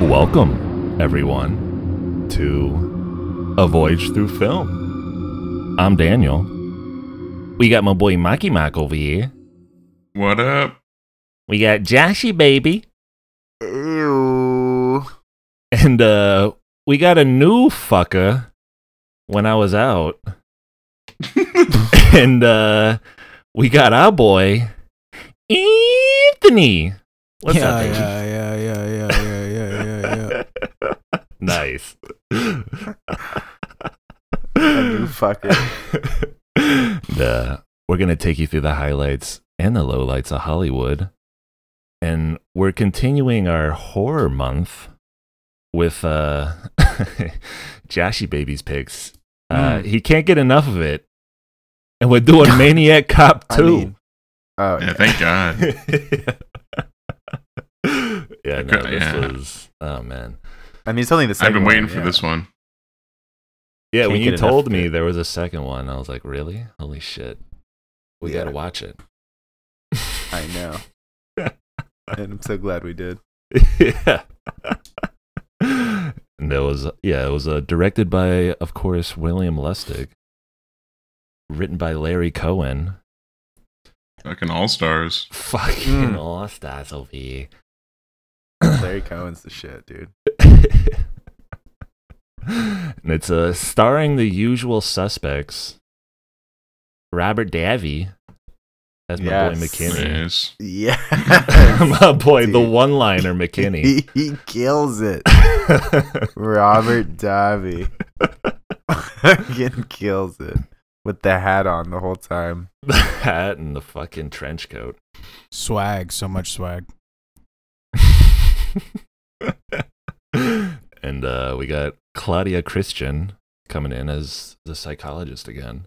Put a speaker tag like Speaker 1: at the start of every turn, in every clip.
Speaker 1: Welcome, everyone, to A Voyage Through Film. I'm Daniel. We got my boy Mikey Mike over here.
Speaker 2: What up?
Speaker 1: We got Joshy Baby.
Speaker 2: Ew.
Speaker 1: And uh we got a new fucker when I was out. and uh we got our boy Anthony. What's
Speaker 3: yeah,
Speaker 1: up? Anthony?
Speaker 3: yeah, yeah, yeah, yeah, yeah, yeah, yeah, yeah.
Speaker 1: nice.
Speaker 4: You fuck it.
Speaker 1: Nah, we're going to take you through the highlights and the lowlights of Hollywood. And we're continuing our horror month with uh, Joshy Baby's picks. Uh,
Speaker 4: Hmm.
Speaker 1: He can't get enough of it. And we're doing Maniac Cop 2.
Speaker 4: I mean, oh,
Speaker 2: Yeah, thank God.
Speaker 1: yeah, no,
Speaker 2: could-
Speaker 1: this
Speaker 2: yeah.
Speaker 1: was. Oh, man.
Speaker 4: I mean, it's only the second.
Speaker 2: I've been waiting for
Speaker 4: yeah.
Speaker 2: this one.
Speaker 1: Yeah,
Speaker 3: Can't
Speaker 1: when
Speaker 3: get
Speaker 1: you
Speaker 3: enough
Speaker 1: told
Speaker 3: of
Speaker 1: me
Speaker 3: it.
Speaker 1: there was a second one, I was like, really? Holy shit. We
Speaker 4: Yeah.
Speaker 1: got to watch it.
Speaker 4: I know, and I'm so glad we did.
Speaker 1: yeah. and there was, yeah, it was uh, directed by, of course, William Lustig, written by Larry Cohen.
Speaker 2: Fucking all stars.
Speaker 1: Fucking
Speaker 4: Mm.
Speaker 1: all stars over here.
Speaker 4: Larry Cohen's the shit, dude.
Speaker 1: and it's uh, starring the usual suspects Robert Davi. That's my boy
Speaker 4: Yes.
Speaker 1: McKinney.
Speaker 2: Yes.
Speaker 4: Yeah,
Speaker 1: my boy, the
Speaker 4: Dude.
Speaker 1: one liner McKinney.
Speaker 4: he, he kills it. Robert Davi fucking kills it with the hat on the whole time.
Speaker 1: the hat and the fucking trench coat.
Speaker 3: Swag, so much swag.
Speaker 1: and uh, we got Claudia Christian coming in as the psychologist again.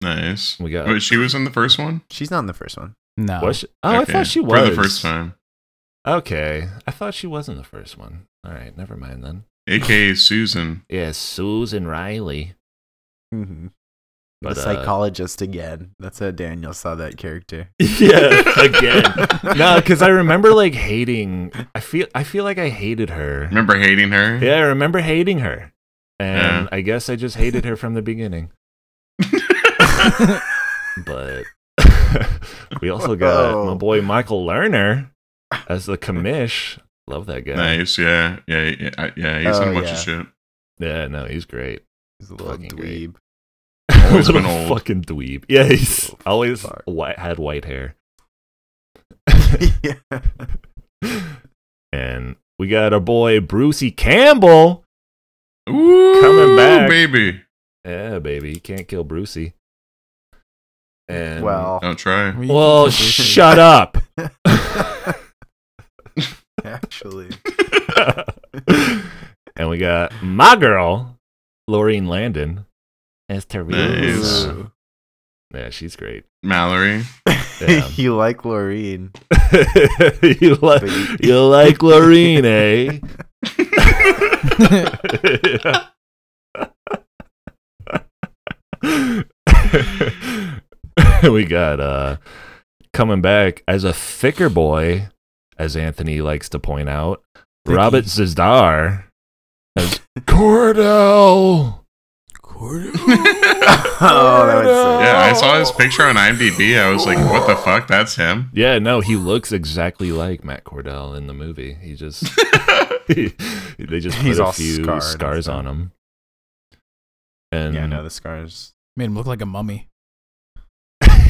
Speaker 2: Nice.
Speaker 1: We got.
Speaker 2: Wait, she was in the first one?
Speaker 4: She's not in the first one.
Speaker 3: No.
Speaker 1: Was she- Oh, I
Speaker 2: Okay.
Speaker 1: thought she was
Speaker 2: For the first time.
Speaker 1: Okay, I thought she was in the first one. All right, never mind then.
Speaker 2: AKA Susan.
Speaker 1: Yeah, Susan Riley.
Speaker 4: Mm-hmm.
Speaker 1: But,
Speaker 4: the
Speaker 1: uh,
Speaker 4: psychologist again. That's how Daniel saw that character.
Speaker 1: Yeah, again. no, because I remember like hating. I feel. I feel like I hated her.
Speaker 2: Remember hating her?
Speaker 1: Yeah, I remember hating her, and
Speaker 2: Yeah.
Speaker 1: I guess I just hated her from the beginning. but we also got
Speaker 4: Whoa.
Speaker 1: my boy Michael Lerner as the commish. Love that guy.
Speaker 2: Nice. Yeah. Yeah. Yeah. I- yeah he's in
Speaker 4: Oh,
Speaker 2: a bunch
Speaker 4: yeah.
Speaker 2: of shit.
Speaker 1: Yeah, no, he's great.
Speaker 4: He's a little
Speaker 1: Fucking
Speaker 4: dweeb.
Speaker 1: great. Little
Speaker 2: been old.
Speaker 1: fucking dweeb. Yeah, he's
Speaker 4: Little
Speaker 1: always
Speaker 4: fuck.
Speaker 1: white, had white hair.
Speaker 4: yeah.
Speaker 1: and we got our boy Brucey Campbell.
Speaker 2: Ooh,
Speaker 1: Coming back.
Speaker 2: baby.
Speaker 1: Yeah, baby, you can't kill Brucey. And
Speaker 4: Well,
Speaker 2: Don't try.
Speaker 3: Well, you
Speaker 1: well,
Speaker 3: can still do it.
Speaker 1: shut up.
Speaker 4: actually,
Speaker 1: and we got my girl, Laureen Landon, as
Speaker 2: Nice.
Speaker 1: Teresa. Yeah, she's great.
Speaker 2: Mallory.
Speaker 1: Yeah.
Speaker 4: you like Laureen.
Speaker 1: you like
Speaker 4: Big-
Speaker 1: you like Laureen, eh? we got uh coming back as a thicker boy, as Anthony likes to point out.
Speaker 3: Thicky.
Speaker 1: Robert Zidar as Cordell.
Speaker 4: oh, that would
Speaker 2: Yeah, I saw his picture on IMDb. I was like, what the fuck? That's him.
Speaker 1: Yeah, no, he looks exactly like Matt Cordell in the movie. He just they just put
Speaker 4: He's
Speaker 1: a
Speaker 4: all
Speaker 1: few
Speaker 4: scarred and
Speaker 1: scars
Speaker 4: stuff.
Speaker 1: on him. And
Speaker 4: Yeah, no, the scars.
Speaker 3: Made him look like a mummy.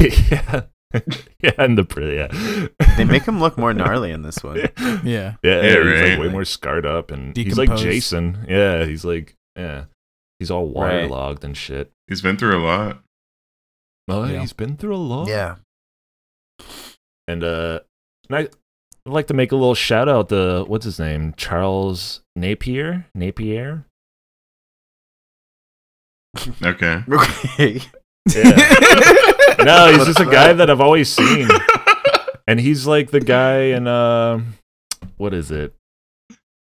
Speaker 1: yeah, yeah, and the pretty, yeah,
Speaker 4: They make him look more gnarly in this one.
Speaker 1: yeah,
Speaker 3: Yeah.
Speaker 1: yeah, he's like
Speaker 2: right.
Speaker 1: way more scarred up, and he's like
Speaker 3: Decomposed.
Speaker 1: Jason. Yeah, he's like, yeah, he's all
Speaker 4: Right.
Speaker 1: waterlogged and shit.
Speaker 2: He's been through a lot.
Speaker 1: Oh,
Speaker 3: Yeah.
Speaker 1: he's been through a lot.
Speaker 4: Yeah.
Speaker 1: and uh, and I. I'd like to make a little shout out to what's his name, Charles Napier. Napier,
Speaker 2: Okay.
Speaker 4: Okay.
Speaker 1: yeah. no, he's
Speaker 4: What's
Speaker 1: just a
Speaker 4: that?
Speaker 1: guy that I've always seen, and he's like the guy in uh, what is it?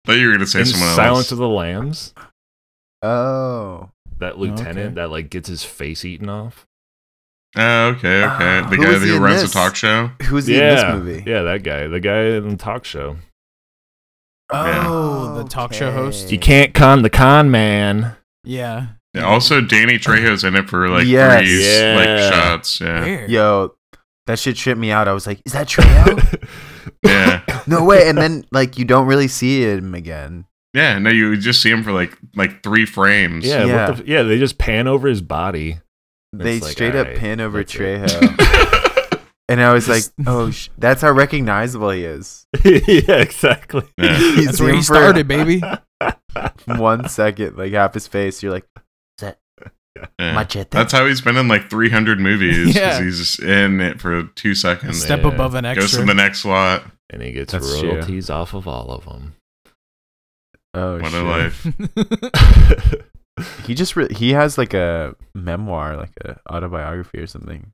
Speaker 2: Thought you were gonna say
Speaker 1: in
Speaker 2: someone
Speaker 1: Silence
Speaker 2: else.
Speaker 1: of the Lambs.
Speaker 4: Oh.
Speaker 1: that lieutenant
Speaker 3: Okay.
Speaker 1: that like gets his face eaten off.
Speaker 2: oh, okay, okay.
Speaker 4: Ah,
Speaker 2: the
Speaker 4: who
Speaker 2: guy
Speaker 4: was he
Speaker 2: who
Speaker 4: in
Speaker 2: runs the
Speaker 4: this?
Speaker 2: talk show.
Speaker 4: Who's he
Speaker 1: yeah,
Speaker 4: in this movie?
Speaker 1: yeah, that guy, the guy in the talk show.
Speaker 3: Oh, the talk show host?
Speaker 1: You can't con the con man.
Speaker 3: Yeah.
Speaker 2: Yeah, Also, Danny Trejo's in it for like
Speaker 4: Yes.
Speaker 2: three
Speaker 1: Yeah.
Speaker 2: like shots. Yeah,
Speaker 3: Weird.
Speaker 4: Yo, that shit tripped me out. I was like, is that Treo?
Speaker 2: yeah,
Speaker 4: no way. And then like you don't really see him again.
Speaker 2: yeah. No, you just see him for like like three frames.
Speaker 1: Yeah, yeah.
Speaker 4: Yeah.
Speaker 1: What the f- yeah, they just pan over his body.
Speaker 4: they
Speaker 1: like,
Speaker 4: straight up
Speaker 1: alright,
Speaker 4: pin over
Speaker 1: that's it.
Speaker 4: Trejo. and I was like, oh, sh- that's how recognizable he is.
Speaker 1: yeah, exactly.
Speaker 2: Yeah.
Speaker 4: You
Speaker 3: That's
Speaker 4: see
Speaker 3: where
Speaker 4: him
Speaker 3: he
Speaker 4: for
Speaker 3: started, baby.
Speaker 4: One second, like half his face. You're like,
Speaker 2: yeah.
Speaker 4: machete.
Speaker 2: That's how he's been in like 300 movies. 'cause
Speaker 3: Yeah.
Speaker 2: He's just in it for two seconds.
Speaker 1: Yeah.
Speaker 3: Step above an
Speaker 2: Goes to
Speaker 3: extra.
Speaker 2: the next lot.
Speaker 1: And he gets
Speaker 3: That's true.
Speaker 1: royalties off of all of them.
Speaker 4: oh,
Speaker 2: What
Speaker 4: shit.
Speaker 2: a life.
Speaker 4: He just re- he has like a memoir, like a autobiography or something.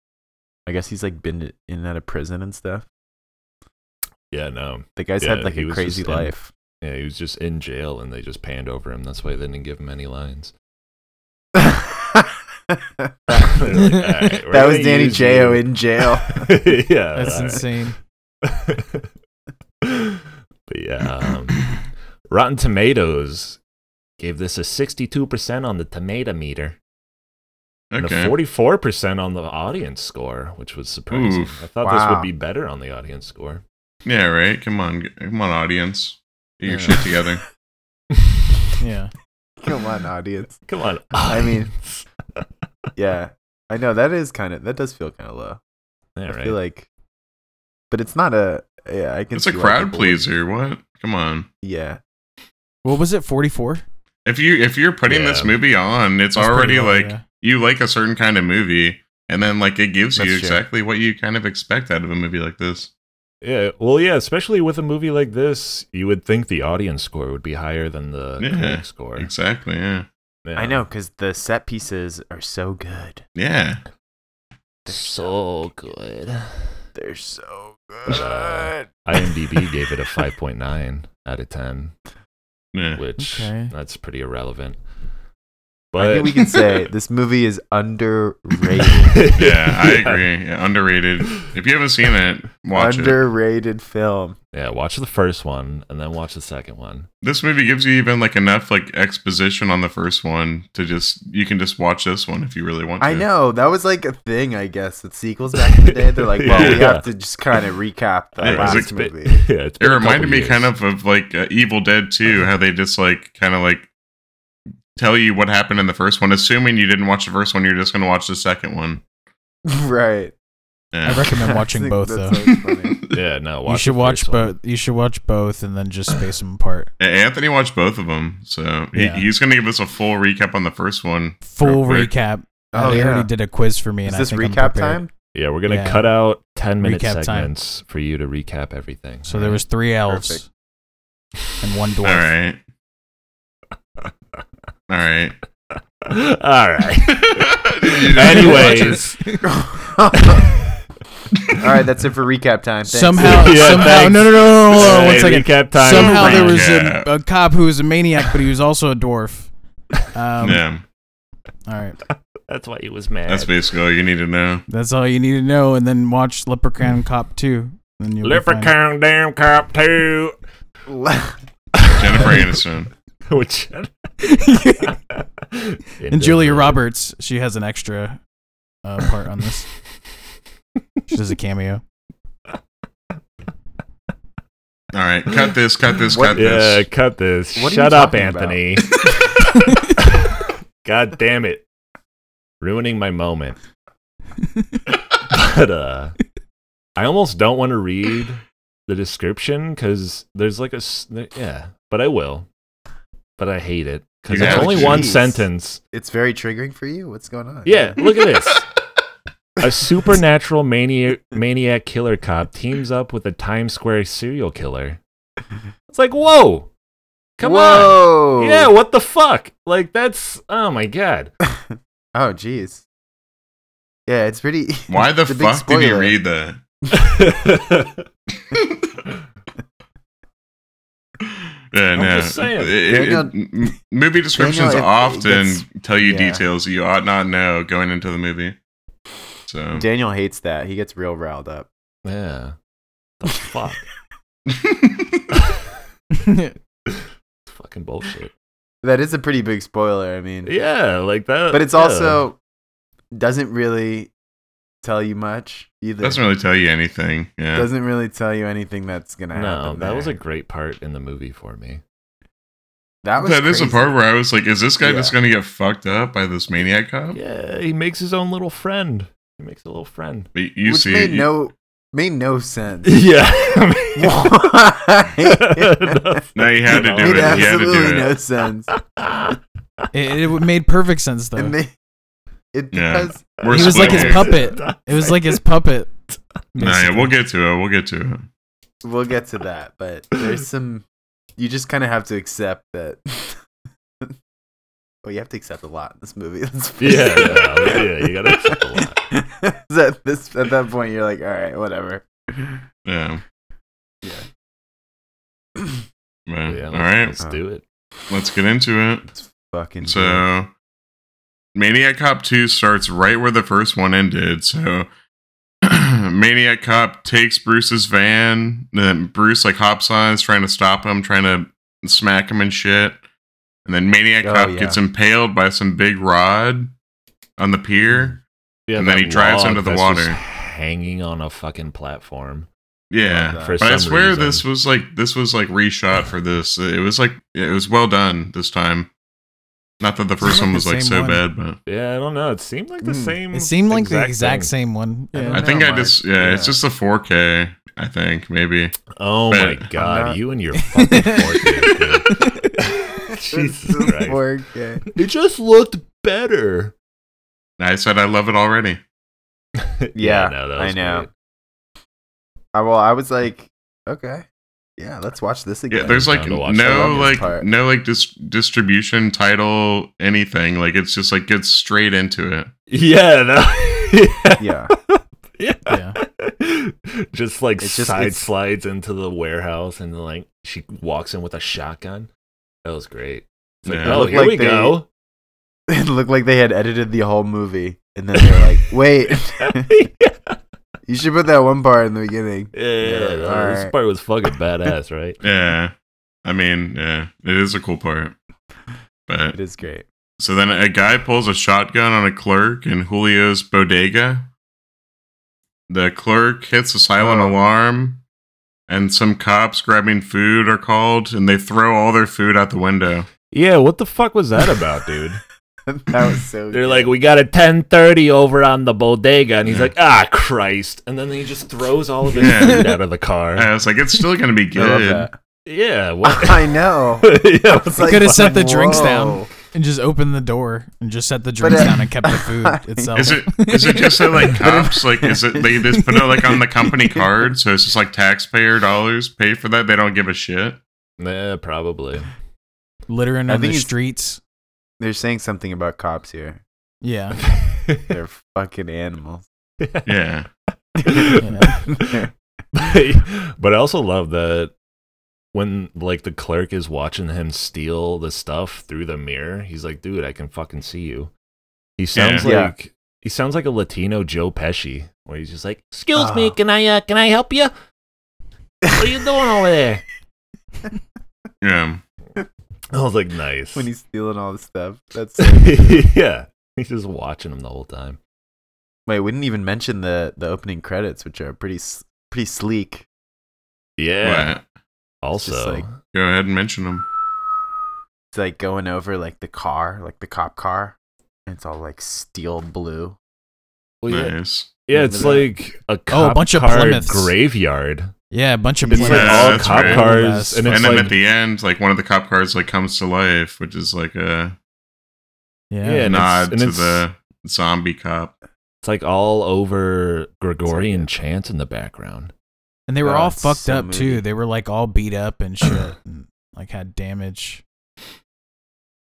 Speaker 4: I guess he's like been in and out of prison and stuff.
Speaker 1: yeah, no.
Speaker 4: The guy's
Speaker 1: Yeah,
Speaker 4: had like
Speaker 1: he
Speaker 4: a
Speaker 1: was
Speaker 4: crazy
Speaker 1: just in-
Speaker 4: life.
Speaker 1: Yeah, he was just in jail and they just panned over him. That's why they didn't give him any lines. They're like, "All right, we're
Speaker 4: that was
Speaker 1: gonna
Speaker 4: Danny
Speaker 1: use
Speaker 4: Trejo
Speaker 1: you."
Speaker 4: in jail.
Speaker 1: yeah.
Speaker 3: That's
Speaker 1: all right.
Speaker 3: insane.
Speaker 1: but yeah, um, Rotten Tomatoes gave this a 62% on the tomato meter and a
Speaker 2: Okay.
Speaker 1: 44% on the audience score, which was surprising.
Speaker 2: Oof.
Speaker 1: I thought this would
Speaker 4: Wow.
Speaker 1: be better on the audience score.
Speaker 2: yeah, right. Come on, g- come on, audience. Get your
Speaker 1: Yeah.
Speaker 2: shit together.
Speaker 3: Yeah.
Speaker 4: Come on, audience.
Speaker 1: Come on.
Speaker 4: I mean-
Speaker 1: audience.
Speaker 4: Yeah, I know that is kind of that does feel kind of low.
Speaker 1: Yeah,
Speaker 4: I
Speaker 1: right.
Speaker 4: feel like, but it's not a. Yeah, I can.
Speaker 2: It's a
Speaker 4: see why
Speaker 2: crowd
Speaker 4: people would-
Speaker 2: pleaser. What? Come on.
Speaker 4: Yeah,
Speaker 3: What was it? 44?
Speaker 2: If you if you're putting
Speaker 1: Yeah.
Speaker 2: this movie on, it's
Speaker 3: That's
Speaker 2: already
Speaker 3: pretty low,
Speaker 2: like
Speaker 3: yeah.
Speaker 2: you like a certain kind of movie, and then like it gives
Speaker 4: That's
Speaker 2: you
Speaker 4: true.
Speaker 2: exactly what you kind of expect out of a movie like this.
Speaker 1: yeah, well, yeah, especially with a movie like this, you would think the audience score would be higher than the
Speaker 2: Yeah,
Speaker 1: critic score.
Speaker 2: Exactly. Yeah.
Speaker 1: Yeah.
Speaker 4: I know because the set pieces are so good.
Speaker 2: Yeah.
Speaker 1: So good.
Speaker 4: They're so good.
Speaker 1: But, uh, IMDb gave it a 5.9 out of 10.
Speaker 2: Yeah.
Speaker 1: which
Speaker 3: Okay.
Speaker 1: that's pretty irrelevant.
Speaker 4: I
Speaker 1: But
Speaker 4: think we can say this movie is underrated.
Speaker 2: Yeah, I agree. Yeah, underrated. If you haven't seen it, watch it.
Speaker 4: underrated film.
Speaker 1: Yeah, watch the first one and then watch the second one.
Speaker 2: This movie gives you even like enough like exposition on the first one to just you can just watch this one if you really want to.
Speaker 4: I know that was like a thing. I guess that sequels back in the day. They're like, well, we
Speaker 1: Yeah.
Speaker 4: have to just kind of recap the
Speaker 2: Yeah, 'cause
Speaker 4: last
Speaker 2: it's
Speaker 1: been-
Speaker 4: movie.
Speaker 1: yeah, it's
Speaker 2: It
Speaker 1: been a
Speaker 2: reminded
Speaker 1: couple
Speaker 2: me
Speaker 1: years.
Speaker 2: kind of of like uh, Evil Dead 2, how they just like kind of like tell you what happened in the first one. Assuming you didn't watch the first one, you're just going to watch the second one.
Speaker 4: right.
Speaker 3: I
Speaker 2: Yeah.
Speaker 3: recommend watching
Speaker 4: think
Speaker 3: both,
Speaker 4: that's
Speaker 3: though.
Speaker 4: always funny.
Speaker 1: Yeah, no, watch
Speaker 3: you should
Speaker 1: the
Speaker 3: watch
Speaker 1: first one.
Speaker 3: both. You should watch both and then just space them apart.
Speaker 2: Yeah, Anthony watched both of them, so he,
Speaker 3: Yeah.
Speaker 2: he's going to give us a full recap on the first one.
Speaker 3: Full
Speaker 2: Real quick.
Speaker 3: recap.
Speaker 4: Oh,
Speaker 3: they
Speaker 4: yeah.
Speaker 3: already did a quiz for me, and
Speaker 4: Is this
Speaker 3: I think I'm
Speaker 4: recap
Speaker 3: prepared.
Speaker 4: time?
Speaker 1: Yeah, we're gonna
Speaker 3: Yeah.
Speaker 1: cut out ten minute
Speaker 3: Recap time.
Speaker 1: segments for you to recap everything.
Speaker 3: So there was three elves
Speaker 4: Perfect.
Speaker 3: and one
Speaker 2: All
Speaker 3: dwarf.
Speaker 2: right. All right.
Speaker 1: all right.
Speaker 2: You just-
Speaker 1: Anyways,
Speaker 4: All right, that's it for recap time. Thanks.
Speaker 3: Somehow,
Speaker 1: Yeah,
Speaker 3: somehow,
Speaker 1: thanks.
Speaker 3: no, no, no, no, no, no,
Speaker 1: Hey,
Speaker 3: one second.
Speaker 1: recap time.
Speaker 3: Somehow there was
Speaker 2: Yeah.
Speaker 3: a, a cop who was a maniac, but he was also a dwarf. Um,
Speaker 2: yeah,
Speaker 3: All right,
Speaker 1: That's why he was mad.
Speaker 2: that's basically all you need to know.
Speaker 3: that's all you need to know, and then watch Leprechaun Cop Two. Then you'll be fine.
Speaker 1: Leprechaun damn cop two.
Speaker 2: Jennifer Aniston.
Speaker 1: Which
Speaker 3: and Julia Roberts, she has an extra uh, part on this. she does a cameo.
Speaker 2: All right, cut this, cut this,
Speaker 4: What-
Speaker 2: cut
Speaker 1: Yeah,
Speaker 2: this.
Speaker 1: cut this.
Speaker 4: What are you
Speaker 1: Shut up,
Speaker 4: talking about?
Speaker 1: Anthony. God damn it. Ruining my moment. but uh I almost don't want to read the description cuz there's like a s- there- yeah, but I will. But I hate it cuz
Speaker 2: You
Speaker 1: it's
Speaker 2: gotta
Speaker 1: only one
Speaker 4: choose.
Speaker 1: sentence.
Speaker 4: it's very triggering for you. What's going on?
Speaker 1: Yeah, look at this. A supernatural maniac, maniac killer cop teams up with a Times Square serial killer. It's like, whoa! Come on!
Speaker 4: Whoa.
Speaker 1: Yeah, what the fuck? Like that's oh my god.
Speaker 4: Oh, jeez. Yeah, it's pretty.
Speaker 2: Why the
Speaker 4: it's a big
Speaker 2: fuck did you
Speaker 4: spoiler.
Speaker 2: read that? Yeah, no.
Speaker 1: just saying.
Speaker 2: It- it-
Speaker 4: Daniel-
Speaker 2: m- movie descriptions
Speaker 4: if it
Speaker 2: often
Speaker 4: gets-
Speaker 2: tell you
Speaker 4: yeah.
Speaker 2: details you ought not know going into the movie. So
Speaker 4: Daniel hates that. He gets real riled up.
Speaker 1: yeah. The fuck. It's fucking bullshit.
Speaker 4: That is a pretty big spoiler. I mean,
Speaker 1: Yeah, like that.
Speaker 4: but it's
Speaker 1: yeah.
Speaker 4: also doesn't really tell you much either.
Speaker 2: Doesn't really tell you anything. Yeah.
Speaker 4: Doesn't really tell you anything that's gonna
Speaker 1: no.
Speaker 4: happen.
Speaker 1: That was a
Speaker 4: there.
Speaker 1: great part in the movie for me.
Speaker 4: that was
Speaker 2: that is a
Speaker 4: crazy.
Speaker 2: part where I was like, is this guy
Speaker 4: Yeah.
Speaker 2: just going to get fucked up by this maniac cop?
Speaker 1: Yeah, he makes his own little friend. He makes a little friend.
Speaker 2: But you
Speaker 4: which
Speaker 2: see,
Speaker 4: made
Speaker 2: you-
Speaker 4: no made no sense.
Speaker 1: Yeah.
Speaker 4: Why?
Speaker 2: no, he had to
Speaker 1: It
Speaker 2: do
Speaker 4: Made
Speaker 2: it. He had to do it.
Speaker 4: absolutely no sense.
Speaker 3: It, it made perfect sense though.
Speaker 4: And
Speaker 3: It
Speaker 4: they, it
Speaker 2: Yeah.
Speaker 4: because
Speaker 2: We're
Speaker 3: He was like his
Speaker 2: split hairs.
Speaker 3: puppet. was like his puppet.
Speaker 2: Nah, yeah, we'll get to it. We'll get to it.
Speaker 4: we'll get to that, but there's some you just kind of have to accept that. well, you have to accept a lot in this movie. That's
Speaker 1: yeah, yeah, yeah. You gotta accept a lot.
Speaker 4: at this at that point, you're like, all right, whatever.
Speaker 2: Yeah. Man.
Speaker 1: Yeah,
Speaker 2: Mm, All
Speaker 1: let's,
Speaker 2: right.
Speaker 1: let's do it.
Speaker 2: let's get into it.
Speaker 4: Fucking dude.
Speaker 2: So, Maniac Cop 2 starts right where the first one ended. So, Maniac Cop takes Bruce's van. Then Bruce, like, hops on, is trying to stop him, trying to smack him and shit. And then Maniac
Speaker 4: Oh,
Speaker 2: Cop
Speaker 4: yeah.
Speaker 2: gets impaled by some big rod on the pier.
Speaker 1: Yeah,
Speaker 2: And then
Speaker 1: that
Speaker 2: he drives
Speaker 1: log
Speaker 2: into the
Speaker 1: that's just
Speaker 2: water.
Speaker 1: hanging on a fucking platform.
Speaker 2: Yeah.
Speaker 4: Uh,
Speaker 1: For
Speaker 2: But I
Speaker 1: some
Speaker 2: swear
Speaker 1: reason.
Speaker 2: this was like this was like reshot for this. It was like it was well done this time. Not that the first
Speaker 3: like
Speaker 2: one
Speaker 3: the
Speaker 2: was like
Speaker 3: same
Speaker 2: so
Speaker 3: one.
Speaker 2: bad, but
Speaker 1: Yeah, I don't know. It seemed like the
Speaker 4: Mm.
Speaker 1: same.
Speaker 3: It seemed like the
Speaker 1: thing.
Speaker 3: exact same one.
Speaker 4: I
Speaker 3: Yeah.
Speaker 2: I
Speaker 4: know,
Speaker 2: think I
Speaker 4: Mark.
Speaker 2: just yeah, it's
Speaker 4: Yeah.
Speaker 2: just the 4K. I think maybe.
Speaker 1: Oh my
Speaker 2: But-
Speaker 1: god,
Speaker 4: I'm not-
Speaker 1: you and your fucking fork. Jesus
Speaker 4: This is
Speaker 1: Christ.
Speaker 4: working.
Speaker 1: It just looked better.
Speaker 2: I said I love it already.
Speaker 4: Yeah,
Speaker 1: no, that
Speaker 4: I
Speaker 1: was
Speaker 4: know.
Speaker 1: great.
Speaker 4: I, well, I was like, okay, yeah, let's watch this
Speaker 2: Yeah,
Speaker 4: again.
Speaker 2: there's like
Speaker 1: down to watch
Speaker 4: that
Speaker 2: no
Speaker 4: one.
Speaker 2: like
Speaker 4: Part.
Speaker 2: no like dis- distribution title anything. Like it's just like gets straight into it.
Speaker 1: Yeah, that,
Speaker 4: yeah,
Speaker 1: yeah,
Speaker 3: Yeah.
Speaker 1: just like
Speaker 4: It's just-
Speaker 1: side
Speaker 4: it's-
Speaker 1: slides into the warehouse, and then, like she walks in with a shotgun. That was great. It's like,
Speaker 2: Yeah.
Speaker 1: oh,
Speaker 4: Looked
Speaker 1: here
Speaker 4: like
Speaker 1: we
Speaker 4: they-
Speaker 1: go.
Speaker 4: it looked like they had edited the whole movie, and then they're like, wait, you should put that one part in the beginning.
Speaker 1: Yeah, yeah,
Speaker 4: Yeah,
Speaker 1: no,
Speaker 4: all
Speaker 1: this
Speaker 4: right.
Speaker 1: part was fucking badass, right?
Speaker 2: Yeah. I mean, yeah, it is a cool part. But
Speaker 4: It is great.
Speaker 2: so then a guy pulls a shotgun on a clerk in Julio's bodega. The clerk hits a silent
Speaker 4: Oh.
Speaker 2: alarm, and some cops grabbing food are called, and they throw all their food out the window.
Speaker 1: Yeah, what the fuck was that about, dude?
Speaker 4: that was so.
Speaker 1: They're
Speaker 4: good.
Speaker 1: like, we got a 10:30 over on the bodega, and he's like, ah, Christ! And then he just throws all of his
Speaker 2: Yeah.
Speaker 1: food out of the car.
Speaker 2: I was like, it's still gonna be
Speaker 4: I love
Speaker 2: good.
Speaker 4: that.
Speaker 1: yeah, what?
Speaker 4: I know.
Speaker 1: yeah, what's
Speaker 3: like- coulda set the drinks
Speaker 4: whoa.
Speaker 3: down. And just opened the door and just set the drinks
Speaker 4: uh,
Speaker 3: down and kept the food itself.
Speaker 2: Is it is it just that like cops like is it they just put it like on the company card so it's just like taxpayer dollars pay for that they don't give a shit.
Speaker 1: Nah, probably.
Speaker 3: littering
Speaker 4: I
Speaker 3: on the
Speaker 4: think it's-
Speaker 3: streets?
Speaker 4: They're saying something about cops here.
Speaker 3: Yeah.
Speaker 4: They're fucking animals.
Speaker 2: Yeah,
Speaker 4: They're-
Speaker 1: but I also love that when like the clerk is watching him steal the stuff through the mirror, he's like, "Dude, I can fucking see you." He sounds
Speaker 4: Yeah.
Speaker 1: like he sounds like a Latino Joe Pesci, where he's just like, "Excuse
Speaker 4: Ah.
Speaker 1: me, can I uh, can I help you? What are you doing over there?"
Speaker 2: yeah.
Speaker 1: I was like, "Nice."
Speaker 4: when he's stealing all the stuff. That's
Speaker 1: yeah, he's just watching him the whole time.
Speaker 4: wait. We didn't even mention the the opening credits, which are pretty s- pretty sleek.
Speaker 1: Yeah.
Speaker 2: What?
Speaker 4: just
Speaker 1: Also,
Speaker 4: like-
Speaker 2: Go ahead and mention them.
Speaker 4: It's like going over like the car, like the cop car. And it's all like steel blue.
Speaker 1: Well, yeah,
Speaker 2: Nice.
Speaker 1: yeah, it's
Speaker 4: Remember
Speaker 1: like a cop
Speaker 3: Oh, bunch of
Speaker 1: car
Speaker 3: Plymouths.
Speaker 1: graveyard.
Speaker 3: Yeah, a bunch of
Speaker 1: It's like
Speaker 2: Yeah,
Speaker 1: all
Speaker 2: that's
Speaker 1: cop
Speaker 2: right.
Speaker 1: cars, and it's
Speaker 2: and then
Speaker 1: like
Speaker 2: at the end, like one of the cop cars like comes to life, which is like a
Speaker 1: Yeah,
Speaker 3: yeah.
Speaker 1: and it's-
Speaker 2: nod
Speaker 1: and
Speaker 2: to
Speaker 1: it's-
Speaker 2: the zombie cop.
Speaker 1: it's like all over Gregorian chants in the background.
Speaker 3: And they were
Speaker 4: Oh,
Speaker 3: all
Speaker 4: it's
Speaker 3: fucked
Speaker 4: so
Speaker 3: up
Speaker 4: moody.
Speaker 3: too. They were like all beat up and shit and like had damage.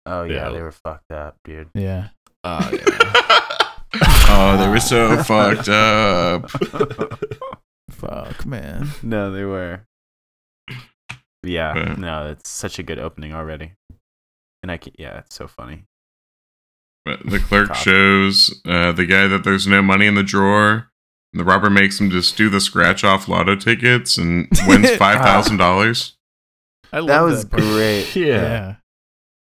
Speaker 4: Oh yeah,
Speaker 1: Yeah.
Speaker 4: they were fucked up, dude.
Speaker 3: Yeah.
Speaker 1: Oh
Speaker 2: oh, they were so fucked up.
Speaker 3: Fuck, man.
Speaker 4: No, they were. Yeah,
Speaker 2: But-
Speaker 4: no, that's such a good opening already. And I can, yeah, it's so funny.
Speaker 2: But the clerk
Speaker 4: Cop.
Speaker 2: shows uh, the guy that there's no money in the drawer. And the robber makes him just do the scratch off lotto tickets and wins five thousand dollars.
Speaker 3: I love
Speaker 4: That was
Speaker 3: part.
Speaker 4: great.
Speaker 3: Yeah.
Speaker 1: yeah.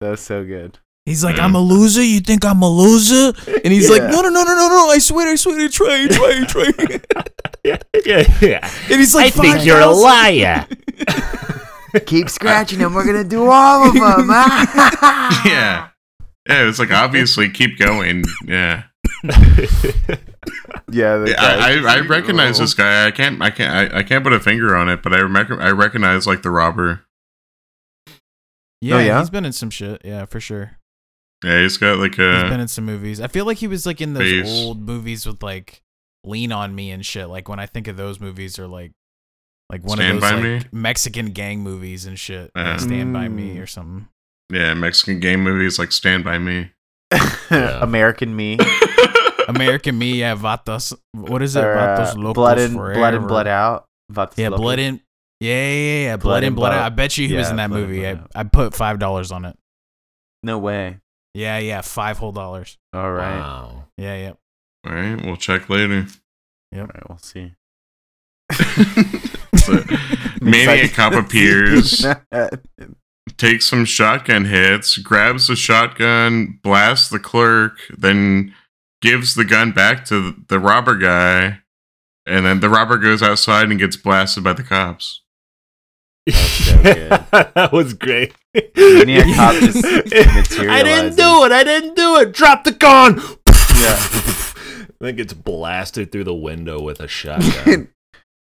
Speaker 4: That was so good.
Speaker 3: He's like,
Speaker 2: Mm.
Speaker 3: I'm a loser. You think I'm a loser? And he's like,
Speaker 4: Yeah.
Speaker 3: No, no, no, no, no, no. I swear, I swear, I try, I try, I try.
Speaker 1: Yeah. Yeah. yeah.
Speaker 3: And he's like,
Speaker 1: I think you're a
Speaker 3: 5,000.
Speaker 1: liar.
Speaker 4: Keep scratching him. We're gonna do all of them.
Speaker 2: yeah. Yeah, it's like obviously keep going. Yeah,
Speaker 4: Yeah. the
Speaker 2: Yeah,
Speaker 4: guy-
Speaker 2: I, I, I recognize this guy. I can't I can't I, I can't put a finger on it, but I rec- I recognize like the robber.
Speaker 3: Yeah,
Speaker 4: Oh, yeah?
Speaker 3: he's been in some shit. Yeah, for sure.
Speaker 2: Yeah, he's got like
Speaker 3: He's been
Speaker 2: a
Speaker 3: in some movies. I feel like he was like in those
Speaker 2: Face.
Speaker 3: old movies with like Lean on Me and shit. Like when I think of those movies, are like like one
Speaker 2: Stand
Speaker 3: of those
Speaker 2: by
Speaker 3: like
Speaker 2: Me?
Speaker 3: Mexican gang movies and shit. like
Speaker 2: Uh-huh.
Speaker 3: Stand by Me
Speaker 4: Mm.
Speaker 3: or something.
Speaker 2: yeah Mexican game movies like Stand by Me.
Speaker 1: Yeah.
Speaker 4: American Me.
Speaker 3: American Me, yeah, Vatos. What is it?
Speaker 4: Or, uh,
Speaker 3: Vatos Locos
Speaker 4: blood in, blood in,
Speaker 3: Forever.
Speaker 4: blood out. Vatos
Speaker 3: Yeah,
Speaker 4: Locos.
Speaker 3: blood in. Yeah, yeah, yeah, yeah. Blood,
Speaker 4: Blood
Speaker 3: in,
Speaker 4: in,
Speaker 3: blood
Speaker 4: Blood-
Speaker 3: out. I bet you he was
Speaker 4: yeah,
Speaker 3: in that
Speaker 4: Blood in,
Speaker 3: movie. I,
Speaker 4: Blood Out.
Speaker 3: I put five dollars on it.
Speaker 4: No way.
Speaker 3: Yeah, yeah, five whole dollars.
Speaker 4: All right.
Speaker 1: Wow.
Speaker 3: Yeah, yeah.
Speaker 2: All right, we'll check later.
Speaker 4: All right. We'll see.
Speaker 2: So, Maniac Cop appears, takes some shotgun hits, grabs the shotgun, blasts the clerk, then gives the gun back to the robber guy, and then the robber goes outside and gets blasted by the cops.
Speaker 4: so good.
Speaker 1: that was great.
Speaker 4: Maniac Cop just
Speaker 1: I didn't do it. I didn't do it. Drop the con. Yeah. then gets blasted through the window with a shotgun.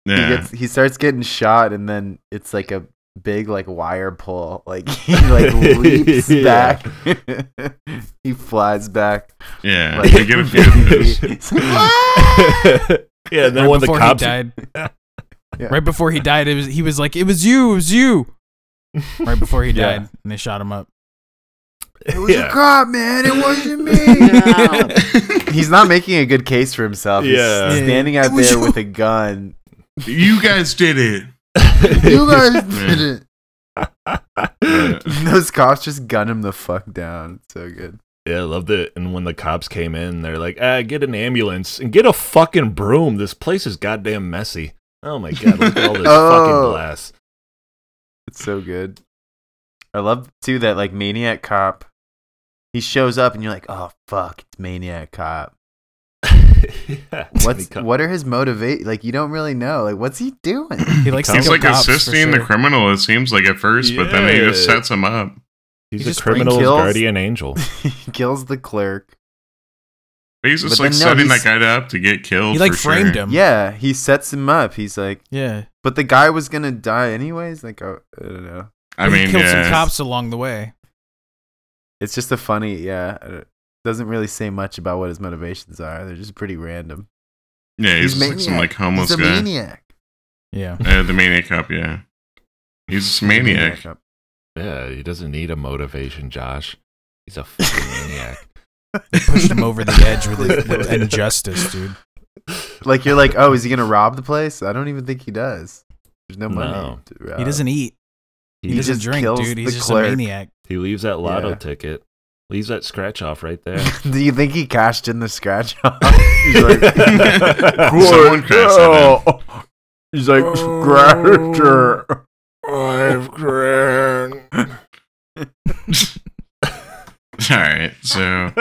Speaker 4: he
Speaker 2: Yeah.
Speaker 4: gets he starts getting shot and then it's like a big like wire pull like he like leaps
Speaker 1: Yeah.
Speaker 4: back he flies back
Speaker 2: yeah.
Speaker 4: like
Speaker 2: they get a few of those.
Speaker 4: He's like, "Ah!"
Speaker 1: yeah, and then
Speaker 3: right
Speaker 1: when the
Speaker 3: before
Speaker 1: cops
Speaker 3: he died,
Speaker 4: Yeah.
Speaker 3: right before he died, it was he was like, "It was you, it was you." Right before he
Speaker 4: Yeah.
Speaker 3: died, and they shot him up.
Speaker 4: it was a
Speaker 1: Yeah.
Speaker 4: cop man it wasn't me he's not making a good case for himself
Speaker 1: Yeah.
Speaker 4: he's standing out
Speaker 3: It was
Speaker 4: there
Speaker 3: you.
Speaker 4: with a gun
Speaker 2: you guys did it.
Speaker 4: you guys
Speaker 2: Yeah.
Speaker 4: did
Speaker 2: Yeah.
Speaker 4: it those cops just gun him the fuck down it's so good
Speaker 1: Yeah, I loved it. And when the cops came in, they're like, ah, get an ambulance and get a fucking broom. This place is goddamn messy. Oh my god, look at all this
Speaker 4: Oh.
Speaker 1: fucking glass.
Speaker 4: It's so good. I love too that like Maniac Cop. He shows up and you're like, oh fuck, it's Maniac Cop.
Speaker 1: yeah.
Speaker 4: What's what are his motivate? Like you don't really know. Like what's he doing?
Speaker 3: He likes to
Speaker 1: Sounds
Speaker 2: He's
Speaker 3: kill
Speaker 2: like
Speaker 3: cops for
Speaker 2: assisting the
Speaker 3: sure.
Speaker 2: criminal, it seems like at first, but then he just
Speaker 1: Yeah.
Speaker 2: sets him up.
Speaker 1: He's
Speaker 3: He
Speaker 1: a
Speaker 3: just brings
Speaker 1: criminal's
Speaker 4: kills.
Speaker 1: guardian angel.
Speaker 4: he kills the clerk.
Speaker 2: But he's just
Speaker 4: But
Speaker 2: like
Speaker 4: then no,
Speaker 2: setting
Speaker 4: he's-
Speaker 2: that guy up to get killed.
Speaker 3: He like
Speaker 2: Oh, for sure.
Speaker 3: framed him.
Speaker 4: Yeah, he sets him up. He's like,
Speaker 3: yeah.
Speaker 4: but the guy was gonna die anyways. Like oh, I don't know.
Speaker 2: I
Speaker 3: He
Speaker 2: mean,
Speaker 3: killed
Speaker 2: yeah.
Speaker 3: some cops along the way.
Speaker 4: It's just a funny. Yeah, I don't- doesn't really say much about what his motivations are. They're just pretty random.
Speaker 2: Yeah, he's, just
Speaker 4: He's
Speaker 2: like some
Speaker 4: maniac.
Speaker 2: like homeless
Speaker 4: He's a
Speaker 2: guy.
Speaker 4: maniac.
Speaker 3: Yeah.
Speaker 2: Uh, the maniac cop, yeah. He's a maniac.
Speaker 4: Cop.
Speaker 1: Yeah, he doesn't need a motivation, Josh. He's a fucking maniac.
Speaker 3: Pushed him over the edge with, his, with injustice, dude.
Speaker 4: Like you're like, oh, is he gonna rob the place? I don't even think he does. There's no money.
Speaker 1: No.
Speaker 4: to rob.
Speaker 3: He doesn't eat. He,
Speaker 1: He,
Speaker 4: just
Speaker 3: doesn't drink,
Speaker 4: kills
Speaker 3: dude.
Speaker 4: the
Speaker 3: He's just
Speaker 4: clerk.
Speaker 3: a maniac.
Speaker 1: he leaves that lotto
Speaker 4: Yeah.
Speaker 1: ticket. Leaves that scratch off right there.
Speaker 4: Do you think he cashed in the scratch off? He's like,
Speaker 2: Someone crashed that
Speaker 4: He's like,
Speaker 1: "Scratcher."
Speaker 2: All right, so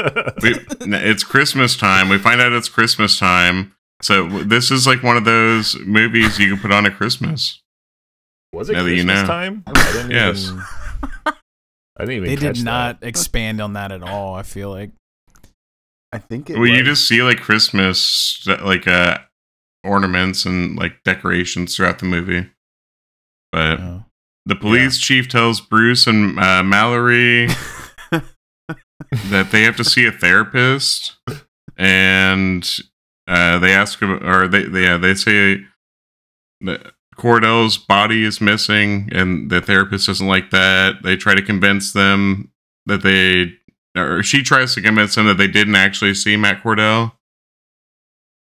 Speaker 2: we, n- it's Christmas time. We find out it's Christmas time. So w- this is like one of those movies you can put on at Christmas.
Speaker 1: Was it
Speaker 2: Now that
Speaker 1: Christmas
Speaker 2: you know.
Speaker 1: time? I didn't
Speaker 2: Yes.
Speaker 1: even. I didn't even.
Speaker 3: They
Speaker 1: catch
Speaker 3: did not expand on that at all. I feel like.
Speaker 4: I think it
Speaker 2: Well, you
Speaker 4: was.
Speaker 2: just see like Christmas st- like uh ornaments and like decorations throughout the movie. But
Speaker 3: no.
Speaker 2: the police chief tells Bruce and uh, Mallory that they have to see a therapist, and uh, they ask him, or they, they yeah they say that Cordell's body is missing, and the therapist doesn't like that. They try to convince them that they, or she tries to convince them that they didn't actually see Matt Cordell.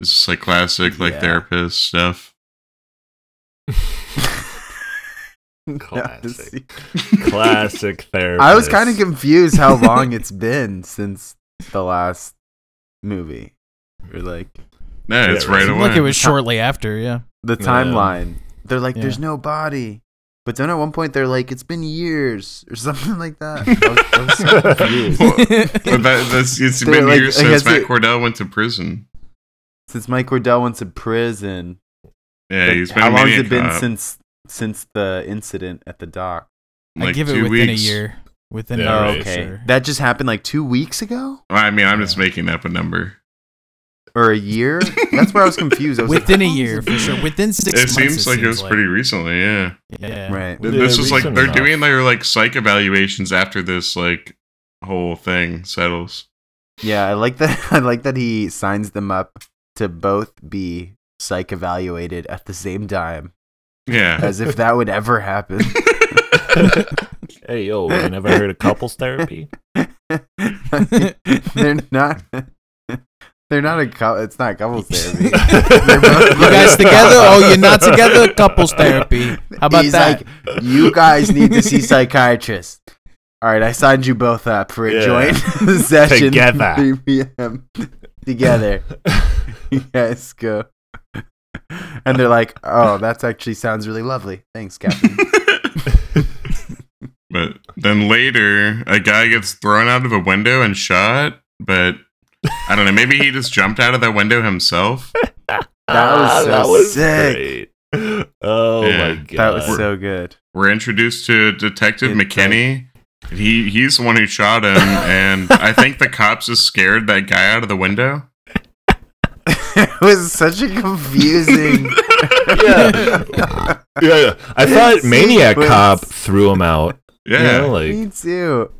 Speaker 2: It's just like classic like
Speaker 4: Yeah.
Speaker 2: therapist stuff.
Speaker 1: Classic. Classic therapy.
Speaker 4: I was kind of confused how long it's been since the last movie. Or like
Speaker 2: No, it's
Speaker 1: Yeah, right.
Speaker 2: right
Speaker 3: Seemed
Speaker 2: away.
Speaker 3: like it was shortly after. Yeah.
Speaker 4: the
Speaker 1: Yeah.
Speaker 4: timeline. They're like,
Speaker 3: Yeah.
Speaker 4: there's no body. But then at one point they're like, "It's been years" or something like that. I was- I was so confused.
Speaker 2: Well, But that, that's it's
Speaker 4: They're
Speaker 2: been
Speaker 4: like-
Speaker 2: years
Speaker 4: I
Speaker 2: since
Speaker 4: guess
Speaker 2: Matt
Speaker 4: it-
Speaker 2: Cordell went to prison.
Speaker 4: Since Mike Cordell went to prison,
Speaker 2: Yeah,
Speaker 4: like,
Speaker 2: he's been.
Speaker 4: how
Speaker 2: a
Speaker 4: long has
Speaker 2: Maniac uh,
Speaker 4: it been
Speaker 2: Cop.
Speaker 4: since since the incident at the dock?
Speaker 3: I
Speaker 2: Like
Speaker 3: give it
Speaker 2: two
Speaker 3: within a
Speaker 2: weeks.
Speaker 3: year. Within
Speaker 1: Yeah,
Speaker 3: a
Speaker 4: oh,
Speaker 3: year,
Speaker 1: right.
Speaker 4: okay,
Speaker 3: sure.
Speaker 4: that just happened like two weeks ago
Speaker 2: I mean, I'm just making up a number.
Speaker 4: or a year. That's where I was confused. I was like,
Speaker 3: within a
Speaker 4: how long has
Speaker 3: year
Speaker 4: it
Speaker 3: for
Speaker 4: been?
Speaker 3: sure. Within six.
Speaker 2: It
Speaker 3: months,
Speaker 2: seems like it was pretty recently. Yeah,
Speaker 3: Yeah.
Speaker 4: Right.
Speaker 1: Th-
Speaker 2: this
Speaker 1: Yeah,
Speaker 2: was like
Speaker 1: recent
Speaker 2: they're
Speaker 1: enough.
Speaker 2: doing their like psych evaluations after this like whole thing settles.
Speaker 4: Yeah, I like that. I like that he signs them up to both be psych evaluated at the same time,
Speaker 2: Yeah,
Speaker 4: as if that would ever happen.
Speaker 1: hey, yo, you never heard of couples therapy?
Speaker 4: they're not. They're not a couple. It's not couple therapy.
Speaker 3: You guys together? Oh, you're not together? Couples therapy. How about
Speaker 4: He's
Speaker 3: that?
Speaker 4: like, you guys need to see psychiatrists. All right, I signed you both up for a
Speaker 1: Yeah.
Speaker 4: joint session
Speaker 1: Together.
Speaker 4: 3 p.m. Together, you guys go. And they're like, "Oh, that actually sounds really lovely. Thanks, Captain."
Speaker 2: but then later a guy gets thrown out of a window and shot. But I don't know. Maybe he just jumped out of that window himself.
Speaker 4: That was
Speaker 1: Ah,
Speaker 4: so sick.
Speaker 1: great. Oh
Speaker 2: Yeah.
Speaker 1: my god,
Speaker 4: that was so good.
Speaker 2: We're introduced to Detective
Speaker 4: Good
Speaker 2: McKinney. He he's the one who shot him, and I think the cops just scared that guy out of the window.
Speaker 4: it was such a confusing.
Speaker 1: yeah. yeah, yeah. I thought
Speaker 4: Sequence.
Speaker 1: Maniac Cop threw him out.
Speaker 2: Yeah,
Speaker 1: You know, like,
Speaker 4: Me too.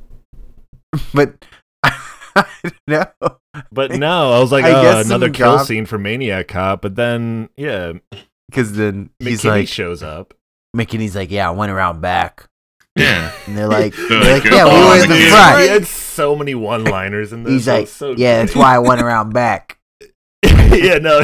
Speaker 4: But I don't know.
Speaker 1: but no, I was like,
Speaker 4: I
Speaker 1: oh,
Speaker 4: guess
Speaker 1: another
Speaker 4: some
Speaker 1: kill
Speaker 4: cop-
Speaker 1: scene for Maniac Cop. But then, yeah,
Speaker 4: Because then he's
Speaker 1: McKinney
Speaker 4: like,
Speaker 1: shows up.
Speaker 4: McKinney's like, yeah, I went around back.
Speaker 2: yeah.
Speaker 4: And they're like,
Speaker 2: They're
Speaker 4: they're
Speaker 2: like,
Speaker 4: like, yeah, we
Speaker 2: "Oh,
Speaker 4: were in
Speaker 2: yeah."
Speaker 4: the
Speaker 1: He
Speaker 4: front.
Speaker 1: had so many one-liners in this.
Speaker 4: He's
Speaker 1: It was
Speaker 4: like,
Speaker 1: so
Speaker 4: yeah, that's
Speaker 1: great.
Speaker 4: why I went around back.
Speaker 1: yeah, no.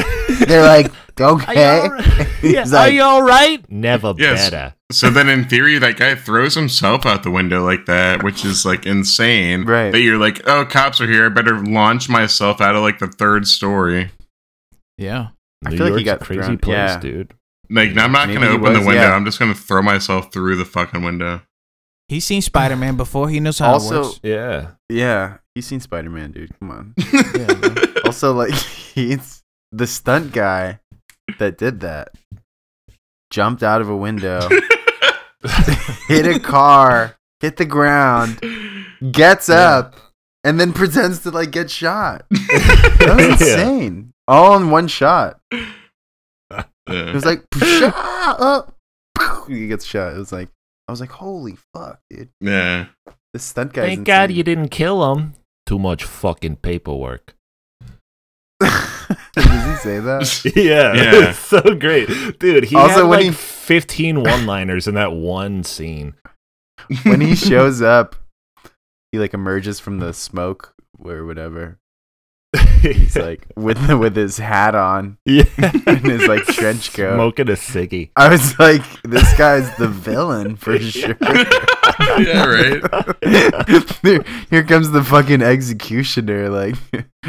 Speaker 4: They're like,
Speaker 2: uh,
Speaker 1: Are you
Speaker 4: okay.
Speaker 1: all right?
Speaker 4: He's
Speaker 1: Yeah,
Speaker 4: like-
Speaker 1: are you all right? Never
Speaker 2: Yes.
Speaker 1: better.
Speaker 2: So then, in theory, that guy throws himself out the window like that, which is like insane.
Speaker 4: Right.
Speaker 2: That you're like, oh, cops are here. I better launch myself out of like the third story.
Speaker 3: Yeah.
Speaker 4: I feel like he got
Speaker 1: crazy
Speaker 4: thrown-
Speaker 1: place,
Speaker 4: yeah.
Speaker 1: dude.
Speaker 2: Like, I'm not
Speaker 4: Maybe
Speaker 2: gonna
Speaker 4: he
Speaker 2: open the
Speaker 4: was,
Speaker 2: window.
Speaker 4: yeah.
Speaker 2: I'm just gonna throw myself through the fucking window.
Speaker 3: He's seen Spider Man before. He knows how
Speaker 4: Also-
Speaker 3: it works.
Speaker 1: Yeah.
Speaker 4: Yeah, he's seen Spider Man, dude. Come on.
Speaker 3: Yeah, man.
Speaker 4: Also, like, he's the stunt guy that did that. Jumped out of a window, hit a car, hit the ground, gets up, and then pretends to, like, get shot. That was
Speaker 1: Yeah.
Speaker 4: insane. All in one shot. It
Speaker 2: Yeah.
Speaker 4: was like, shot up. He gets shot. It was like, I was like, holy fuck, dude.
Speaker 2: yeah.
Speaker 4: This stunt guy.
Speaker 1: Thank God you didn't kill him. Too much fucking paperwork.
Speaker 4: Does he say that?
Speaker 1: Yeah,
Speaker 2: Yeah.
Speaker 1: it's so great, dude. He
Speaker 4: Also,
Speaker 1: also, had
Speaker 4: when
Speaker 1: like
Speaker 4: he-
Speaker 1: 15 one-liners in that one scene.
Speaker 4: when he shows up, he like emerges from the smoke or whatever. He's like with the, with his hat on.
Speaker 1: yeah,
Speaker 4: in his, like, trench coat.
Speaker 1: smoking a ciggy.
Speaker 4: I was like, this guy's the villain for sure.
Speaker 2: yeah. Right.
Speaker 4: here, here comes the fucking executioner. Like,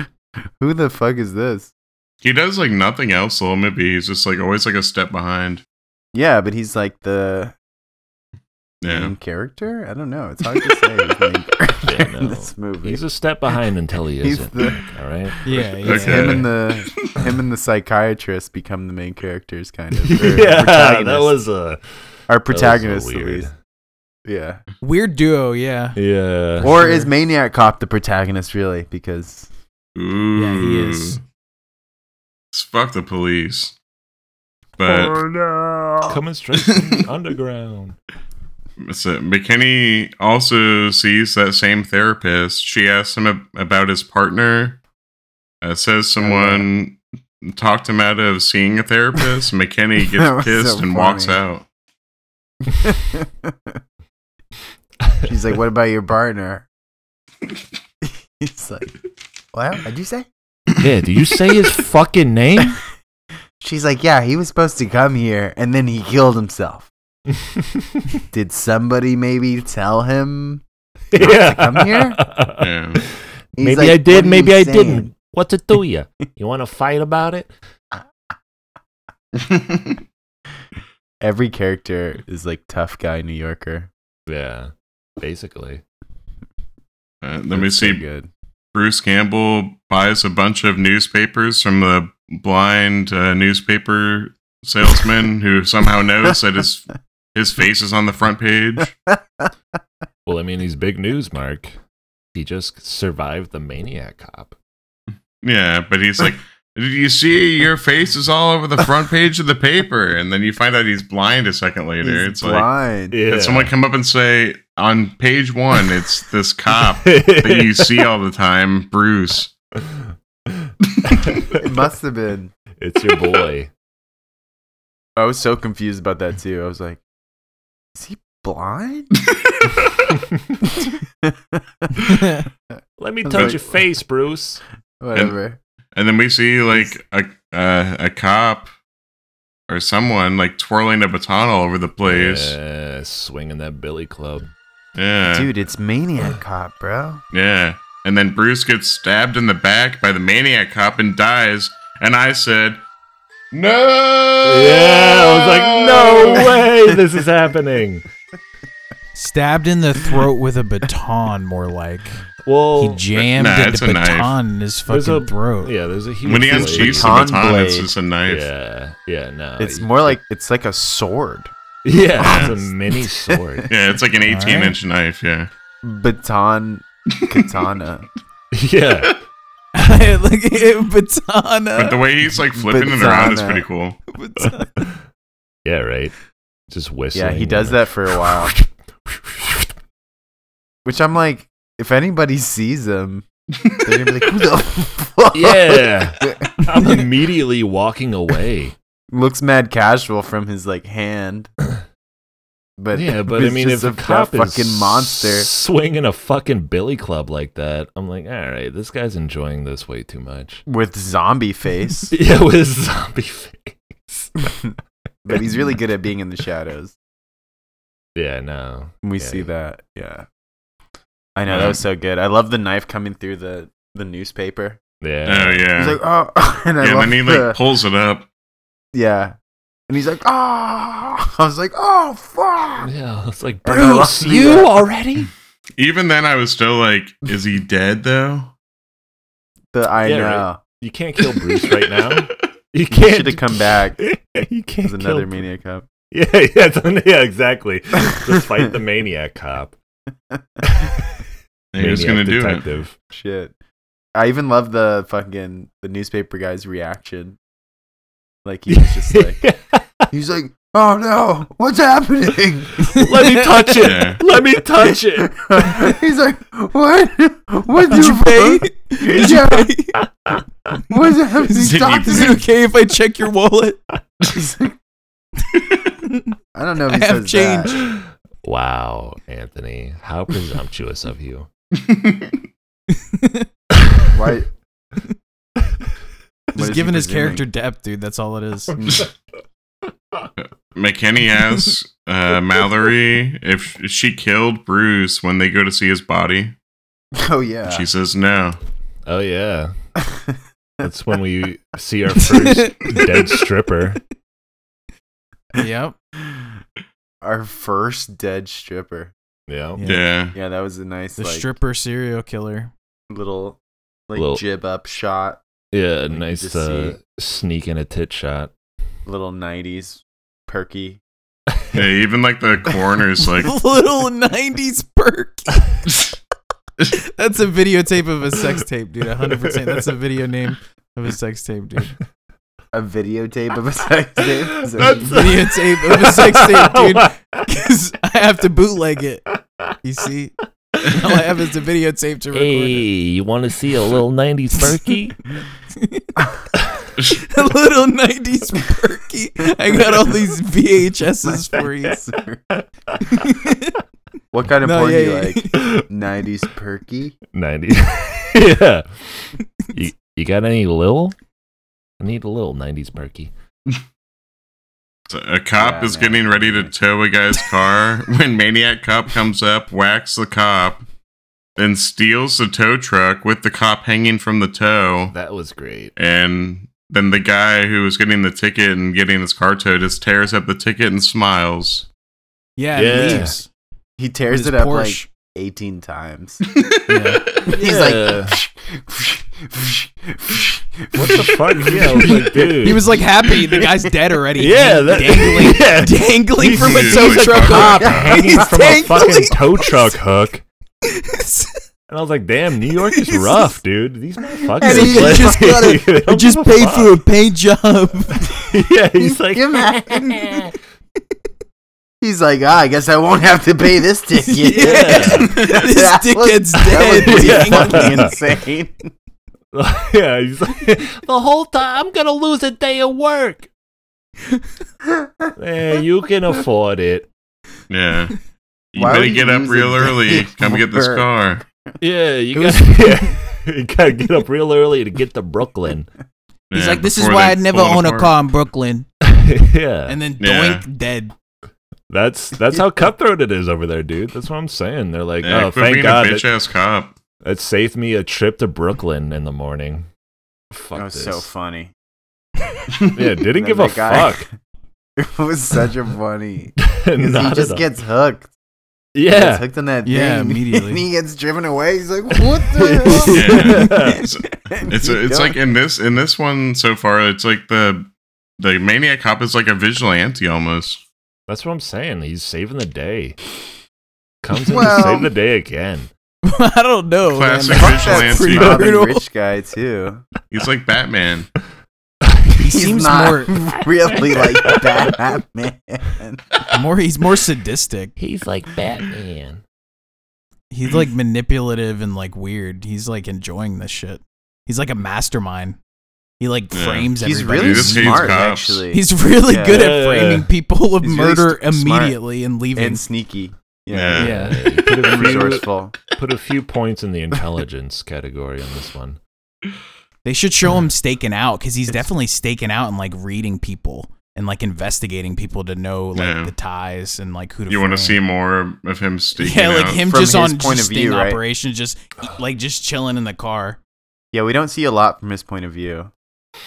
Speaker 4: who the fuck is this?
Speaker 2: He does like nothing else the whole movie. He's just like always like a step behind.
Speaker 4: Yeah, but he's like the
Speaker 2: Yeah.
Speaker 4: main character. I don't know. It's hard to say. He's the main character
Speaker 1: Yeah, no.
Speaker 4: in this movie.
Speaker 1: He's a step behind until he
Speaker 4: He's
Speaker 1: isn't.
Speaker 4: the-
Speaker 1: All right.
Speaker 3: Yeah. yeah.
Speaker 4: It's
Speaker 2: Okay.
Speaker 4: him and the him and the psychiatrist become the main characters, kind of. or
Speaker 1: yeah, that
Speaker 4: protagonist.
Speaker 1: was a
Speaker 4: our
Speaker 1: that was a
Speaker 4: protagonist, at
Speaker 1: weird.
Speaker 4: least. Yeah.
Speaker 3: Weird duo. Yeah.
Speaker 1: Yeah.
Speaker 4: Or
Speaker 3: sure.
Speaker 4: is Maniac Cop the protagonist really? Because
Speaker 2: Ooh.
Speaker 3: Yeah, he is.
Speaker 2: It's fuck the police. But
Speaker 4: no!
Speaker 1: coming straight from the underground.
Speaker 2: so McKinney also sees that same therapist. She asks him ab- about his partner. Uh,
Speaker 4: Oh,
Speaker 2: says someone talked him out of seeing a therapist. McKinney
Speaker 4: That was
Speaker 2: gets kissed
Speaker 4: so
Speaker 2: and walks
Speaker 4: funny.
Speaker 2: out.
Speaker 4: She's like, "What about your partner?" He's like, "What? What'd you say?"
Speaker 1: Yeah, did you say his fucking name?
Speaker 4: She's like, "Yeah, he was supposed to come here, and then he killed himself. Did somebody maybe tell him?"
Speaker 1: yeah.
Speaker 4: come here?
Speaker 2: Yeah.
Speaker 1: maybe
Speaker 4: He's like,
Speaker 1: I
Speaker 4: "What
Speaker 1: did,
Speaker 4: are
Speaker 1: maybe
Speaker 4: you
Speaker 1: I
Speaker 4: saying?"
Speaker 1: didn't. What's it do you? You want to fight about it?
Speaker 4: Every character is like tough guy New Yorker.
Speaker 1: Yeah, basically.
Speaker 2: Uh, let me
Speaker 4: It's so
Speaker 2: see.
Speaker 4: Good.
Speaker 2: Bruce Campbell buys a bunch of newspapers from the blind uh, newspaper salesman who somehow knows that his his face is on the front page.
Speaker 1: Well, I mean, he's big news, Mark. He just survived the maniac cop.
Speaker 2: Yeah, but he's like, "Did you see your face is all over the front page of the paper?" And then you find out he's blind a second later.
Speaker 4: He's
Speaker 2: it's like,
Speaker 4: blind.
Speaker 2: did someone come up and say on page one, it's this cop that you see all the time, Bruce?
Speaker 4: it must have been.
Speaker 1: it's your boy.
Speaker 4: I was so confused about that too. I was like, is he blind?
Speaker 1: Let me
Speaker 4: Like-
Speaker 1: touch your face, Bruce.
Speaker 4: Whatever.
Speaker 2: And then we see like a uh, a cop or someone like twirling a baton all over the place. Yeah,
Speaker 1: Yeah, swinging that billy club.
Speaker 2: yeah. Uh,
Speaker 4: Dude, it's Maniac Cop, bro.
Speaker 2: And then Bruce gets stabbed in the back by the maniac cop and dies. And I said, "No!"
Speaker 1: Yeah, I was like, no way, this is happening.
Speaker 3: Stabbed in the throat with a baton, more like. He
Speaker 1: Well,
Speaker 3: jammed
Speaker 2: Nah, it's
Speaker 3: the
Speaker 2: a knife.
Speaker 3: baton in his
Speaker 1: there's
Speaker 3: fucking
Speaker 1: a
Speaker 3: throat.
Speaker 1: Yeah, there's a huge.
Speaker 2: When he
Speaker 1: blade.
Speaker 2: unsheathes the
Speaker 4: Baton
Speaker 2: baton, it's
Speaker 4: blade.
Speaker 2: just a knife.
Speaker 1: Yeah, yeah, no.
Speaker 4: It's
Speaker 1: you-
Speaker 4: more like it's like a sword.
Speaker 1: yeah, it's a mini sword.
Speaker 2: Yeah, it's like an
Speaker 3: All
Speaker 2: 18 inch knife. Yeah.
Speaker 4: Baton katana.
Speaker 1: yeah,
Speaker 3: Look at it, eh, baton. uh,
Speaker 2: But the way he's like flipping it around is
Speaker 4: Batana.
Speaker 2: pretty cool.
Speaker 1: yeah, right. Just whistling.
Speaker 4: yeah, he does
Speaker 1: or-
Speaker 4: that for a while. Which I'm like, if anybody sees him, they're gonna be like, who the fuck?
Speaker 1: Yeah, I'm immediately walking away.
Speaker 4: Looks mad casual from his like hand. But
Speaker 1: yeah, but I
Speaker 4: it's
Speaker 1: mean, if
Speaker 4: just
Speaker 1: a cop
Speaker 4: a fucking
Speaker 1: is
Speaker 4: monster.
Speaker 1: swinging a fucking billy club like that, I'm like, all right, this guy's enjoying this way too much.
Speaker 4: with zombie face,
Speaker 1: Yeah, with his zombie face.
Speaker 4: but he's really good at being in the shadows.
Speaker 1: Yeah, no.
Speaker 4: And we
Speaker 1: Yeah,
Speaker 4: see
Speaker 1: yeah.
Speaker 4: that. Yeah. I know that was so good. I love the knife coming through the the newspaper.
Speaker 1: Yeah.
Speaker 2: Oh yeah.
Speaker 4: He's like, oh, and I
Speaker 2: yeah, and
Speaker 4: love
Speaker 2: then he
Speaker 4: the-
Speaker 2: like pulls it up.
Speaker 4: yeah, and he's like, oh, I was like, oh, fuck.
Speaker 1: Yeah, it's like
Speaker 4: And I
Speaker 1: Bruce,
Speaker 4: love-
Speaker 1: you already?
Speaker 2: Even then, I was still like, "Is he dead though?"
Speaker 4: The I
Speaker 1: Yeah,
Speaker 4: know.
Speaker 1: right. You can't kill Bruce right now. You can't.
Speaker 4: should've come back
Speaker 1: you can't.
Speaker 4: There's another
Speaker 1: kill-
Speaker 4: maniac cop.
Speaker 1: Yeah, yeah, it's an- yeah, exactly. Just fight the maniac cop.
Speaker 2: He was
Speaker 1: maniac
Speaker 2: gonna do it.
Speaker 1: detective.
Speaker 4: Shit. I even love the fucking the newspaper guy's reaction. Like he was just like, he's like, oh no, what's happening?
Speaker 1: Let me touch it.
Speaker 2: Yeah.
Speaker 1: Let me touch it.
Speaker 4: he's like, what? What do you pay?
Speaker 3: Did you
Speaker 4: Yeah.
Speaker 3: pay?
Speaker 4: What's happening?
Speaker 2: Did
Speaker 4: Stop
Speaker 2: you
Speaker 4: this.
Speaker 3: Is it okay if I check your wallet?
Speaker 4: He's like- I don't know if
Speaker 3: I
Speaker 4: he
Speaker 3: have
Speaker 4: says that.
Speaker 1: Wow, Anthony, how presumptuous of you.
Speaker 4: Why?
Speaker 3: He's giving his character depth, dude. That's all it is.
Speaker 2: McKinney asks uh, Mallory if she killed Bruce when they go to see his body.
Speaker 4: Oh yeah.
Speaker 2: She says no.
Speaker 1: Oh yeah, that's when we see our first dead stripper.
Speaker 3: yep.
Speaker 4: Our first dead stripper.
Speaker 1: Yeah.
Speaker 3: Yeah.
Speaker 2: Yeah.
Speaker 4: Yeah, that was a nice
Speaker 3: The
Speaker 4: like
Speaker 3: stripper serial killer.
Speaker 4: little like
Speaker 1: Little-
Speaker 4: jib up shot,
Speaker 1: Yeah,
Speaker 4: Like,
Speaker 1: nice
Speaker 4: just
Speaker 1: uh, sneak and a tit shot.
Speaker 4: little '90s perky.
Speaker 2: Yeah, even like the coroner's like,
Speaker 3: Little 90s perk. That's a videotape of a sex tape, dude. 100%. That's a video name of a sex tape, dude.
Speaker 4: A videotape of a sex tape. Is that-
Speaker 1: That's-
Speaker 3: Videotape of a sex tape, dude. Because I have to bootleg it. You see? All I have is the videotape to record
Speaker 1: Hey,
Speaker 3: it.
Speaker 1: you want to see a little 90s perky?
Speaker 3: A little 90s perky. I got all these VHSs for you.
Speaker 4: what kind of
Speaker 3: No,
Speaker 4: porn
Speaker 3: yeah,
Speaker 4: do you
Speaker 3: yeah.
Speaker 4: like? '90s perky.
Speaker 1: 90. yeah. You, you got any lil? I need a little 90s perky.
Speaker 2: a cop
Speaker 4: Yeah,
Speaker 2: is
Speaker 4: man.
Speaker 2: getting ready to tow a guy's car when maniac cop comes up, whacks the cop, then steals the tow truck with the cop hanging from the tow,
Speaker 1: That was great.
Speaker 2: and Then the guy who was getting the ticket and getting his car towed just tears up the ticket and smiles.
Speaker 3: Yeah, and
Speaker 1: Yeah.
Speaker 3: leaves.
Speaker 4: He tears
Speaker 3: His
Speaker 4: it up
Speaker 3: Porsche.
Speaker 4: like 18 times.
Speaker 1: He's
Speaker 4: He's
Speaker 1: like,
Speaker 4: like,
Speaker 1: Yeah.
Speaker 4: what
Speaker 1: What the fuck? Yeah, I was like, dude.
Speaker 3: he was like happy. The guy's dead already.
Speaker 1: yeah,
Speaker 3: He's
Speaker 1: that,
Speaker 3: dangling,
Speaker 1: yeah.
Speaker 3: dangling
Speaker 1: He's
Speaker 3: from a
Speaker 2: huge.
Speaker 3: tow
Speaker 2: He's like,
Speaker 3: truck. hook.
Speaker 1: Cop hanging
Speaker 3: He's
Speaker 1: from a fucking
Speaker 3: dangling.
Speaker 1: tow truck hook. And I was like, damn, New York is rough, duut These motherfuckers.
Speaker 3: And he
Speaker 1: like-
Speaker 3: just got a-
Speaker 1: they don't
Speaker 3: just
Speaker 1: give a
Speaker 3: paid
Speaker 1: fuck.
Speaker 3: for a paint job.
Speaker 1: Yeah, he's like,
Speaker 4: He's like, ah, I guess I won't have to pay this ticket.
Speaker 3: this
Speaker 4: That was-
Speaker 3: dickhead's
Speaker 4: That was
Speaker 3: dead.
Speaker 4: pretty
Speaker 1: Yeah.
Speaker 4: fucking insane.
Speaker 1: yeah, he's like, the whole time I'm gonna lose a day of work. eh, you can afford it.
Speaker 2: Yeah. You
Speaker 4: Why
Speaker 2: better
Speaker 4: would
Speaker 2: get
Speaker 4: you
Speaker 2: up
Speaker 4: use
Speaker 2: real
Speaker 4: a dick
Speaker 2: early. Come get this
Speaker 4: for-
Speaker 2: car.
Speaker 1: Yeah, you
Speaker 3: It
Speaker 1: got,
Speaker 3: was-
Speaker 1: yeah, you gotta get up real early to get to Brooklyn.
Speaker 3: He's
Speaker 2: Yeah,
Speaker 3: like, this is
Speaker 2: before
Speaker 3: why
Speaker 2: they
Speaker 3: I never
Speaker 2: pull it
Speaker 3: own a
Speaker 2: apart.
Speaker 3: car in Brooklyn.
Speaker 1: yeah,
Speaker 3: And then
Speaker 2: Yeah.
Speaker 3: doink, dead.
Speaker 1: that's that's how cutthroat it is over there, dude. That's what I'm saying. They're like,
Speaker 2: Yeah,
Speaker 1: oh,
Speaker 2: quit
Speaker 1: thank
Speaker 2: being
Speaker 1: God,
Speaker 2: a bitch
Speaker 1: that,
Speaker 2: ass cop.
Speaker 1: that saved me a trip to Brooklyn in the morning. Fuck
Speaker 4: That was
Speaker 1: this.
Speaker 4: so funny.
Speaker 1: yeah, didn't
Speaker 4: And
Speaker 1: give
Speaker 4: then
Speaker 1: a
Speaker 4: the guy-
Speaker 1: fuck.
Speaker 4: It was such a funny. 'Cause
Speaker 1: Not
Speaker 4: he
Speaker 1: at
Speaker 4: just
Speaker 1: all.
Speaker 4: gets hooked. He gets
Speaker 1: yeah.
Speaker 4: hooked on that
Speaker 3: Yeah,
Speaker 4: thing.
Speaker 3: immediately.
Speaker 4: and he gets driven away. He's like, what the
Speaker 2: Yeah.
Speaker 4: hell?
Speaker 2: It's- It's it's like in this in this one so far, it's like the the maniac cop is like a vigilante almost.
Speaker 1: That's what I'm saying. He's saving the day. Comes in
Speaker 4: Well-
Speaker 1: to save the day again.
Speaker 3: I don't know. man.
Speaker 2: Classic
Speaker 3: Like,
Speaker 4: Fuck that
Speaker 2: vigilante.
Speaker 3: pretty
Speaker 4: snobby
Speaker 3: brutal.
Speaker 4: rich guy too.
Speaker 2: He's like Batman.
Speaker 3: He
Speaker 4: He's
Speaker 3: seems
Speaker 4: not
Speaker 3: more,
Speaker 4: really like Batman.
Speaker 3: more, he's more sadistic.
Speaker 1: He's like Batman.
Speaker 3: He's like
Speaker 1: Mm.
Speaker 3: manipulative and like weird. He's like enjoying this shit. He's like a mastermind. He like
Speaker 2: Yeah.
Speaker 3: frames
Speaker 4: He's
Speaker 3: everybody.
Speaker 4: really
Speaker 2: He just hates
Speaker 4: smart,
Speaker 2: cops.
Speaker 4: actually.
Speaker 3: He's really
Speaker 4: Yeah.
Speaker 3: good at
Speaker 1: Yeah.
Speaker 3: framing people of
Speaker 4: He's really
Speaker 3: murder
Speaker 4: s- smart.
Speaker 3: immediately and leaving.
Speaker 4: and sneaky.
Speaker 2: Yeah.
Speaker 4: Yeah,
Speaker 1: Yeah. he put, a
Speaker 4: And
Speaker 1: few,
Speaker 4: resourceful.
Speaker 1: put a few points in the intelligence category on this one.
Speaker 3: They should show him staking out because he's
Speaker 4: It's-
Speaker 3: definitely staking out and like reading people and like investigating people to know like
Speaker 2: Yeah.
Speaker 3: the ties and like who to.
Speaker 2: You want to
Speaker 3: frame.
Speaker 2: see more of him sneaking
Speaker 3: Yeah, like
Speaker 2: out?
Speaker 3: him
Speaker 4: uh, From
Speaker 3: just
Speaker 4: his
Speaker 3: on
Speaker 4: point of
Speaker 3: just
Speaker 4: view,
Speaker 3: sting
Speaker 4: right?
Speaker 3: operations, just e, like just chilling in the car.
Speaker 4: Yeah, we don't see a lot from his point of view.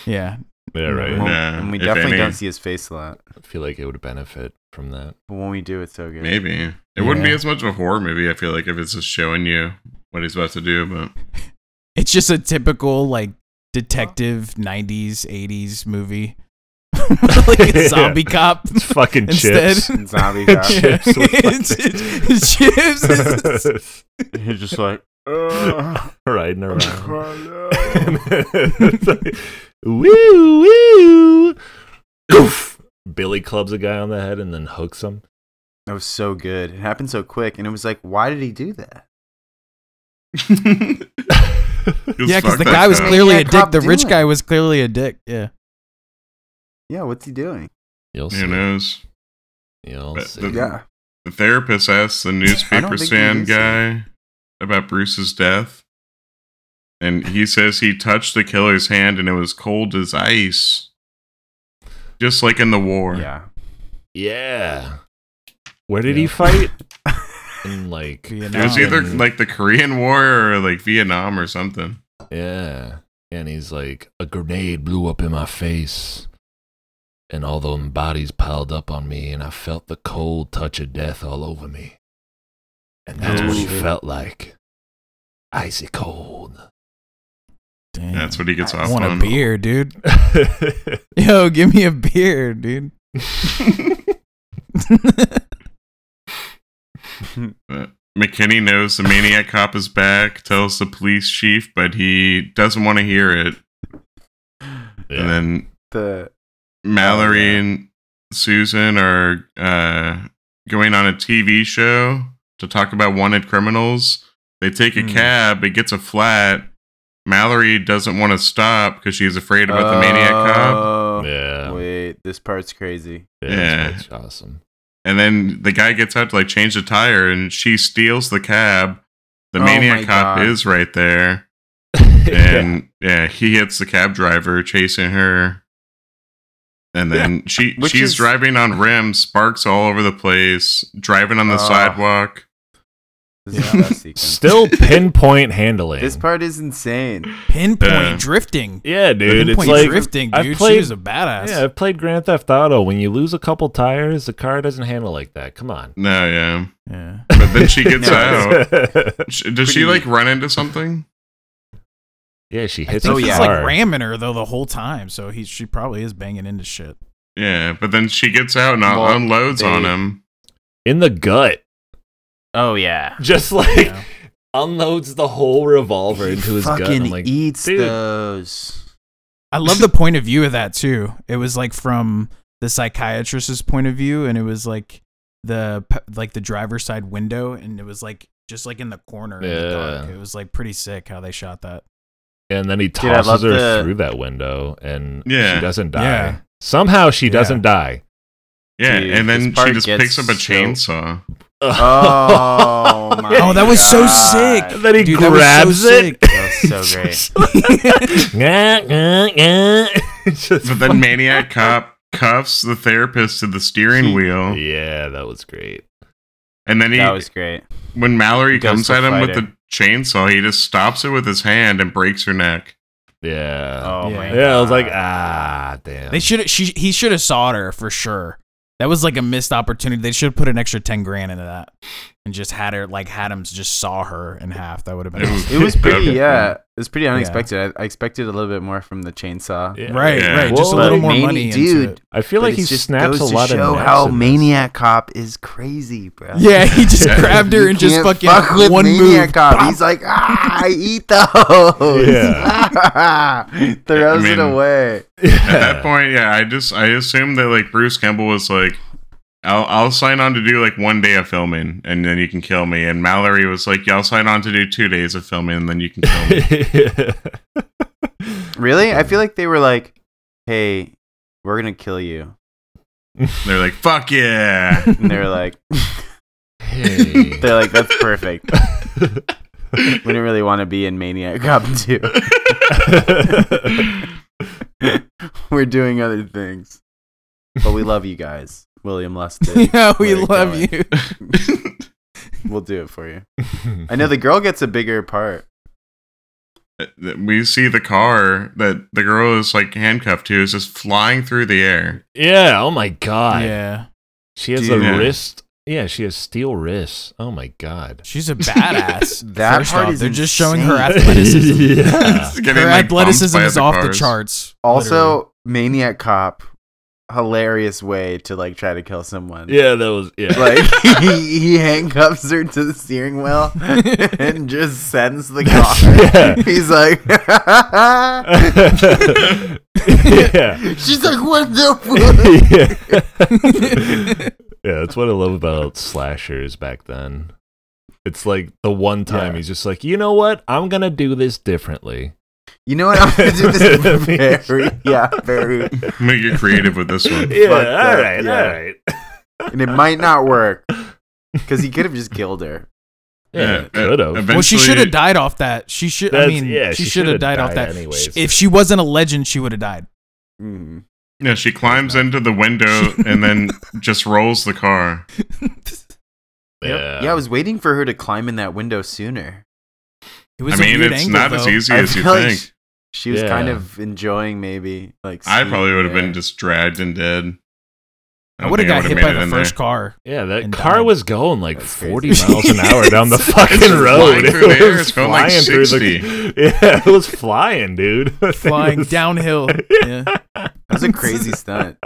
Speaker 3: Yeah,
Speaker 1: Yeah, right.
Speaker 4: Well,
Speaker 2: No,
Speaker 4: and we
Speaker 2: if
Speaker 4: definitely
Speaker 2: any.
Speaker 4: don't see his face a lot.
Speaker 1: I feel like it would benefit from that.
Speaker 4: But when we do, it's so good.
Speaker 2: Maybe it wouldn't be
Speaker 3: Yeah.
Speaker 2: as much of a horror movie. I feel like if it's just showing you what he's about to do, but
Speaker 3: it's just a typical like detective '90s '80s movie, like a zombie cop.
Speaker 1: It's fucking
Speaker 3: Instead-
Speaker 1: chips.
Speaker 4: Zombie
Speaker 1: Yeah.
Speaker 4: cop.
Speaker 1: Chips with
Speaker 3: It's- it's chips. It's-
Speaker 4: He's just like,
Speaker 3: Uh,
Speaker 1: Riding around. It's like, woo woo. Oof. Billy clubs a guy on the head and then hooks him.
Speaker 4: that was so good. It happened so quick, and it was like, why did he do that?
Speaker 3: yeah, because the guy was
Speaker 4: guy.
Speaker 3: clearly a
Speaker 4: Maniac
Speaker 3: dick.
Speaker 4: cop
Speaker 3: The
Speaker 4: do
Speaker 3: rich
Speaker 4: it.
Speaker 3: guy was clearly a dick. Yeah.
Speaker 4: Yeah, what's he doing?
Speaker 1: You'll see.
Speaker 2: Who knows?
Speaker 1: You'll
Speaker 2: But
Speaker 1: see.
Speaker 2: the- The therapist asks the newspaper
Speaker 4: think we
Speaker 2: stand
Speaker 4: do see
Speaker 2: guy about Bruce's death, and he says he touched the killer's hand and it was cold as ice, just like in the war.
Speaker 4: Yeah.
Speaker 1: Yeah. Where did
Speaker 3: Yeah.
Speaker 1: he fight? In like
Speaker 3: Vietnam.
Speaker 2: It was
Speaker 3: No.
Speaker 2: either
Speaker 1: in-
Speaker 2: like the Korean War or like Vietnam or something.
Speaker 1: yeah, and he's like a grenade blew up in my face, and all those bodies piled up on me, and I felt the cold touch of death all over me, and that's what it
Speaker 4: Ooh.
Speaker 1: felt like, icy cold.
Speaker 3: Damn.
Speaker 2: That's what he gets
Speaker 3: I
Speaker 2: off
Speaker 3: want
Speaker 2: on.
Speaker 3: a beer, dude. Yo, give me a beer, dude.
Speaker 2: McKinney knows the maniac cop is back, tells the police chief, but he doesn't want to hear it.
Speaker 1: Yeah.
Speaker 2: And then
Speaker 4: The
Speaker 2: Mallory
Speaker 4: Oh, yeah.
Speaker 2: and Susan are uh, going on a TV show to talk about wanted criminals. They take a
Speaker 3: Hmm.
Speaker 2: cab, it gets a flat. Mallory doesn't want to stop because she's afraid about the maniac cop.
Speaker 4: Oh,
Speaker 1: yeah,
Speaker 4: Wait, this part's crazy.
Speaker 2: Yeah.
Speaker 1: that's awesome.
Speaker 2: And then the guy gets out to like change the tire and she steals the cab. The
Speaker 4: Oh
Speaker 2: maniac
Speaker 4: my
Speaker 2: cop
Speaker 4: God.
Speaker 2: is right there.
Speaker 1: yeah.
Speaker 2: and yeah. he hits the cab driver chasing her and then she
Speaker 4: Which
Speaker 2: she's
Speaker 4: is-
Speaker 2: driving on rims sparks all over the place driving on the
Speaker 4: Ah.
Speaker 2: sidewalk
Speaker 4: This is the best sequence.
Speaker 1: Still pinpoint handling.
Speaker 4: This part is insane.
Speaker 3: Pinpoint
Speaker 2: Yeah.
Speaker 3: drifting.
Speaker 1: yeah, dude. It's
Speaker 3: Pinpoint
Speaker 1: like
Speaker 3: drifting,
Speaker 1: I've
Speaker 3: dude.
Speaker 1: played-
Speaker 3: she was a badass.
Speaker 1: yeah, I've played Grand Theft Auto. When you lose a couple tires, the car doesn't handle like that. Come on.
Speaker 2: No, yeah.
Speaker 3: Yeah.
Speaker 2: But then she gets
Speaker 4: No.
Speaker 2: out. Sh- Does she
Speaker 4: Pretty-
Speaker 2: like run into something?
Speaker 1: yeah, she
Speaker 3: I
Speaker 1: hits.
Speaker 3: think
Speaker 4: Oh,
Speaker 1: a
Speaker 3: he's
Speaker 4: yeah.
Speaker 1: car.
Speaker 3: like ramming her though the whole time, so he she probably is banging into shit.
Speaker 2: Yeah, but then she gets out and un-
Speaker 4: Well,
Speaker 2: unloads on
Speaker 4: they-
Speaker 2: him.
Speaker 1: in the gut.
Speaker 4: Oh yeah.
Speaker 1: Just like
Speaker 3: You know?
Speaker 1: unloads the whole revolver into his gut.
Speaker 4: fucking e-
Speaker 1: I'm like,
Speaker 4: eats
Speaker 1: dude.
Speaker 4: those.
Speaker 3: I love the point of view of that too. It was like from the psychiatrist's point of view, and it was like the p- like the driver's side window, and it was like just like in the corner. In the dark.
Speaker 1: Yeah.
Speaker 3: It was like pretty sick how they shot that.
Speaker 1: and then he
Speaker 4: I love
Speaker 1: tosses her
Speaker 4: the-
Speaker 1: through that window, and
Speaker 2: Yeah.
Speaker 1: she doesn't die.
Speaker 3: Yeah.
Speaker 1: Somehow she
Speaker 3: Yeah.
Speaker 1: doesn't die.
Speaker 2: Yeah,
Speaker 4: Dude,
Speaker 2: and
Speaker 4: this
Speaker 2: then she
Speaker 4: part
Speaker 2: just
Speaker 4: gets
Speaker 2: picks up a
Speaker 4: so-
Speaker 2: chainsaw.
Speaker 4: Oh my.
Speaker 3: Oh, that was so
Speaker 4: God.
Speaker 3: sick.
Speaker 1: And then he
Speaker 3: Dude, that was so
Speaker 1: grabs it.
Speaker 4: That was so great.
Speaker 1: Nyah, nyah, nyah. Just
Speaker 2: But then Maniac Cop cuffs the therapist to the steering wheel.
Speaker 1: Yeah, that was great.
Speaker 2: And then he,
Speaker 4: That was great.
Speaker 2: when Mallory
Speaker 4: He goes
Speaker 2: comes
Speaker 4: to
Speaker 2: at him
Speaker 4: fight
Speaker 2: with the chainsaw, he just stops it with his hand and breaks her neck.
Speaker 1: Yeah.
Speaker 4: Oh
Speaker 3: Yeah.
Speaker 4: my.
Speaker 1: yeah, I was like,
Speaker 4: God.
Speaker 1: ah, damn.
Speaker 3: They should she he should have sawed her for sure. That was like a missed opportunity. They should have put an extra ten grand into that and just had her like had him just saw her in half. That would have been
Speaker 2: It was-
Speaker 4: It was pretty.
Speaker 2: Okay.
Speaker 4: Yeah, it was pretty unexpected. I, I expected a little bit more from the chainsaw.
Speaker 1: Yeah.
Speaker 3: right,
Speaker 2: Yeah.
Speaker 3: right. Just a
Speaker 1: Well,
Speaker 3: little
Speaker 1: like,
Speaker 3: more
Speaker 4: Mani-
Speaker 3: money,
Speaker 4: dude.
Speaker 3: Into it.
Speaker 1: I feel
Speaker 4: But
Speaker 1: like he
Speaker 4: it's just
Speaker 1: snaps a
Speaker 4: goes to
Speaker 1: lot of.
Speaker 4: show
Speaker 1: naps
Speaker 4: how
Speaker 1: in this.
Speaker 4: maniac cop is crazy, bro.
Speaker 3: Yeah, he just
Speaker 1: Yeah.
Speaker 3: grabbed her
Speaker 4: You
Speaker 3: and just
Speaker 4: can't
Speaker 3: fucking
Speaker 4: fuck with
Speaker 3: one
Speaker 4: maniac
Speaker 3: move.
Speaker 4: cop. He's like, ah, I eat those. Yeah. Throws
Speaker 2: I
Speaker 4: it
Speaker 2: mean-
Speaker 4: away.
Speaker 2: At that point, yeah, I just I assumed that like Bruce Campbell was like, I'll I'll sign on to do like one day of filming and then you can kill me. And Mallory was like, Yeah, I'll sign on to do two days of filming and then you can kill me.
Speaker 4: Really? I feel like they were like, hey, we're gonna kill you.
Speaker 2: They're like, Fuck yeah.
Speaker 4: And they're like,
Speaker 1: Hey.
Speaker 4: they're like, that's perfect. We didn't really want to be in Maniac Cop 2. we're doing other things, but we love you guys. William Lustig.
Speaker 3: yeah, we
Speaker 4: Way to
Speaker 3: love
Speaker 4: go.
Speaker 3: you.
Speaker 4: We'll do it for you. I know the girl gets a bigger part.
Speaker 2: we see the car that the girl is like handcuffed to is just flying through the air.
Speaker 1: Yeah. Oh my god.
Speaker 3: Yeah,
Speaker 1: She has
Speaker 4: Dude.
Speaker 1: a wrist. Yeah, she has steel wrists. Oh my god.
Speaker 3: she's a badass.
Speaker 4: That
Speaker 3: First
Speaker 4: part
Speaker 3: off,
Speaker 4: is
Speaker 3: they're just showing her
Speaker 4: insane.
Speaker 3: athleticism.
Speaker 1: yeah.
Speaker 2: It's
Speaker 3: Her
Speaker 2: getting, like, bumped
Speaker 3: athleticism
Speaker 2: by
Speaker 3: is
Speaker 2: other
Speaker 3: off the
Speaker 2: cars.
Speaker 3: charts. literally.
Speaker 4: Also, Maniac Cop, hilarious way to like try to kill someone.
Speaker 1: Yeah, that was yeah.
Speaker 4: Like he, he handcuffs her to the steering wheel and just sends the car.
Speaker 1: Yeah.
Speaker 4: He's like,
Speaker 1: yeah.
Speaker 4: she's like, what the?
Speaker 1: yeah. that's what I love about slashers back then. It's like the one time
Speaker 4: Yeah.
Speaker 1: he's just like, you know what? I'm gonna do this differently.
Speaker 4: You know what? I'm gonna do this very, yeah, very,
Speaker 2: I'm gonna get creative with this one.
Speaker 1: Yeah,
Speaker 4: Fuck that,
Speaker 1: all right,
Speaker 4: yeah.
Speaker 1: all right.
Speaker 4: and it might not work because he could have just killed her.
Speaker 1: Yeah,
Speaker 2: uh,
Speaker 1: could have.
Speaker 3: well, she
Speaker 2: eventually-
Speaker 3: should have died off that. She should. I
Speaker 1: That's-
Speaker 3: mean,
Speaker 1: yeah,
Speaker 3: she,
Speaker 1: she
Speaker 3: should have
Speaker 1: shoulda
Speaker 3: died, off
Speaker 1: died
Speaker 3: that.
Speaker 1: anyways.
Speaker 3: Sh- If she wasn't a legend, she would have died.
Speaker 4: Mm.
Speaker 2: Yeah, she climbs into the window and then just rolls the car.
Speaker 1: Yeah.
Speaker 4: Yeah, I was waiting for her to climb in that window sooner.
Speaker 3: It
Speaker 2: I
Speaker 3: was a
Speaker 2: mean,
Speaker 3: weird
Speaker 2: it's
Speaker 3: angle,
Speaker 2: not
Speaker 3: though.
Speaker 2: as easy
Speaker 4: I
Speaker 2: as you
Speaker 4: feel like
Speaker 2: think.
Speaker 4: sh- She was kind
Speaker 1: Yeah.
Speaker 4: of enjoying maybe like.
Speaker 2: I probably
Speaker 4: seeing
Speaker 2: would have
Speaker 4: there.
Speaker 2: been just dragged and dead.
Speaker 3: I would have got hit by the first
Speaker 2: car.
Speaker 3: car.
Speaker 1: Yeah, that
Speaker 3: And
Speaker 1: car
Speaker 3: died.
Speaker 1: was going like
Speaker 4: That's crazy.
Speaker 1: 40 miles an hour down the fucking
Speaker 2: It's
Speaker 1: road.
Speaker 2: flying through the air.
Speaker 1: was
Speaker 2: It's going, like,
Speaker 1: flying through the- yeah, it was flying, dude. That thing
Speaker 3: flying
Speaker 1: was-
Speaker 3: downhill. Yeah.
Speaker 4: That was a crazy stunt.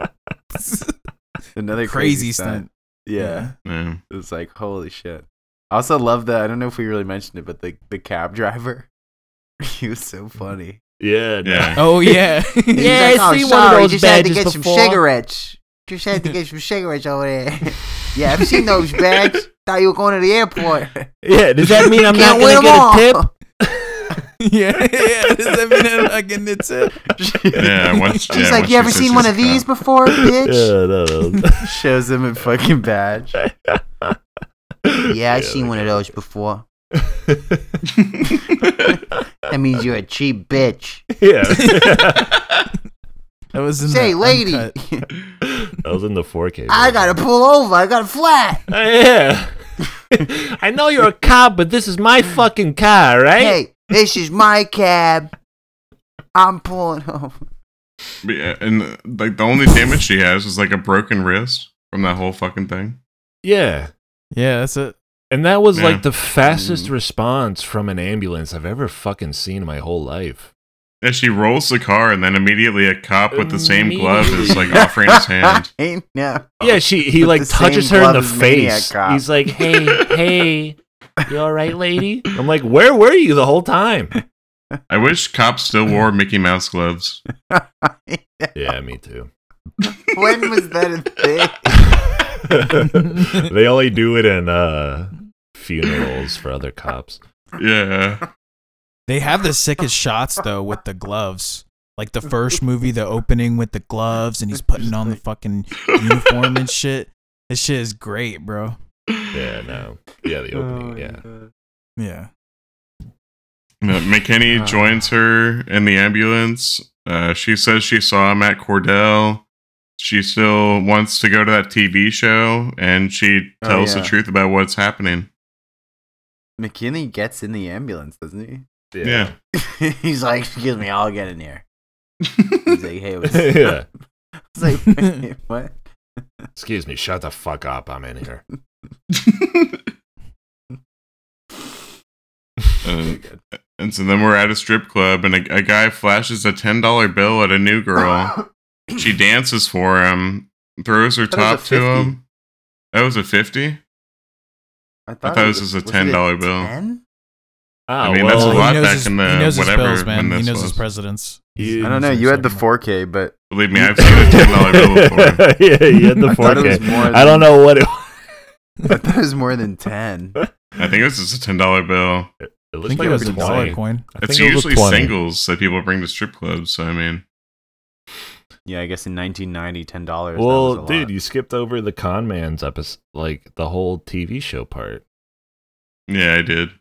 Speaker 4: Another
Speaker 3: Crazy,
Speaker 4: crazy,
Speaker 3: stunt.
Speaker 4: Yeah,
Speaker 2: Yeah.
Speaker 4: it was like holy shit. I also love that. I don't know if we really mentioned it, but the the cab driver, he was so funny.
Speaker 1: Yeah, no.
Speaker 2: Yeah.
Speaker 3: Oh yeah.
Speaker 4: He's
Speaker 5: Yeah,
Speaker 4: like,
Speaker 5: I
Speaker 4: "Oh,
Speaker 5: see one of
Speaker 4: sorry,
Speaker 5: those
Speaker 4: just had to
Speaker 5: badges
Speaker 4: get
Speaker 5: before."
Speaker 4: some cigarettes. Just had to get some cigarettes over there. yeah, I've seen those bags. Thought you were going to the airport.
Speaker 1: Yeah, does that mean I'm
Speaker 4: Can't
Speaker 1: not
Speaker 4: win
Speaker 1: going to
Speaker 4: 'em
Speaker 1: get
Speaker 4: all.
Speaker 1: a tip?
Speaker 3: yeah, yeah. Does that mean I'm not getting the tip?
Speaker 2: Yeah, once,
Speaker 4: She's
Speaker 2: yeah,
Speaker 4: like,
Speaker 2: once
Speaker 4: you ever
Speaker 2: she
Speaker 4: seen
Speaker 2: sees
Speaker 4: one
Speaker 2: the
Speaker 4: of these
Speaker 2: cop.
Speaker 4: before, bitch?
Speaker 1: Yeah, no, no.
Speaker 4: Shows him a fucking badge. Yeah, I've seen one of those before. That means you're a cheap bitch.
Speaker 1: yeah.
Speaker 3: That was in
Speaker 4: Say,
Speaker 3: the
Speaker 4: lady,
Speaker 3: uncut.
Speaker 1: I was in the 4K.
Speaker 4: I
Speaker 1: version.
Speaker 4: gotta pull over. I got a flat.
Speaker 1: Uh, yeah. I know you're a cop, but this is my fucking car, right?
Speaker 4: Hey, this is my cab. I'm pulling home.
Speaker 2: But yeah, and like the only damage she has is like a broken wrist from that whole fucking thing.
Speaker 1: Yeah.
Speaker 3: Yeah, that's it.
Speaker 1: And that was
Speaker 2: Yeah.
Speaker 1: like the fastest response from an ambulance I've ever fucking seen in my whole life.
Speaker 2: And she rolls the car, and then immediately a cop with the same glove is like offering his hand.
Speaker 4: I know.
Speaker 1: Yeah, she he
Speaker 4: With
Speaker 1: like
Speaker 4: the same
Speaker 1: touches her in the
Speaker 4: glove as Maniac
Speaker 1: face.
Speaker 4: Cop.
Speaker 1: He's like, "Hey, hey, you all right, lady?" I'm like, "Where were you the whole time?"
Speaker 2: I wish cops still wore Mickey Mouse gloves.
Speaker 1: Yeah, me too.
Speaker 4: when was that a thing?
Speaker 1: they only do it in uh funerals for other cops.
Speaker 2: Yeah.
Speaker 3: They have the sickest shots though with the gloves. Like the first movie, the opening with the gloves, and he's putting on the fucking uniform and shit. This shit is great, bro.
Speaker 1: Yeah, no. Yeah, the opening, yeah.
Speaker 3: Yeah.
Speaker 2: Uh, McKinney joins her in the ambulance. Uh, she says she saw him at Cordell. She still wants to go to that TV show, and she
Speaker 4: Oh,
Speaker 2: tells
Speaker 4: yeah.
Speaker 2: the truth about what's happening.
Speaker 4: McKinley gets in the ambulance, doesn't
Speaker 2: Yeah.
Speaker 4: he? He's like, "Excuse me, I'll get in here." He's like, "Hey, what's
Speaker 1: Yeah. yeah.
Speaker 4: It's like, "Wait, what?"
Speaker 1: Excuse me, shut the fuck up. I'm in here.
Speaker 2: Uh, and so then we're at a strip club, and a, a guy flashes a ten dollar bill at a new girl. she dances for him, throws her
Speaker 4: That was a
Speaker 2: top to
Speaker 4: 50.
Speaker 2: him. That was a fifty. I thought
Speaker 4: it
Speaker 2: this was a $10 bill.
Speaker 4: 10?
Speaker 1: Oh,
Speaker 2: I mean, that's a
Speaker 3: Well,
Speaker 2: lot
Speaker 3: he knows
Speaker 2: back
Speaker 3: his,
Speaker 2: in the
Speaker 3: he knows his
Speaker 2: whatever
Speaker 3: bills, man.
Speaker 2: when
Speaker 3: He
Speaker 2: this
Speaker 3: knows his
Speaker 2: was.
Speaker 3: presidents.
Speaker 1: You-
Speaker 4: I don't know. You had the
Speaker 3: Something.
Speaker 4: 4K, but
Speaker 2: Believe me, I've seen a ten dollar bill before.
Speaker 1: yeah, you had the 4K.
Speaker 4: I thought it was more
Speaker 1: I don't
Speaker 4: than-
Speaker 1: know what it
Speaker 4: I thought it was more than 10.
Speaker 2: I think it was just a ten dollar bill.
Speaker 1: It
Speaker 3: I
Speaker 1: looks
Speaker 3: think
Speaker 1: like
Speaker 3: it was a
Speaker 1: 20.
Speaker 3: dollar coin.
Speaker 1: I
Speaker 2: It's
Speaker 1: think it was a
Speaker 2: usually
Speaker 1: 20.
Speaker 2: singles that people bring to strip clubs. So I mean,
Speaker 4: Yeah, I guess in 1990, ten dollars.
Speaker 1: Well, dude, you skipped over the con man's episode, like the whole TV show part.
Speaker 2: yeah, I did.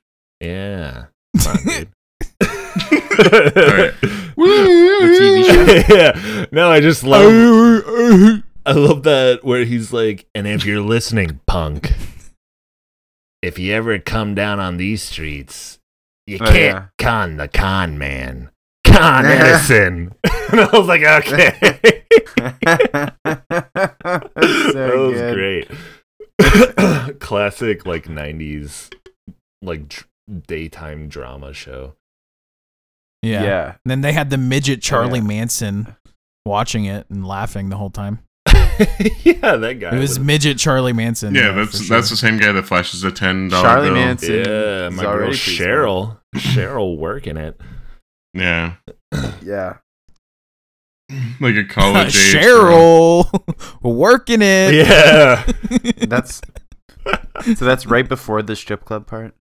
Speaker 1: Yeah. Come on, dude.
Speaker 2: Alright.
Speaker 1: yeah. No, I just love.
Speaker 4: Oh.
Speaker 1: I love that where he's like, and if you're listening, punk, if you ever come down on these streets, you
Speaker 4: Oh,
Speaker 1: can't
Speaker 4: yeah.
Speaker 1: con the con man. Con Edison. and I was like, okay. that was great. Classic like '90s like dr- daytime drama show.
Speaker 3: Yeah.
Speaker 4: Yeah.
Speaker 3: And then they had the midget Charlie
Speaker 4: Yeah.
Speaker 3: Manson watching it and laughing the whole time.
Speaker 1: yeah, that guy.
Speaker 3: It was
Speaker 1: would've-
Speaker 3: midget Charlie Manson.
Speaker 2: Yeah,
Speaker 3: for
Speaker 2: that's
Speaker 3: sure.
Speaker 2: that's the same guy that flashes a ten dollar
Speaker 4: Charlie
Speaker 2: bill.
Speaker 4: Manson.
Speaker 1: yeah,
Speaker 4: is
Speaker 1: my girl
Speaker 4: already pretty smart.
Speaker 1: Cheryl. Cheryl working it.
Speaker 2: Yeah,
Speaker 4: Yeah.
Speaker 2: like a college age girl.
Speaker 3: Cheryl working it.
Speaker 1: Yeah.
Speaker 4: That's So that's right before the strip club part.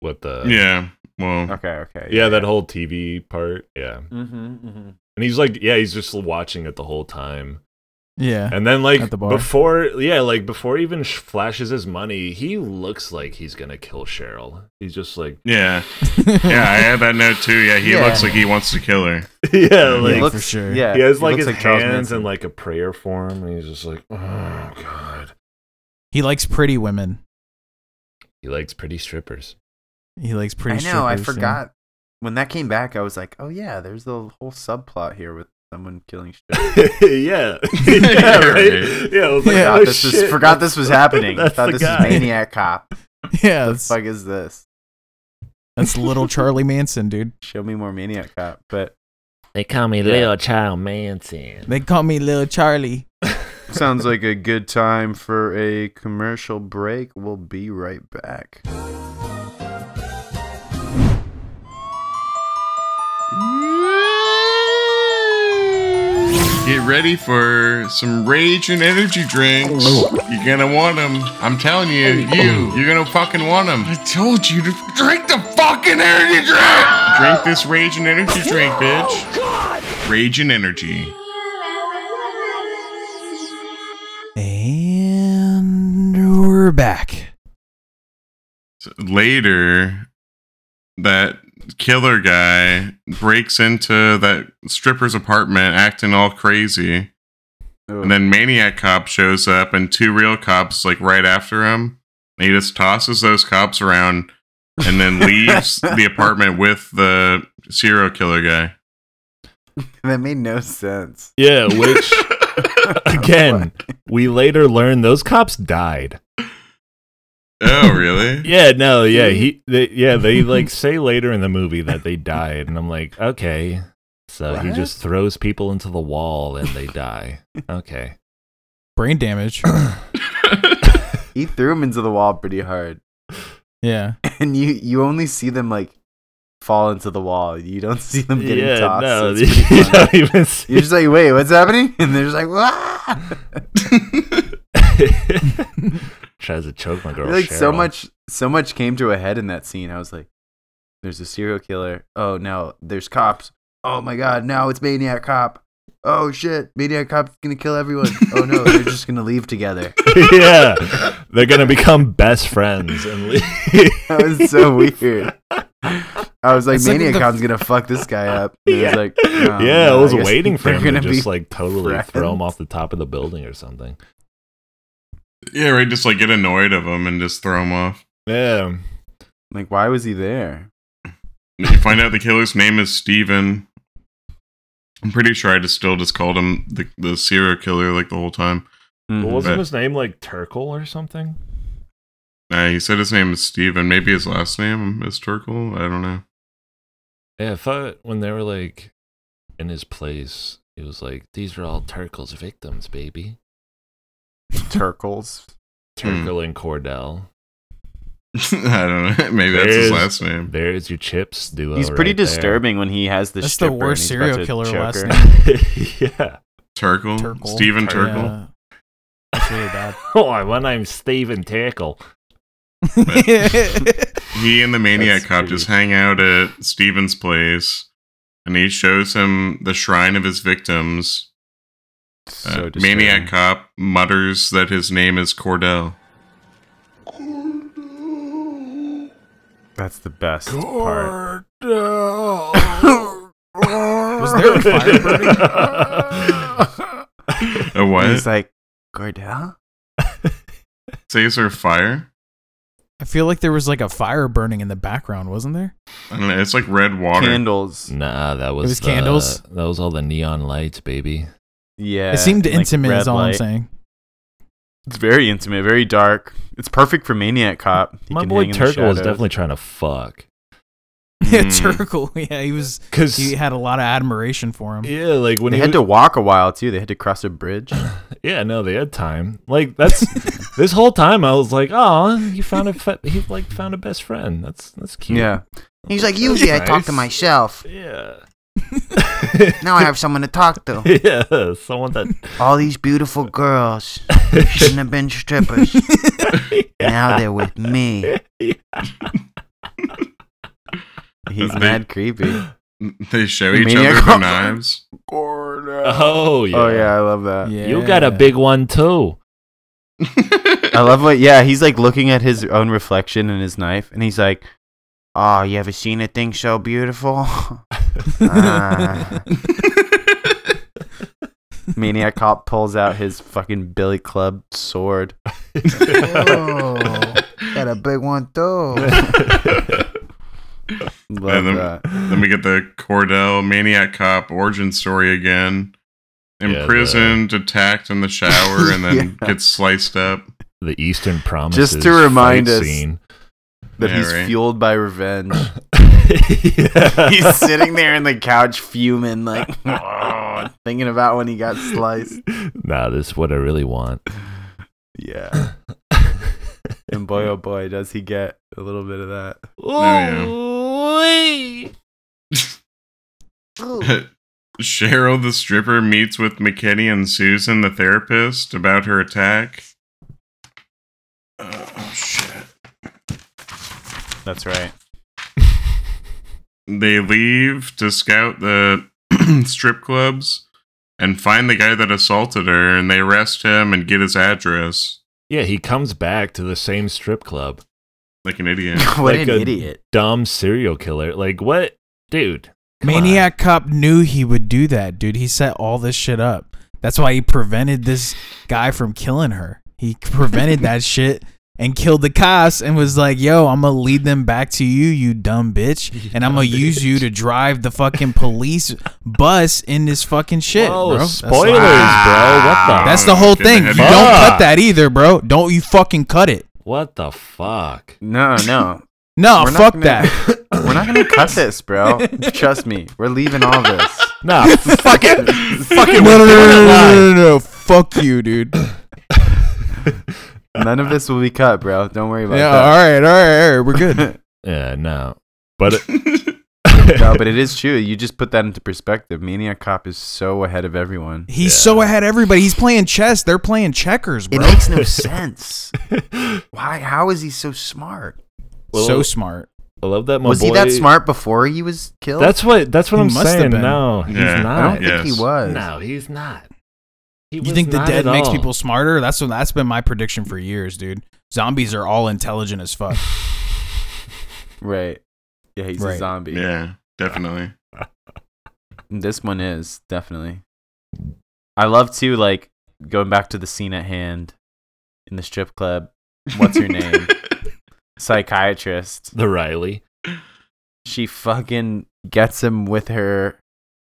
Speaker 1: What the?
Speaker 2: Yeah, well,
Speaker 4: Okay, okay.
Speaker 1: Yeah, that whole TV part. Yeah.
Speaker 4: Mhm. mhm.
Speaker 1: And he's like, yeah, he's just watching it the whole time.
Speaker 3: Yeah.
Speaker 1: And then, like,
Speaker 3: At the bar.
Speaker 1: before, yeah, like, before he even sh- flashes his money, he looks like he's going to kill Cheryl. He's just like,
Speaker 2: yeah, yeah. I had that note too. Yeah, he
Speaker 4: Yeah.
Speaker 2: looks like he wants to kill her.
Speaker 1: yeah,
Speaker 2: He
Speaker 1: like,
Speaker 3: looks- for sure.
Speaker 4: Yeah.
Speaker 1: he has
Speaker 4: he
Speaker 1: like his
Speaker 4: looks Charles
Speaker 1: hands in
Speaker 4: Manson.
Speaker 1: like a prayer form, and he's just like, oh god.
Speaker 3: He likes pretty women.
Speaker 1: He likes pretty strippers.
Speaker 3: He likes pretty.
Speaker 4: I know, I
Speaker 3: strippers, yeah.
Speaker 4: forgot. When that came back, I was like, "Oh yeah, there's the whole subplot here with someone killing shit."
Speaker 1: yeah, yeah,
Speaker 2: Yeah,
Speaker 1: right?
Speaker 2: right.
Speaker 1: yeah. I was like, oh,
Speaker 4: forgot,
Speaker 3: Yeah.
Speaker 4: this was,
Speaker 1: shit,
Speaker 4: forgot
Speaker 1: that's-
Speaker 4: this was happening.
Speaker 1: that's
Speaker 4: thought
Speaker 1: the
Speaker 4: this
Speaker 1: guy.
Speaker 4: was Maniac Cop.
Speaker 3: Yeah,
Speaker 4: What the
Speaker 3: that's,
Speaker 4: fuck is this?
Speaker 3: that's little Charlie Manson, dude.
Speaker 4: Show me more Maniac Cop. But
Speaker 1: They call me
Speaker 4: Yeah.
Speaker 1: Little Child Manson.
Speaker 3: They call me Little Charlie.
Speaker 4: sounds like a good time for a commercial break. We'll be right back.
Speaker 2: Get ready for some rage and energy drinks. You're gonna want them. I'm telling you, you, you're gonna fucking want them. I told you to drink the fucking energy drink. Oh, Drink this rage and energy drink, bitch. Rage and energy.
Speaker 3: And we're back.
Speaker 2: So later, that killer guy breaks into that stripper's apartment acting all crazy. And then Maniac Cop shows up and two real cops like right after him. And he just tosses those cops around and then leaves the apartment with the serial killer guy.
Speaker 4: that made no sense.
Speaker 1: Yeah, which again, we later learn those cops died.
Speaker 2: oh, really?
Speaker 1: Yeah, no, yeah, he, they, yeah, they like say later in the movie that they died, and I'm like, okay, so he
Speaker 4: What?
Speaker 1: just throws people into the wall and they die. Okay,
Speaker 3: Brain damage.
Speaker 4: He threw him into the wall pretty hard,
Speaker 3: yeah.
Speaker 4: and you you only see them like fall into the wall. You don't see them getting
Speaker 1: yeah,
Speaker 4: tossed.
Speaker 1: no,
Speaker 4: No,
Speaker 1: you don't even see.
Speaker 4: You're just like, wait, what's happening? And they're just like,
Speaker 5: "Ah."
Speaker 4: "Wah!"
Speaker 1: Tries to choke my girl.
Speaker 4: like so
Speaker 1: Cheryl.
Speaker 4: much so much came to a head in that scene. I was like, there's a serial killer. Oh no, there's cops. Oh my god, now it's maniac cop. Oh shit, maniac cop's gonna kill everyone. Oh no, they're just gonna leave together.
Speaker 1: yeah, they're gonna become best friends and leave.
Speaker 4: That was so weird. I was like,
Speaker 3: It's like
Speaker 4: maniac
Speaker 3: the-
Speaker 4: cop's gonna fuck this guy up. And yeah.
Speaker 1: Yeah.
Speaker 4: was like, "Oh,
Speaker 1: Um, yeah,
Speaker 4: no,
Speaker 1: I was
Speaker 4: guess
Speaker 1: waiting for
Speaker 4: they're
Speaker 1: him to
Speaker 4: gonna
Speaker 1: just
Speaker 4: be
Speaker 1: like totally throw him
Speaker 4: friends.
Speaker 1: off the top of the building or something.
Speaker 2: yeah, right. Just like get annoyed of him and just throw him off.
Speaker 1: Yeah,
Speaker 4: Like, why was he there?
Speaker 2: And You find out the killer's name is Steven. I'm pretty sure I just still just called him the, the serial killer like the whole time.
Speaker 1: Well,
Speaker 4: Mhm.
Speaker 1: wasn't
Speaker 2: But-
Speaker 1: his name like Turkle or something?
Speaker 2: Nah, he said his name is Steven. Maybe his last name is Turkle. I don't know.
Speaker 1: Yeah, I thought when they were like in his place, he was like, "These are all Turkle's victims, baby." Mm-hmm.
Speaker 4: Turkles.
Speaker 1: Turkle and Cordell.
Speaker 2: I don't know. Maybe that's
Speaker 1: There's-
Speaker 2: his last name.
Speaker 1: There's your chips duo.
Speaker 4: He's pretty
Speaker 1: right there.
Speaker 4: disturbing when he has the.
Speaker 3: That's the
Speaker 4: stripper and
Speaker 3: worst
Speaker 4: he's
Speaker 3: serial
Speaker 4: about to
Speaker 3: killer
Speaker 4: choke
Speaker 3: last
Speaker 4: her.
Speaker 3: name.
Speaker 1: yeah.
Speaker 2: Turkle?
Speaker 3: Turkle.
Speaker 4: Oh,
Speaker 2: Steven Turkle?
Speaker 3: Yeah. That's really bad.
Speaker 1: Oh, my name's Steven Turkle.
Speaker 2: He and the Maniac
Speaker 4: That's
Speaker 2: Cop
Speaker 4: pretty-
Speaker 2: just hang out at Steven's place and he shows him the shrine of his victims.
Speaker 4: So
Speaker 2: Uh,
Speaker 4: disturbing.
Speaker 2: Maniac Cop mutters that his name is Cordell.
Speaker 4: That's the best part.
Speaker 1: Cordell. Was
Speaker 3: there a fire burning?
Speaker 2: A
Speaker 4: And
Speaker 2: what?
Speaker 4: He's like, Cordell?
Speaker 2: Caesar Fire?
Speaker 3: I feel like there was like a fire burning in the background, wasn't there?
Speaker 2: I don't know. It's like red water. Mm.
Speaker 4: Candles.
Speaker 1: Nah, that was,
Speaker 3: was
Speaker 1: the-
Speaker 3: candles?
Speaker 1: That was all the neon lights, baby.
Speaker 4: Yeah.
Speaker 3: it seemed
Speaker 4: like
Speaker 3: intimate,
Speaker 4: red
Speaker 3: is all I'm
Speaker 4: light.
Speaker 3: saying.
Speaker 4: It's very intimate, very dark. It's perfect for Maniac Cop. He
Speaker 1: My
Speaker 4: can
Speaker 1: boy
Speaker 4: hang in the
Speaker 1: Turkle was
Speaker 4: shadows.
Speaker 1: definitely trying to fuck.
Speaker 3: Yeah,
Speaker 2: Hmm.
Speaker 3: Turkle. Yeah, he was.
Speaker 1: Cause
Speaker 3: He had a lot of admiration for him.
Speaker 1: yeah, like when
Speaker 4: They
Speaker 1: he
Speaker 4: had
Speaker 1: wa-
Speaker 4: to walk a while too. They had to cross a bridge.
Speaker 1: yeah, no, they had time. Like that's this whole time I was like, oh, he found a fe- he like found a best friend. That's that's cute.
Speaker 4: yeah.
Speaker 1: He's like, usually I talk to
Speaker 5: myself.
Speaker 1: yeah,
Speaker 5: Now I have someone to talk to.
Speaker 1: yeah. Someone that
Speaker 5: All these beautiful girls shouldn't have been strippers. Now they're with me.
Speaker 4: He's
Speaker 2: They-
Speaker 4: mad creepy.
Speaker 2: They show
Speaker 4: The
Speaker 2: each
Speaker 4: Maniac
Speaker 2: other their
Speaker 4: Cop.
Speaker 2: knives.
Speaker 1: Oh yeah.
Speaker 4: Oh yeah, I love that.
Speaker 1: You got a big one too.
Speaker 4: I love what yeah, he's like looking at his own reflection in his knife and he's like,
Speaker 5: Oh, you ever seen a thing so beautiful? Ah.
Speaker 4: Maniac Cop pulls out his fucking Billy Club sword.
Speaker 5: oh, got a big one too.
Speaker 4: Love
Speaker 2: then-
Speaker 4: that.
Speaker 2: Then we get the Cordell Maniac Cop origin story again.
Speaker 1: Yeah,
Speaker 2: Imprisoned, attacked in the shower, and then
Speaker 4: Yeah.
Speaker 2: gets sliced up.
Speaker 1: The Eastern Promise.
Speaker 4: remind us- That
Speaker 2: Yeah,
Speaker 4: he's
Speaker 2: right.
Speaker 4: fueled by revenge.
Speaker 1: yeah.
Speaker 4: he's sitting there in the couch fuming, like thinking about when he got sliced.
Speaker 1: Nah, this is what I really want.
Speaker 4: Yeah. And boy, oh boy, does he get a little bit of that.
Speaker 2: yeah.
Speaker 1: Ooh-wee.
Speaker 2: Cheryl the stripper meets with McKinney and Susan the therapist about her attack. Oh shit.
Speaker 4: That's right.
Speaker 2: They leave to scout the strip clubs and find the guy that assaulted her and they arrest him and get his address.
Speaker 1: Yeah, he comes back to the same strip club.
Speaker 2: Like an idiot.
Speaker 4: what
Speaker 1: Like
Speaker 4: an
Speaker 1: a-
Speaker 4: idiot.
Speaker 1: Dumb serial killer. Like what, dude? come on.
Speaker 3: Maniac Cop knew he would do that, dude. He set all this shit up. That's why he prevented this guy from killing her. He prevented that shit and killed the cops and was like, "Yo, I'm gonna lead them back to you, you dumb bitch, and I'm gonna use you to drive the fucking police bus in this fucking shit."
Speaker 1: Whoa,
Speaker 3: bro. That's
Speaker 1: spoilers,
Speaker 3: like-
Speaker 1: bro. What the?
Speaker 3: That's the whole
Speaker 2: Get the
Speaker 3: thing. You
Speaker 2: head
Speaker 3: don't
Speaker 1: out.
Speaker 3: cut that either, bro. Don't you fucking cut it.
Speaker 1: what the fuck?
Speaker 4: No, no.
Speaker 3: No,
Speaker 4: We're not
Speaker 3: Oh, fuck
Speaker 4: gonna-
Speaker 3: that.
Speaker 4: We're not gonna cut this, bro. Trust me. We're leaving all this.
Speaker 1: Nah, fuck it. Fuck it.
Speaker 3: no, no, no, no, no, no, no, no. Fuck you, dude.
Speaker 4: None of this will be cut, bro. Don't worry about
Speaker 3: Yeah, all
Speaker 4: that.
Speaker 3: right, all right, all right. We're good.
Speaker 1: Yeah, no. But
Speaker 4: No, but it is true. You just put that into perspective. Maniac Cop is so ahead of everyone.
Speaker 3: He's so ahead of everybody. He's playing chess. They're playing checkers,
Speaker 5: It
Speaker 3: bro.
Speaker 5: makes no sense. Why? How is he so smart?
Speaker 1: Well,
Speaker 3: so smart.
Speaker 1: I love that. My
Speaker 5: Was he
Speaker 1: boy-
Speaker 5: that smart before he was killed?
Speaker 1: That's what. That's what
Speaker 3: He
Speaker 1: I'm
Speaker 3: must have
Speaker 1: saying.
Speaker 3: been.
Speaker 1: No, he's
Speaker 2: Yeah.
Speaker 1: not.
Speaker 4: I don't
Speaker 2: Yes.
Speaker 4: think he was.
Speaker 1: No, he's not. He
Speaker 3: You
Speaker 1: was
Speaker 3: think the
Speaker 1: not
Speaker 3: dead
Speaker 1: at
Speaker 3: makes
Speaker 1: all.
Speaker 3: people smarter? That's what that's been my prediction for years, dude. Zombies are all intelligent as fuck.
Speaker 4: Right. Yeah, he's
Speaker 3: Right.
Speaker 4: a zombie.
Speaker 2: yeah, definitely.
Speaker 4: This one is definitely. I love to like going back to the scene at hand in the strip club. What's her name? Psychiatrist.
Speaker 1: The Riley.
Speaker 4: She fucking gets him with her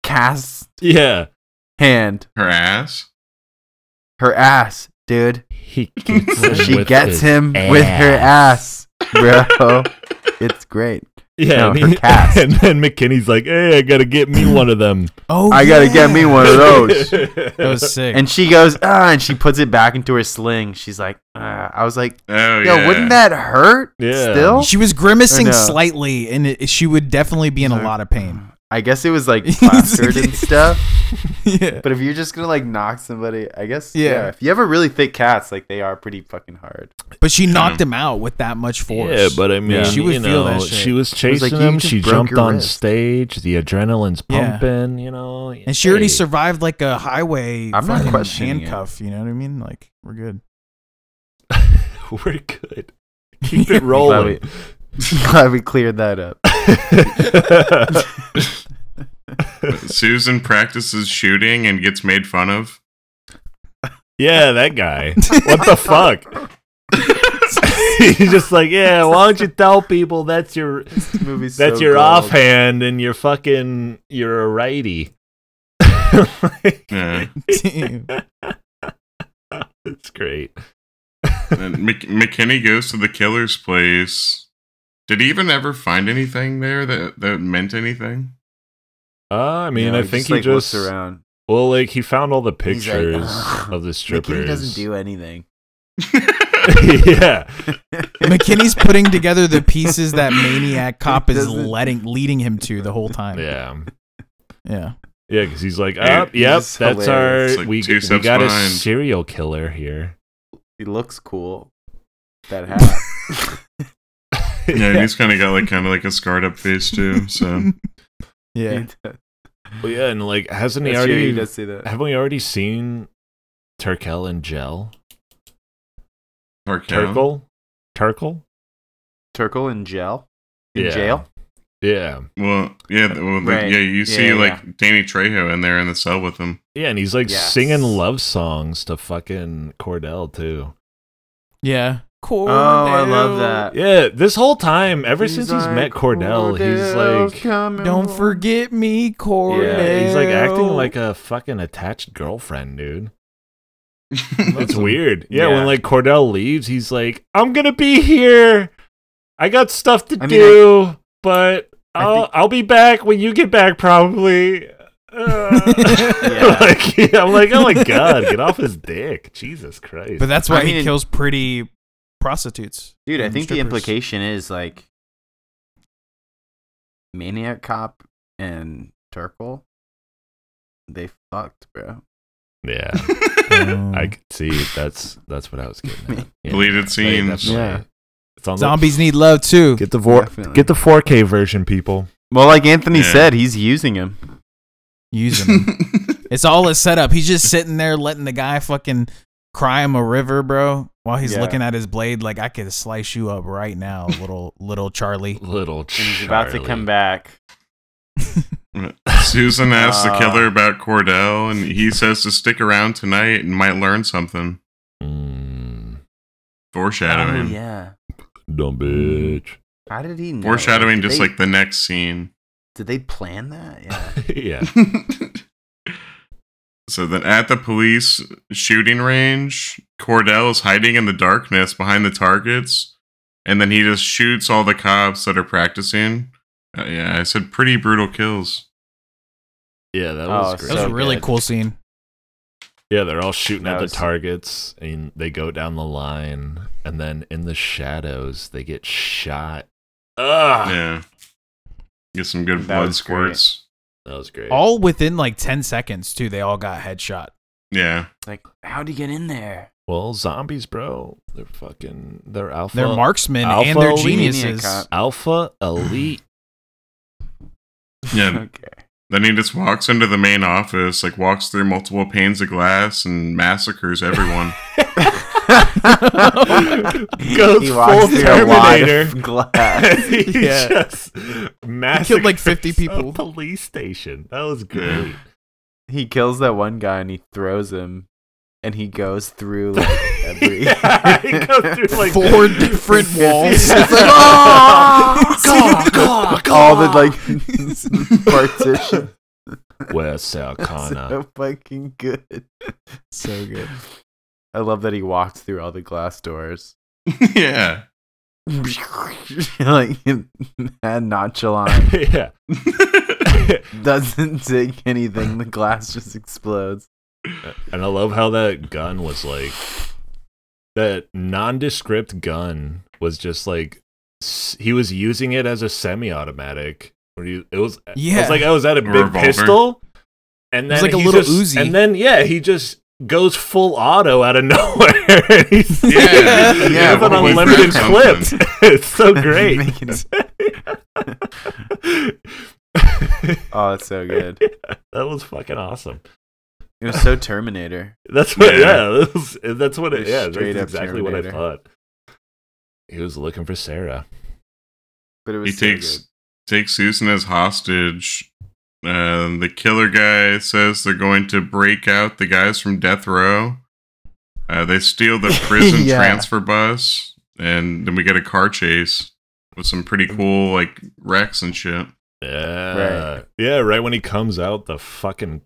Speaker 4: cast
Speaker 1: Yeah,
Speaker 4: hand,
Speaker 2: Her ass.
Speaker 4: her ass, dude.
Speaker 1: he. Gets him
Speaker 4: She
Speaker 1: with
Speaker 4: gets
Speaker 1: his
Speaker 4: him with her ass, bro. it's great.
Speaker 1: Yeah,
Speaker 4: No,
Speaker 1: and,
Speaker 4: her
Speaker 1: he-
Speaker 4: cast.
Speaker 1: and then McKinney's like, "Hey, I gotta get me one of them."
Speaker 3: Oh,
Speaker 4: I gotta get me one of those.
Speaker 3: That was sick.
Speaker 4: And she goes, ah, and she puts it back into her sling. She's like, ah. I was like,
Speaker 2: Oh
Speaker 4: yo,
Speaker 2: yeah.
Speaker 4: wouldn't that hurt?
Speaker 1: Yeah.
Speaker 4: Still?
Speaker 3: she was grimacing
Speaker 4: Or no.
Speaker 3: slightly, and it, she would definitely be in a lot of pain.
Speaker 4: I guess it was like plastered and stuff.
Speaker 3: yeah.
Speaker 4: But if you're just gonna like knock somebody, I guess
Speaker 3: Yeah.
Speaker 4: yeah. If you have a really thick cats, like they are pretty fucking hard.
Speaker 3: But she knocked him out with that much force.
Speaker 1: Yeah, but I mean,
Speaker 4: Yeah.
Speaker 3: She would
Speaker 1: you know,
Speaker 3: feel that shit.
Speaker 1: she was
Speaker 4: was
Speaker 1: chasing
Speaker 4: like, "You
Speaker 1: him.
Speaker 4: just
Speaker 1: She
Speaker 4: broke
Speaker 1: jumped
Speaker 4: your
Speaker 1: on
Speaker 4: wrist."
Speaker 1: stage. The adrenaline's
Speaker 3: Yeah.
Speaker 1: pumping. You know,
Speaker 3: and she already
Speaker 1: Hey.
Speaker 3: survived like a highway
Speaker 4: I'm not
Speaker 3: fucking
Speaker 4: questioning it.
Speaker 3: handcuff. You know what I mean? Like we're good.
Speaker 1: We're good. Keep it
Speaker 4: Glad
Speaker 1: rolling.
Speaker 4: we, glad we cleared that up.
Speaker 2: Susan practices shooting and gets made fun of.
Speaker 1: yeah, that guy. What the fuck? He's just like, yeah. Why don't you tell people that's your
Speaker 4: This movie's
Speaker 1: that's
Speaker 4: so
Speaker 1: your
Speaker 4: gold.
Speaker 1: offhand and you're fucking you're a righty.
Speaker 2: Yeah.
Speaker 3: Damn.
Speaker 1: It's great.
Speaker 2: And Mc- McKinney goes to the killer's place. Did he even ever find anything there that, that meant anything?
Speaker 1: Uh, I mean,
Speaker 4: Yeah,
Speaker 1: I think
Speaker 4: like,
Speaker 1: he
Speaker 4: looks
Speaker 1: just
Speaker 4: around.
Speaker 1: well, like he found all the
Speaker 4: He's like,
Speaker 1: pictures
Speaker 4: "Ugh,
Speaker 1: of the strippers.
Speaker 4: McKinney doesn't do anything.
Speaker 1: yeah,
Speaker 3: McKinney's putting together the pieces that maniac cop is
Speaker 4: Doesn't-
Speaker 3: letting leading him to the whole time.
Speaker 1: yeah,
Speaker 3: Yeah.
Speaker 1: yeah. Because he's like,
Speaker 2: Dude,
Speaker 1: up,
Speaker 4: he's
Speaker 1: yep,
Speaker 4: just
Speaker 1: that's
Speaker 4: hilarious.
Speaker 1: our
Speaker 2: It's like
Speaker 1: we,
Speaker 2: two
Speaker 1: we
Speaker 2: steps
Speaker 1: got a
Speaker 2: behind.
Speaker 1: serial killer here.
Speaker 4: He looks cool. That hat.
Speaker 2: Yeah, and he's kind of got like kind of like a scarred up face too. So
Speaker 3: Yeah.
Speaker 1: Well, yeah, and like, hasn't he
Speaker 4: That's true,
Speaker 1: already?
Speaker 4: he does see that.
Speaker 1: haven't we already seen Turkel and Gel?
Speaker 2: Markel,
Speaker 1: Turkel, Turkel
Speaker 4: Turkle in jail. In
Speaker 1: Yeah.
Speaker 4: jail.
Speaker 1: Yeah,
Speaker 2: well, yeah, th- well, like,
Speaker 4: Right.
Speaker 2: yeah, you see
Speaker 4: Yeah,
Speaker 2: like Danny Trejo in there in the cell with him.
Speaker 1: yeah, and he's like
Speaker 4: Yes.
Speaker 1: singing love songs to fucking Cordell too.
Speaker 3: Yeah. Cool.
Speaker 4: Oh, I love that.
Speaker 1: Yeah, this whole time, ever since he's
Speaker 4: like,
Speaker 1: met Cordell,
Speaker 4: "Cordell's
Speaker 1: he's like.
Speaker 4: coming
Speaker 3: Don't
Speaker 4: home."
Speaker 3: forget me, Corey.
Speaker 4: Yeah,
Speaker 1: He's like acting like a fucking attached girlfriend, dude. It's weird. Yeah,
Speaker 4: Yeah.
Speaker 1: when like Cordell leaves, he's like, "I'm gonna be here. I got stuff to
Speaker 4: I mean,
Speaker 1: do, but
Speaker 4: I
Speaker 1: I'll
Speaker 4: think-
Speaker 1: I'll be back when you get back, probably." Uh,
Speaker 4: Yeah.
Speaker 1: like, yeah, I'm like, oh my god, get off his dick, Jesus Christ!
Speaker 3: But that's why
Speaker 4: I mean,
Speaker 3: he
Speaker 4: it-
Speaker 3: kills pretty prostitutes.
Speaker 4: Dude, I
Speaker 3: and
Speaker 4: think the
Speaker 3: strippers.
Speaker 4: implication is like Maniac Cop and Turkle. They fucked, bro.
Speaker 1: yeah,
Speaker 3: Oh.
Speaker 1: I could see that's that's what I was getting. At. Yeah,
Speaker 2: Deleted
Speaker 1: they
Speaker 2: scenes.
Speaker 1: definitely-
Speaker 4: Yeah.
Speaker 1: it's on the-
Speaker 3: Zombies need love too.
Speaker 1: Get the vor-
Speaker 4: Definitely.
Speaker 1: get the 4K version, people.
Speaker 4: Well, like Anthony
Speaker 2: Yeah.
Speaker 4: said, he's using him.
Speaker 3: Using them. It's all a setup. He's just sitting there letting the guy fucking cry him a river, bro, while he's
Speaker 4: Yeah.
Speaker 3: looking at his blade like I could slice you up right now, little little Charlie.
Speaker 1: Little
Speaker 4: And he's about to come back.
Speaker 2: Susan asks
Speaker 4: Uh,
Speaker 2: the killer about Cordell, and he says to stick around tonight and might learn something.
Speaker 1: Mm,
Speaker 2: Foreshadowing.
Speaker 4: Oh, yeah.
Speaker 1: dumb bitch.
Speaker 4: How did he know?
Speaker 2: Foreshadowing
Speaker 4: Did
Speaker 2: just
Speaker 4: they-
Speaker 2: like the next scene.
Speaker 4: Did they plan that? Yeah.
Speaker 1: yeah.
Speaker 2: so then at the police shooting range, Cordell is hiding in the darkness behind the targets, and then he just shoots all the cops that are practicing. Uh, yeah, I said pretty brutal kills.
Speaker 1: Yeah, that
Speaker 4: Oh,
Speaker 1: was
Speaker 4: so
Speaker 1: great.
Speaker 3: That was a really
Speaker 4: good.
Speaker 3: cool scene.
Speaker 1: Yeah, they're all shooting
Speaker 4: That
Speaker 1: at the
Speaker 4: was-
Speaker 1: targets and they go down the line and then in the shadows they get shot. Ugh.
Speaker 2: Yeah. Get some good
Speaker 4: Ah. That
Speaker 2: blood
Speaker 4: was great.
Speaker 2: squirts.
Speaker 1: That was great.
Speaker 3: All within like 10 seconds, too. They all got headshot.
Speaker 2: Yeah.
Speaker 4: Like, how'd he get in there?
Speaker 1: well, zombies, bro. They're fucking they're alpha
Speaker 3: They're marksmen
Speaker 1: Alpha
Speaker 3: and they're
Speaker 1: Elite.
Speaker 3: geniuses.
Speaker 4: Maniac
Speaker 1: alpha elite.
Speaker 2: Yeah.
Speaker 4: Okay.
Speaker 2: then he just walks into the main office, like walks through multiple panes of glass and massacres everyone.
Speaker 1: Goes
Speaker 4: He
Speaker 1: full
Speaker 4: walks through a lot of
Speaker 1: Terminator.
Speaker 4: glass.
Speaker 1: he
Speaker 3: Yeah.
Speaker 1: just massacred
Speaker 3: like, 50
Speaker 1: some
Speaker 3: people.
Speaker 1: Police station. That was great.
Speaker 4: He kills that one guy and he throws him, and he goes through like every.
Speaker 1: Yeah, he goes through, like,
Speaker 3: Four different walls. "Ah,
Speaker 4: It's like, "Oh, God, God, all the like partition.
Speaker 1: Where's Sal Connor?
Speaker 4: so fucking good.
Speaker 3: so good.
Speaker 4: I love that he walked through all the glass doors.
Speaker 2: yeah.
Speaker 4: like and nonchalant.
Speaker 1: yeah.
Speaker 4: Doesn't take anything. The glass just explodes.
Speaker 1: And I love how that gun was like that nondescript gun was just like s- he was using it as a semi-automatic. Where you, it was yeah,
Speaker 3: Yeah.
Speaker 1: it's like oh, is that a big
Speaker 2: Revolver.
Speaker 1: pistol? And
Speaker 3: It was
Speaker 1: then
Speaker 3: like a
Speaker 1: he
Speaker 3: little
Speaker 1: just-
Speaker 3: Uzi.
Speaker 1: And then yeah, he just goes full auto out of nowhere. yeah,
Speaker 2: Yeah.
Speaker 4: Yeah,
Speaker 1: with an
Speaker 4: well, we
Speaker 1: unlimited
Speaker 2: found something.
Speaker 1: clip. it's so great.
Speaker 4: Making it- oh, that's so good.
Speaker 1: that was fucking awesome.
Speaker 4: It was so Terminator.
Speaker 1: That's what.
Speaker 2: Yeah.
Speaker 1: Yeah, that's, that's what. It,
Speaker 4: Just
Speaker 1: yeah, that's
Speaker 4: straight up
Speaker 1: exactly what I
Speaker 4: Terminator.
Speaker 1: thought. He was looking for Sarah.
Speaker 4: But it was
Speaker 2: he
Speaker 4: so
Speaker 2: takes
Speaker 4: good.
Speaker 2: takes Susan as hostage. Um, the killer guy says they're going to break out the guys from death row. Uh, they steal the prison
Speaker 4: Yeah.
Speaker 2: transfer bus, and then we get a car chase with some pretty cool like wrecks and shit.
Speaker 1: Yeah, yeah. Right when he comes out, the fucking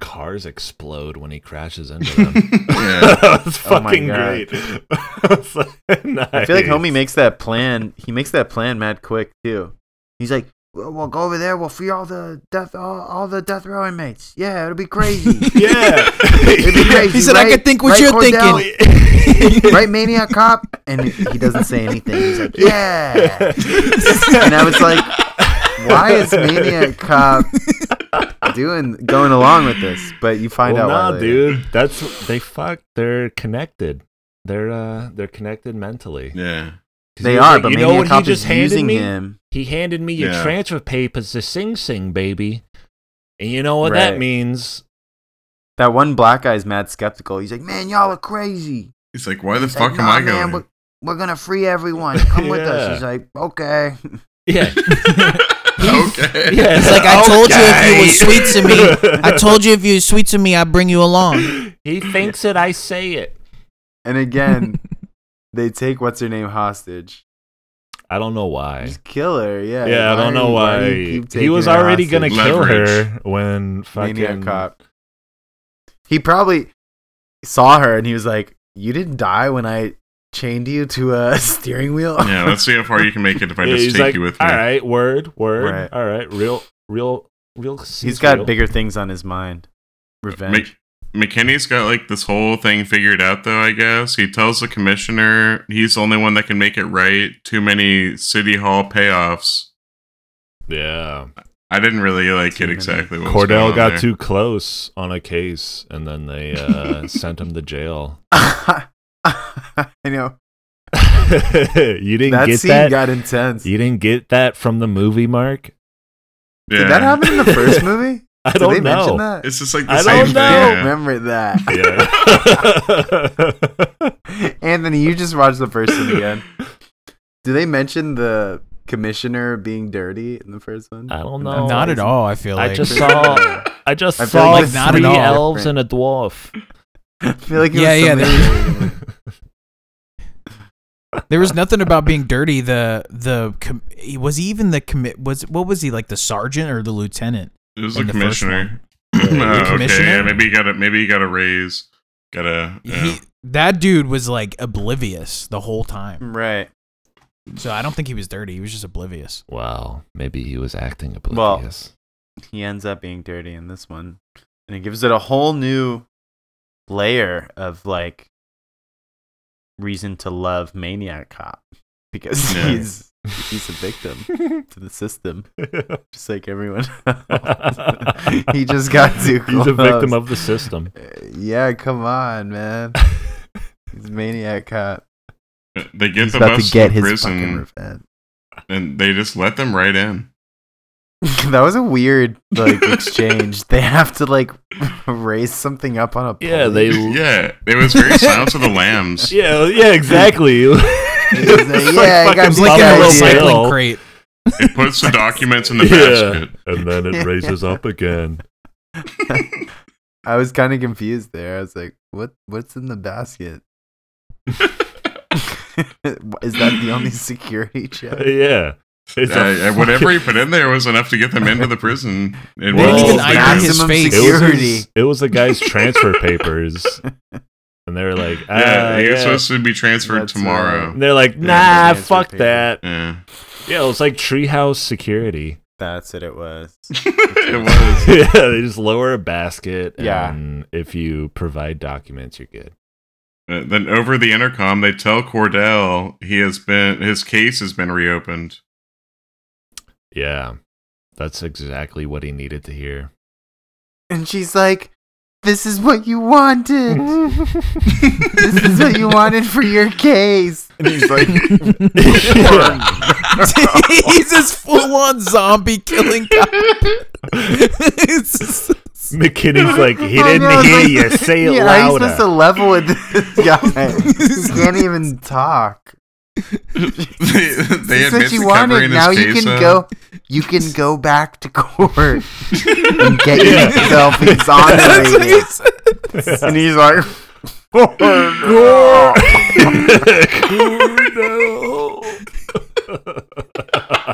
Speaker 1: cars explode when he crashes into them.
Speaker 2: Um, yeah,
Speaker 1: that was
Speaker 4: Oh my
Speaker 1: fucking
Speaker 4: God.
Speaker 1: great. It's like,
Speaker 4: I feel
Speaker 1: nice.
Speaker 4: like Homie makes that plan. He makes that plan mad quick too.
Speaker 5: He's like, we'll, we'll go over there. We'll free all the death, all, all the death row inmates. Yeah, it'll be crazy.
Speaker 1: Yeah,
Speaker 5: It'd be crazy.
Speaker 3: He said, I
Speaker 5: right?
Speaker 3: could think what
Speaker 5: Right,
Speaker 3: you're
Speaker 5: Cordell?
Speaker 3: thinking.
Speaker 5: right, maniac cop? And he doesn't say anything. He's like, yeah. And I was like,
Speaker 4: Why is Maniac Cop doing going along with this? But you find
Speaker 1: well,
Speaker 4: out why
Speaker 1: nah,
Speaker 4: later.
Speaker 1: dude. That's they fuck. They're connected. They're uh, they're connected mentally.
Speaker 2: yeah.
Speaker 1: 'Cause he
Speaker 4: They
Speaker 1: was
Speaker 4: are,
Speaker 1: like,
Speaker 4: but
Speaker 1: you know
Speaker 4: Maniac
Speaker 1: what he
Speaker 4: Cop
Speaker 1: just
Speaker 4: is
Speaker 1: handed
Speaker 4: using
Speaker 1: me?
Speaker 4: him.
Speaker 1: He handed me your
Speaker 2: Yeah.
Speaker 1: transfer papers to Sing Sing, baby. And you know what
Speaker 4: Right.
Speaker 1: that means?
Speaker 4: That one black guy's mad skeptical. He's like,
Speaker 5: man, y'all are crazy.
Speaker 2: He's like, "Why the
Speaker 5: He's
Speaker 2: fuck
Speaker 5: like,
Speaker 2: am
Speaker 5: "Nah,
Speaker 2: I going?"
Speaker 5: we're, we're gonna free everyone. Come with
Speaker 1: Yeah.
Speaker 5: us. He's like, okay.
Speaker 1: Yeah.
Speaker 2: okay.
Speaker 1: yeah.
Speaker 6: It's like, I told you if you were sweet to me. I told you if you were sweet to me, I'd bring you along.
Speaker 1: He thinks it, I say it.
Speaker 4: and again, they take what's her name hostage.
Speaker 1: I don't know why.
Speaker 4: Just kill her. Yeah.
Speaker 1: Yeah, I don't know
Speaker 4: do
Speaker 1: why.
Speaker 4: you keep
Speaker 1: He was
Speaker 4: taking her
Speaker 1: already
Speaker 4: hostage?
Speaker 1: going to kill
Speaker 2: Leverage.
Speaker 1: her when fucking.
Speaker 4: Maniac Cop. He probably saw her and he was like, "You didn't die when I chained you to a steering wheel."
Speaker 2: Yeah, let's see how far you can make it if I
Speaker 1: Yeah,
Speaker 2: just
Speaker 1: he's
Speaker 2: take
Speaker 1: like,
Speaker 2: you with me.
Speaker 1: all right, word, word.
Speaker 4: Right.
Speaker 1: All right, real, real, real.
Speaker 4: He's got bigger things on his mind. Revenge.
Speaker 2: Mc- McKinney's got like this whole thing figured out, though. I guess he tells the commissioner he's the only one that can make it right. Too many city hall payoffs.
Speaker 1: Yeah.
Speaker 2: I didn't really like
Speaker 4: Too
Speaker 2: it
Speaker 4: many.
Speaker 2: exactly. What was going
Speaker 1: Cordell
Speaker 2: on
Speaker 1: got
Speaker 2: there.
Speaker 1: too close on a case, and then they uh, sent him to jail.
Speaker 4: I know
Speaker 1: you didn't
Speaker 4: that
Speaker 1: get
Speaker 4: scene
Speaker 1: that.
Speaker 4: got intense.
Speaker 1: you didn't get that from the movie, Mark.
Speaker 2: Yeah.
Speaker 4: Did that happen in the first movie?
Speaker 1: I
Speaker 4: Did
Speaker 1: don't
Speaker 4: they mention
Speaker 1: know.
Speaker 4: that?
Speaker 2: It's just like the
Speaker 1: I
Speaker 2: same
Speaker 1: don't
Speaker 2: thing.
Speaker 1: know.
Speaker 4: I don't
Speaker 2: Yeah.
Speaker 4: remember that.
Speaker 1: Yeah.
Speaker 4: Anthony, you just watched the first one again. Do they mention the commissioner being dirty in the first one?
Speaker 1: I don't know.
Speaker 3: Not at all. I feel
Speaker 1: I
Speaker 3: like
Speaker 1: just saw. I just
Speaker 4: I feel
Speaker 1: saw
Speaker 4: like
Speaker 3: it's not
Speaker 1: three
Speaker 3: at all
Speaker 1: elves
Speaker 4: different.
Speaker 1: and a dwarf.
Speaker 4: I feel like it
Speaker 3: Yeah,
Speaker 4: was
Speaker 3: yeah,
Speaker 4: something-
Speaker 3: there was nothing about being dirty. The the com- he- was he even the commit was what was he like the sergeant or the lieutenant?
Speaker 2: It was
Speaker 3: in
Speaker 2: the
Speaker 3: the first
Speaker 2: commissioner.
Speaker 3: Yeah,
Speaker 2: Oh,
Speaker 3: the
Speaker 2: okay,
Speaker 3: commissioner?
Speaker 2: yeah, maybe you got to maybe you got to raise. Got to. Yeah.
Speaker 3: He, that dude was like oblivious the whole time.
Speaker 4: Right.
Speaker 3: So I don't think he was dirty. He was just oblivious.
Speaker 1: Wow, maybe he was acting
Speaker 4: Well,
Speaker 1: oblivious.
Speaker 4: He ends up being dirty in this one. And it gives it a whole new layer of like reason to love Maniac Cop. Because
Speaker 2: Yeah.
Speaker 4: he's he's a victim to the system. Just like everyone else. he
Speaker 1: he
Speaker 4: just got too
Speaker 1: He's a victim
Speaker 4: close.
Speaker 1: of the system.
Speaker 4: Uh, Yeah, come on, man. He's maniac cop.
Speaker 2: They get
Speaker 4: He's
Speaker 2: the
Speaker 4: about
Speaker 2: bus
Speaker 4: to get
Speaker 2: to
Speaker 4: his
Speaker 2: prison,
Speaker 4: fucking revenge.
Speaker 2: and they just let them right in.
Speaker 4: that was a weird like exchange. They have to like raise something up on a
Speaker 1: Yeah,
Speaker 4: pole.
Speaker 1: they.
Speaker 2: Yeah, it was very Silence of the Lambs.
Speaker 1: Yeah, yeah, exactly. It's
Speaker 4: like, yeah, I got
Speaker 1: fucking
Speaker 4: It's
Speaker 3: It's
Speaker 4: big
Speaker 3: like
Speaker 1: Buffalo
Speaker 4: ideas.
Speaker 3: a
Speaker 1: Bill.
Speaker 3: recycling crate.
Speaker 2: It puts the documents in the
Speaker 1: Yeah,
Speaker 2: basket.
Speaker 1: and then it raises up again.
Speaker 4: I was kind of confused there. I was like, what what's in the basket? Is that the only security check?
Speaker 1: Yeah, it's a
Speaker 2: Uh, whatever he put in there was enough to get them into the prison. It
Speaker 1: Well,
Speaker 2: was
Speaker 1: even
Speaker 2: the
Speaker 1: ID
Speaker 2: best.
Speaker 3: his
Speaker 4: Maximum
Speaker 3: face.
Speaker 1: It was,
Speaker 4: security.
Speaker 1: his- it was the guy's transfer papers, and they were like, ah,
Speaker 2: Yeah, he was
Speaker 1: yeah.
Speaker 2: supposed to be transferred
Speaker 4: That's, uh,
Speaker 2: tomorrow.
Speaker 1: And they're like,
Speaker 4: Yeah,
Speaker 1: nah,
Speaker 4: the transfer
Speaker 1: fuck
Speaker 4: papers.
Speaker 1: that.
Speaker 2: Yeah.
Speaker 1: Yeah, it was like treehouse security.
Speaker 4: That's what it was.
Speaker 2: it was.
Speaker 1: yeah, they just lower a basket.
Speaker 4: Yeah.
Speaker 1: And if you provide documents, you're good.
Speaker 2: Uh, then over the intercom, they tell Cordell he has been his case has been reopened.
Speaker 1: Yeah, that's exactly what he needed to hear.
Speaker 4: And she's like, This is what you wanted. this is what you wanted for your case. And he's like,
Speaker 3: He's this full on zombie killing cop. It's just-
Speaker 1: McKinney's like, he
Speaker 4: I
Speaker 1: didn't
Speaker 4: know,
Speaker 1: hear
Speaker 4: like,
Speaker 1: you. Say it
Speaker 4: yeah, how are you supposed to
Speaker 1: louder.
Speaker 4: level with this guy? He can't even talk.
Speaker 2: they they
Speaker 4: This is
Speaker 2: admit
Speaker 4: what
Speaker 2: to
Speaker 4: you
Speaker 2: covering
Speaker 4: wanted.
Speaker 2: his
Speaker 4: Now you
Speaker 2: case uh,
Speaker 4: can
Speaker 2: up.
Speaker 4: go. You can go back to court and get yourself exonerated. and he's like, "Oh,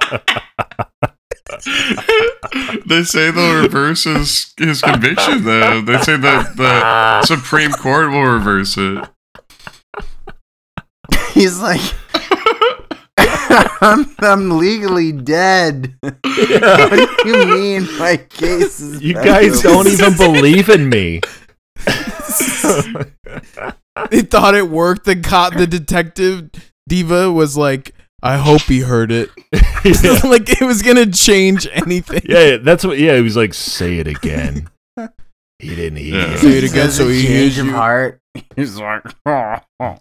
Speaker 4: God."
Speaker 2: They say they'll reverse his, his conviction, though. They say that the Supreme Court will reverse it.
Speaker 4: he's like, I'm, I'm legally dead. What do you mean my case is?
Speaker 1: You
Speaker 4: back
Speaker 1: guys
Speaker 4: open?"
Speaker 1: don't even believe in me.
Speaker 3: they thought it worked. The cop, the detective diva was like, "I hope he heard it."
Speaker 1: yeah.
Speaker 3: like it was gonna change anything.
Speaker 1: yeah, that's what. Yeah, he was like, say it again. He didn't hear.
Speaker 2: Yeah.
Speaker 3: Say it again
Speaker 4: Says
Speaker 3: so
Speaker 4: a
Speaker 3: he
Speaker 4: change
Speaker 3: hears
Speaker 4: of
Speaker 3: you.
Speaker 4: heart. He's like, "Oh, oh, oh."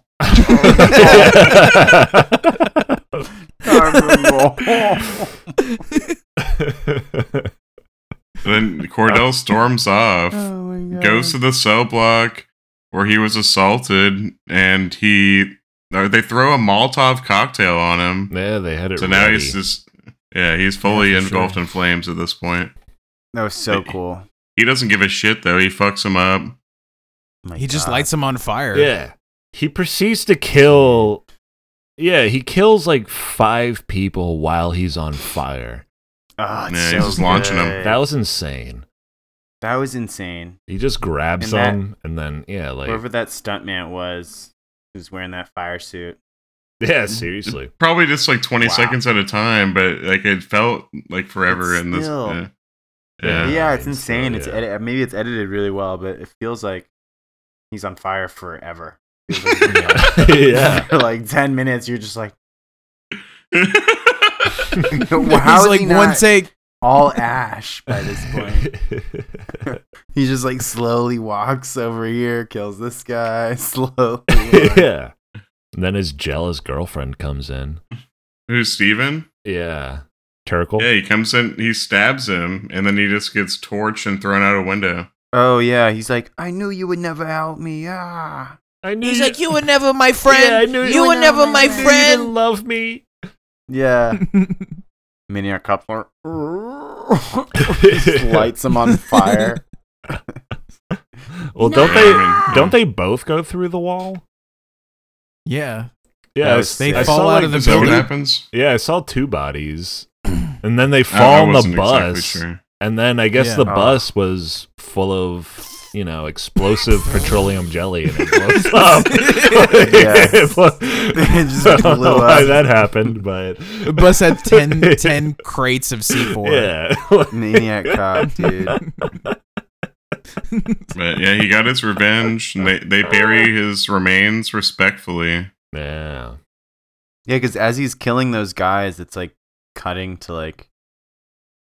Speaker 2: Then Cordell storms off,
Speaker 1: Oh,
Speaker 2: goes to the cell block where he was assaulted, and he or they throw a Molotov cocktail on him.
Speaker 1: yeah, they had it.
Speaker 2: So now
Speaker 1: ready.
Speaker 2: he's just yeah, he's fully
Speaker 1: Yeah, for
Speaker 2: engulfed
Speaker 1: sure.
Speaker 2: in flames at this point.
Speaker 4: That was so cool.
Speaker 2: He doesn't give a shit though. He fucks him up.
Speaker 4: My
Speaker 3: He just
Speaker 4: God.
Speaker 3: lights him on fire.
Speaker 1: Yeah. He proceeds to kill. Yeah, he kills like five people while he's on fire.
Speaker 4: Oh, it's
Speaker 2: Yeah,
Speaker 4: so
Speaker 2: he's just launching 'em.
Speaker 4: good.
Speaker 1: That was insane.
Speaker 4: That was insane.
Speaker 1: He just grabs
Speaker 4: And that-
Speaker 1: them and then yeah, like
Speaker 4: Whoever that stuntman was, who's wearing that fire suit.
Speaker 1: yeah, seriously.
Speaker 2: Probably just like twenty
Speaker 4: Wow.
Speaker 2: seconds at a time, but like it felt like forever
Speaker 4: But
Speaker 2: in this.
Speaker 4: still.
Speaker 2: yeah.
Speaker 1: Yeah.
Speaker 2: yeah.
Speaker 4: yeah,
Speaker 1: it's,
Speaker 4: it's
Speaker 1: uh,
Speaker 4: insane. It's
Speaker 1: yeah.
Speaker 4: edit- maybe it's edited really well, but it feels like he's on fire forever. Feels like-
Speaker 1: yeah.
Speaker 4: For like ten minutes, you're just like,
Speaker 3: He's
Speaker 4: how is
Speaker 3: like
Speaker 4: he
Speaker 3: one
Speaker 4: not
Speaker 3: take.
Speaker 4: all ash by this point? he just like slowly walks over here, kills this guy slowly.
Speaker 1: yeah. And then his jealous girlfriend comes in.
Speaker 2: Who's Steven?
Speaker 1: Yeah. Turkle.
Speaker 2: Yeah, he comes in, he stabs him, and then he just gets torched and thrown out a window.
Speaker 4: Oh yeah, he's like, I knew you would never help me. Ah,
Speaker 1: I knew
Speaker 6: He's like, you were never my friend.
Speaker 1: Yeah, I knew
Speaker 6: you were never
Speaker 1: I
Speaker 6: my
Speaker 1: knew you didn't
Speaker 6: friend.
Speaker 1: love me.
Speaker 4: Yeah. Maniac Coupler just lights him on fire.
Speaker 1: Well, don't they don't they both go through the wall?
Speaker 3: yeah.
Speaker 1: Yeah, I
Speaker 4: That
Speaker 1: s-
Speaker 4: was- They
Speaker 1: I
Speaker 3: fall
Speaker 1: saw,
Speaker 3: out
Speaker 1: like,
Speaker 3: of the
Speaker 2: Is that what
Speaker 3: building.
Speaker 2: happens?
Speaker 1: Yeah, I saw two bodies, and then they
Speaker 2: I- I
Speaker 1: fall on the
Speaker 2: wasn't exactly
Speaker 1: bus,
Speaker 2: sure.
Speaker 1: and then I guess
Speaker 3: Yeah.
Speaker 1: the
Speaker 4: Oh.
Speaker 1: bus was full of you know explosive petroleum jelly, and it blows up.
Speaker 4: Yeah.
Speaker 1: It blow-
Speaker 4: It just
Speaker 1: I don't
Speaker 4: blew
Speaker 1: know why
Speaker 4: up.
Speaker 1: that happened, but
Speaker 3: The bus had 10, 10 crates of C4.
Speaker 1: yeah,
Speaker 4: Maniac Cop, dude.
Speaker 2: But yeah, he got his revenge. And they they bury his remains respectfully.
Speaker 1: yeah.
Speaker 4: Yeah, because as he's killing those guys, it's like cutting to like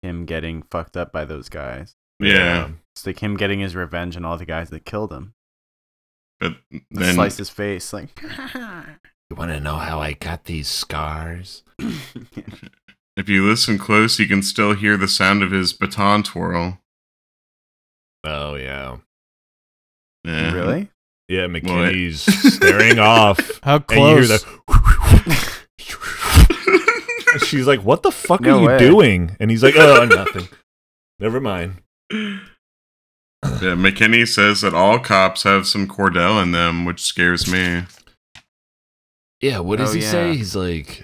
Speaker 4: him getting fucked up by those guys.
Speaker 2: Yeah,
Speaker 4: It's like him getting his revenge on all the guys that killed him.
Speaker 2: but
Speaker 4: They
Speaker 2: then
Speaker 4: slice his face, like
Speaker 1: You want to know how I got these scars?
Speaker 2: if you listen close, you can still hear the sound of his baton twirl.
Speaker 1: Oh yeah,
Speaker 2: Yeah.
Speaker 4: really?
Speaker 1: yeah. McKinney's staring off.
Speaker 3: How
Speaker 1: and you hear
Speaker 3: close?
Speaker 1: the- She's like, "What the fuck
Speaker 4: No
Speaker 1: are you
Speaker 4: way.
Speaker 1: doing?" And he's like, "Oh, nothing. Never mind."
Speaker 2: Yeah, McKinney says that all cops have some Cordell in them, which scares me.
Speaker 1: Yeah, what does
Speaker 4: Oh,
Speaker 1: he
Speaker 4: yeah.
Speaker 1: say? He's like,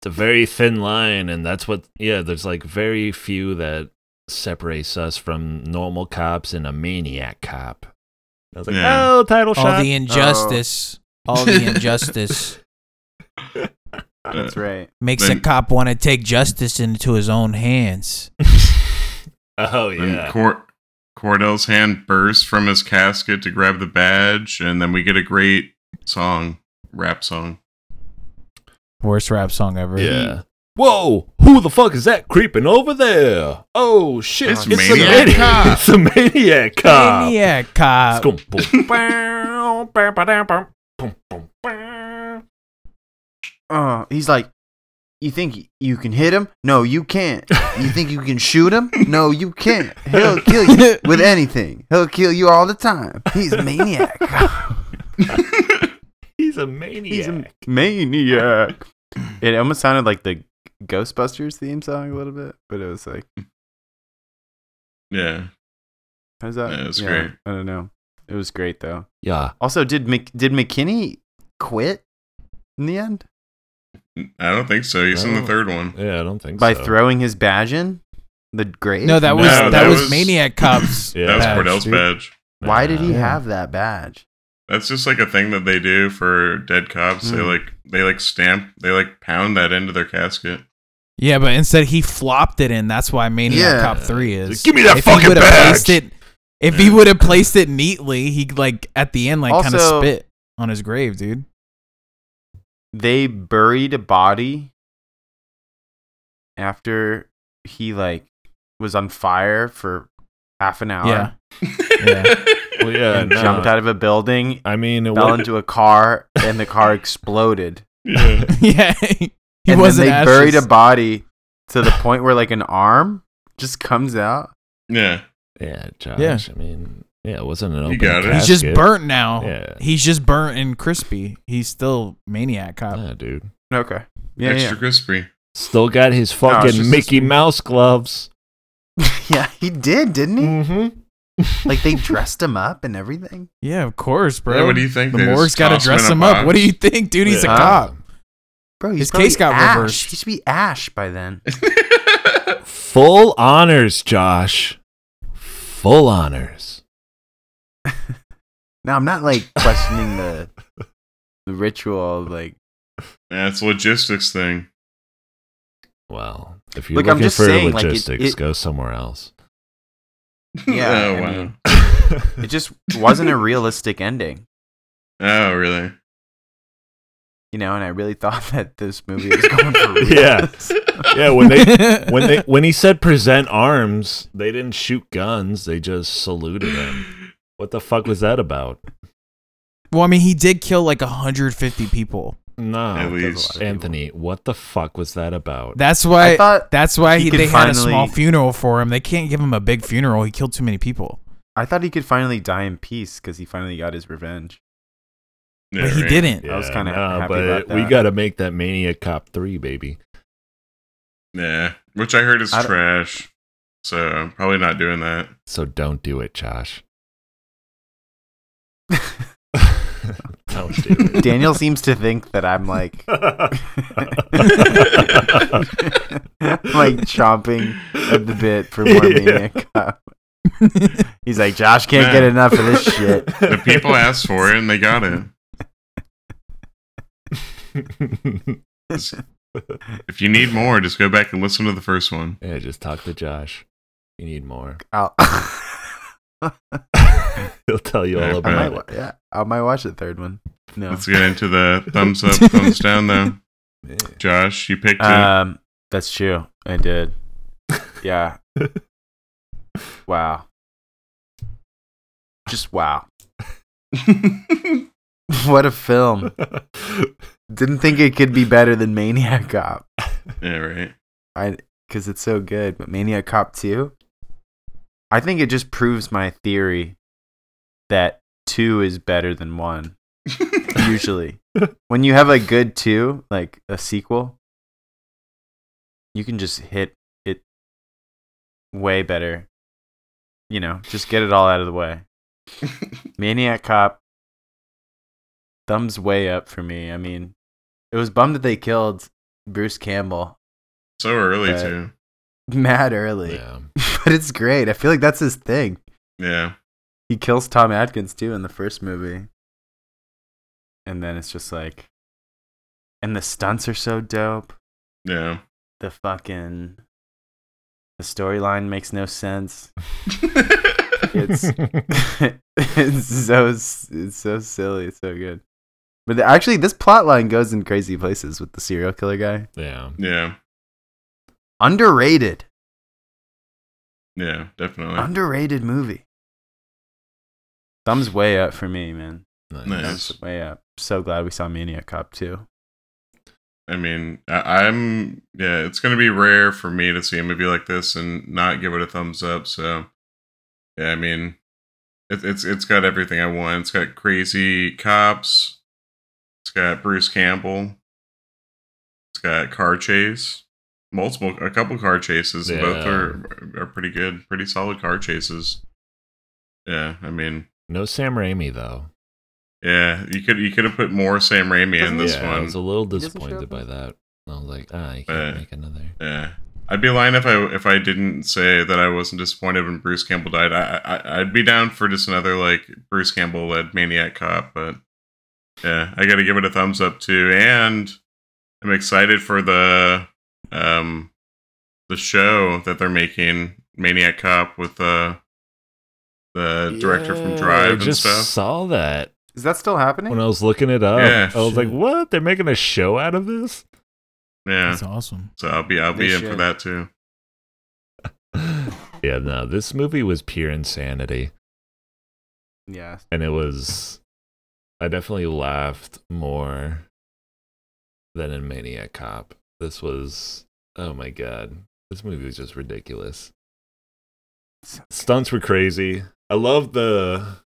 Speaker 1: "It's a very thin line, and that's what." Yeah, there's like very few that separates us from normal cops and a maniac cop. I was like,
Speaker 2: Yeah.
Speaker 1: "Oh, title
Speaker 6: All
Speaker 1: shot."
Speaker 6: the injustice. All the injustice
Speaker 4: That's right.
Speaker 6: makes a
Speaker 2: Then-
Speaker 6: cop want to take justice into his own hands.
Speaker 1: oh
Speaker 2: Then
Speaker 1: yeah.
Speaker 2: Cor- Cordell's hand bursts from his casket to grab the badge, and then we get a great song, rap song.
Speaker 3: Worst rap song ever.
Speaker 1: Yeah. Whoa! Who the fuck is that creeping over there? Oh shit!
Speaker 2: It's
Speaker 1: It's, a
Speaker 2: Maniac
Speaker 1: maniac.
Speaker 2: Cop.
Speaker 1: It's a maniac cop.
Speaker 3: Maniac cop.
Speaker 1: Skum, boom, bow, bow, bow, bow, bow, boom, boom, bow.
Speaker 4: Oh, he's like, you think you can hit him? No, you can't. You think you can shoot him? No, you can't. He'll kill you with anything. He'll kill you all the time. He's a maniac.
Speaker 1: He's a maniac.
Speaker 4: He's a maniac. It almost sounded like the Ghostbusters theme song a little bit, but it was like,
Speaker 2: Yeah.
Speaker 4: how's that?
Speaker 2: Yeah, it was great.
Speaker 4: I don't know. It was great though.
Speaker 1: yeah.
Speaker 4: Also, did Mc- did McKinney quit in the end
Speaker 2: I don't think so. He's in
Speaker 4: Oh.
Speaker 2: the
Speaker 1: No.
Speaker 2: third one.
Speaker 1: Yeah, I don't think
Speaker 4: by
Speaker 1: so.
Speaker 4: throwing his badge in the grave?
Speaker 3: No, that was
Speaker 2: No,
Speaker 3: that,
Speaker 2: that
Speaker 3: was,
Speaker 2: was-
Speaker 3: Maniac Cops.
Speaker 1: Yeah.
Speaker 2: that was
Speaker 1: Badge,
Speaker 2: Cordell's
Speaker 3: dude.
Speaker 2: badge.
Speaker 4: Why did he
Speaker 1: Yeah.
Speaker 4: have that badge?
Speaker 2: That's just like a thing that they do for dead cops. They
Speaker 4: Hmm.
Speaker 2: like they like stamp they like pound that into their casket.
Speaker 3: Yeah, but instead he flopped it in. That's why Maniac
Speaker 4: Yeah.
Speaker 3: Cop Three is.
Speaker 1: Give me that
Speaker 3: if he
Speaker 1: fucking
Speaker 3: would have placed
Speaker 1: badge.
Speaker 3: it, if he would have placed it neatly, he like at the end like kind of
Speaker 4: Also-
Speaker 3: spit on his grave, dude.
Speaker 4: They buried a body after he like was on fire for half an hour
Speaker 3: Yeah. Yeah.
Speaker 1: Well, yeah,
Speaker 4: and jumped
Speaker 1: no.
Speaker 4: out of a building,
Speaker 1: I mean, it
Speaker 4: fell
Speaker 1: was
Speaker 4: into a car, and the car exploded.
Speaker 2: yeah.
Speaker 3: yeah, he
Speaker 4: and
Speaker 3: wasn't.
Speaker 4: then they buried a
Speaker 3: ashes.
Speaker 4: body to the point where like an arm just comes out.
Speaker 2: Yeah.
Speaker 1: yeah, Josh.
Speaker 3: Yeah.
Speaker 1: I mean, yeah, it wasn't an
Speaker 2: You
Speaker 1: open.
Speaker 2: got it.
Speaker 3: He's
Speaker 1: casket.
Speaker 3: just burnt now.
Speaker 1: Yeah.
Speaker 3: He's just burnt and crispy. He's still Maniac Cop.
Speaker 1: Yeah, dude.
Speaker 4: Okay. Yeah,
Speaker 2: Extra
Speaker 4: yeah.
Speaker 2: crispy.
Speaker 1: Still got his
Speaker 4: it's
Speaker 1: fucking
Speaker 4: just-
Speaker 1: Mickey Mouse gloves.
Speaker 4: Yeah, he did, didn't he?
Speaker 1: Mm-hmm.
Speaker 4: Like they dressed him up and everything.
Speaker 3: Yeah, of course, bro.
Speaker 2: Yeah, what do you think?
Speaker 3: The
Speaker 2: They just
Speaker 3: morgue's got to
Speaker 2: toss him
Speaker 3: dress
Speaker 2: in a
Speaker 3: him up.
Speaker 2: box?
Speaker 3: What do you think, dude? He's
Speaker 4: Yeah.
Speaker 3: a cop.
Speaker 4: Bro, he's
Speaker 3: His case
Speaker 4: probably
Speaker 3: got
Speaker 4: Ash.
Speaker 3: reversed.
Speaker 4: He should be Ash by then.
Speaker 1: Full honors, Josh. Full honors.
Speaker 4: Now I'm not like questioning the the ritual. of, Like,
Speaker 2: Yeah, it's a logistics thing.
Speaker 1: Well, if you're
Speaker 4: Look, I'm
Speaker 1: looking
Speaker 4: just
Speaker 1: for
Speaker 4: saying, like, it-
Speaker 1: logistics,
Speaker 4: it-
Speaker 1: go somewhere else.
Speaker 4: Yeah,
Speaker 2: oh
Speaker 4: I
Speaker 2: wow.
Speaker 4: mean- it just wasn't a realistic ending,
Speaker 2: oh really?
Speaker 4: you know. And I really thought that this movie was going for real.
Speaker 1: yeah, yeah. When they when they when he said present arms, they didn't shoot guns. They just saluted him. What the fuck was that about?
Speaker 3: Well, I mean, he did kill like 150 people.
Speaker 2: At
Speaker 1: No,
Speaker 2: least.
Speaker 1: Anthony. What the fuck was that about?
Speaker 3: That's
Speaker 4: I
Speaker 3: why.
Speaker 4: thought
Speaker 3: that's why
Speaker 4: he
Speaker 3: he,
Speaker 4: could
Speaker 3: they had a small
Speaker 4: finally-
Speaker 3: funeral for him. They can't give him a big funeral. He killed too many people.
Speaker 4: I thought he could finally die in peace because he finally got his revenge.
Speaker 2: Yeah,
Speaker 3: but he
Speaker 2: right.
Speaker 3: didn't.
Speaker 4: I was
Speaker 1: Yeah,
Speaker 4: kinda
Speaker 1: nah,
Speaker 4: happy
Speaker 1: but
Speaker 4: about
Speaker 1: we
Speaker 4: that.
Speaker 1: got to make that Mania Cop three, baby.
Speaker 2: Yeah, which I heard is
Speaker 4: I don't-
Speaker 2: trash. So I'm probably not doing that.
Speaker 1: So don't do it, Josh. don't do it.
Speaker 4: Daniel seems to think that I'm like like chomping at the bit for more
Speaker 1: Yeah.
Speaker 4: Maniac Cop. He's like, Josh can't get
Speaker 2: Man.
Speaker 4: enough of this shit.
Speaker 2: The people asked for it and they got it. If you need more, just go back and listen to the first one.
Speaker 1: yeah, just talk to Josh. You need more.
Speaker 4: I'll,
Speaker 1: He'll tell you all
Speaker 2: Yeah,
Speaker 4: I might,
Speaker 1: about
Speaker 4: wa-
Speaker 1: it.
Speaker 4: yeah, I might watch the third one. No,
Speaker 2: Let's get into the thumbs up, thumbs down though. Josh, you picked it.
Speaker 4: um, that's true. I did. Yeah. Wow. Just wow. What a film. Didn't think it could be better than Maniac Cop.
Speaker 2: yeah, right.
Speaker 4: I because it's so good. But Maniac Cop Two, I think it just proves my theory that two is better than one. usually, when you have a good two, like a sequel, you can just hit it way better. You know, just get it all out of the way. Maniac Cop, thumbs way up for me. I mean, it was bummed that they killed Bruce Campbell
Speaker 2: So early
Speaker 4: But-
Speaker 2: too.
Speaker 4: mad early,
Speaker 1: Yeah.
Speaker 4: but it's great. I feel like that's his thing.
Speaker 2: Yeah.
Speaker 4: He kills Tom Atkins too in the first movie, and then it's just like, and the stunts are so dope.
Speaker 2: Yeah.
Speaker 4: The fucking the storyline makes no sense. It's it's so s- it's so silly. It's so good. But the- actually, this plot line goes in crazy places with the serial killer guy.
Speaker 1: yeah.
Speaker 2: yeah.
Speaker 4: Underrated,
Speaker 2: Yeah. Definitely.
Speaker 4: underrated movie. Thumbs way up for me, man.
Speaker 2: Nice.
Speaker 4: That's way up. So glad we saw Maniac Cop too.
Speaker 2: I mean, I, I'm yeah. It's gonna be rare for me to see a movie like this and not give it a thumbs up. So, yeah, I mean, it, it's it's got everything I want. It's got crazy cops. It's got Bruce Campbell. It's got car chase, multiple, a couple car chases. and Both
Speaker 1: Yeah.
Speaker 2: are are pretty good, pretty solid car chases. Yeah, I mean,
Speaker 1: No Sam Raimi though.
Speaker 2: yeah, you could you could have put more Sam Raimi in this
Speaker 1: yeah, I
Speaker 2: one.
Speaker 1: was a little
Speaker 4: doesn't show
Speaker 1: disappointed
Speaker 4: up
Speaker 1: by
Speaker 4: in-
Speaker 1: that. I was like, ah, you can't
Speaker 2: Uh,
Speaker 1: make another.
Speaker 2: Yeah, I'd be lying if I if I didn't say that I wasn't disappointed when Bruce Campbell died. I, I I'd be down for just another like Bruce Campbell led Maniac Cop, but yeah, I got to give it a thumbs up too, and I'm excited for the um the show that they're making Maniac Cop with uh the director from Drive
Speaker 1: Oh, I
Speaker 2: and
Speaker 1: just
Speaker 2: stuff.
Speaker 1: saw that
Speaker 4: Is that still happening?
Speaker 1: when I was looking it up.
Speaker 2: Yeah.
Speaker 1: I was like,
Speaker 3: Shit.
Speaker 1: what? They're making a show out of this?
Speaker 2: yeah,
Speaker 3: That's awesome.
Speaker 2: so I'll be I'll
Speaker 4: They
Speaker 2: be in for
Speaker 4: should.
Speaker 2: that too.
Speaker 1: yeah, no, this movie was pure insanity.
Speaker 4: yeah.
Speaker 1: And it was. I definitely laughed more than in Maniac Cop. This was. Oh my God. This movie was just ridiculous. Stunts were crazy. I love the.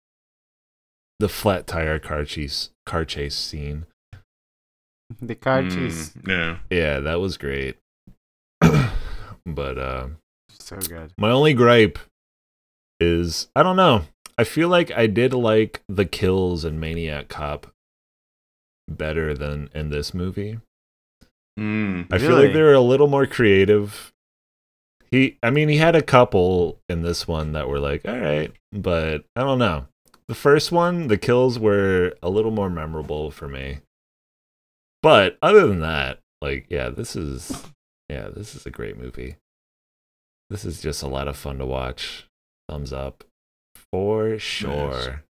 Speaker 1: The flat tire car chase car chase scene.
Speaker 4: The car
Speaker 2: Mm,
Speaker 4: chase.
Speaker 2: yeah,
Speaker 1: Yeah, that was great. but uh,
Speaker 4: So good.
Speaker 1: my only gripe is I don't know. I feel like I did like the kills in Maniac Cop better than in this movie.
Speaker 2: mm,
Speaker 1: I feel like
Speaker 4: Really?
Speaker 1: they were a little more creative. He, I mean, he had a couple in this one that were like, all right, but I don't know. The first one, the kills were a little more memorable for me. But other than that, like, yeah, this is, yeah, this is a great movie. This is just a lot of fun to watch. Thumbs up for sure.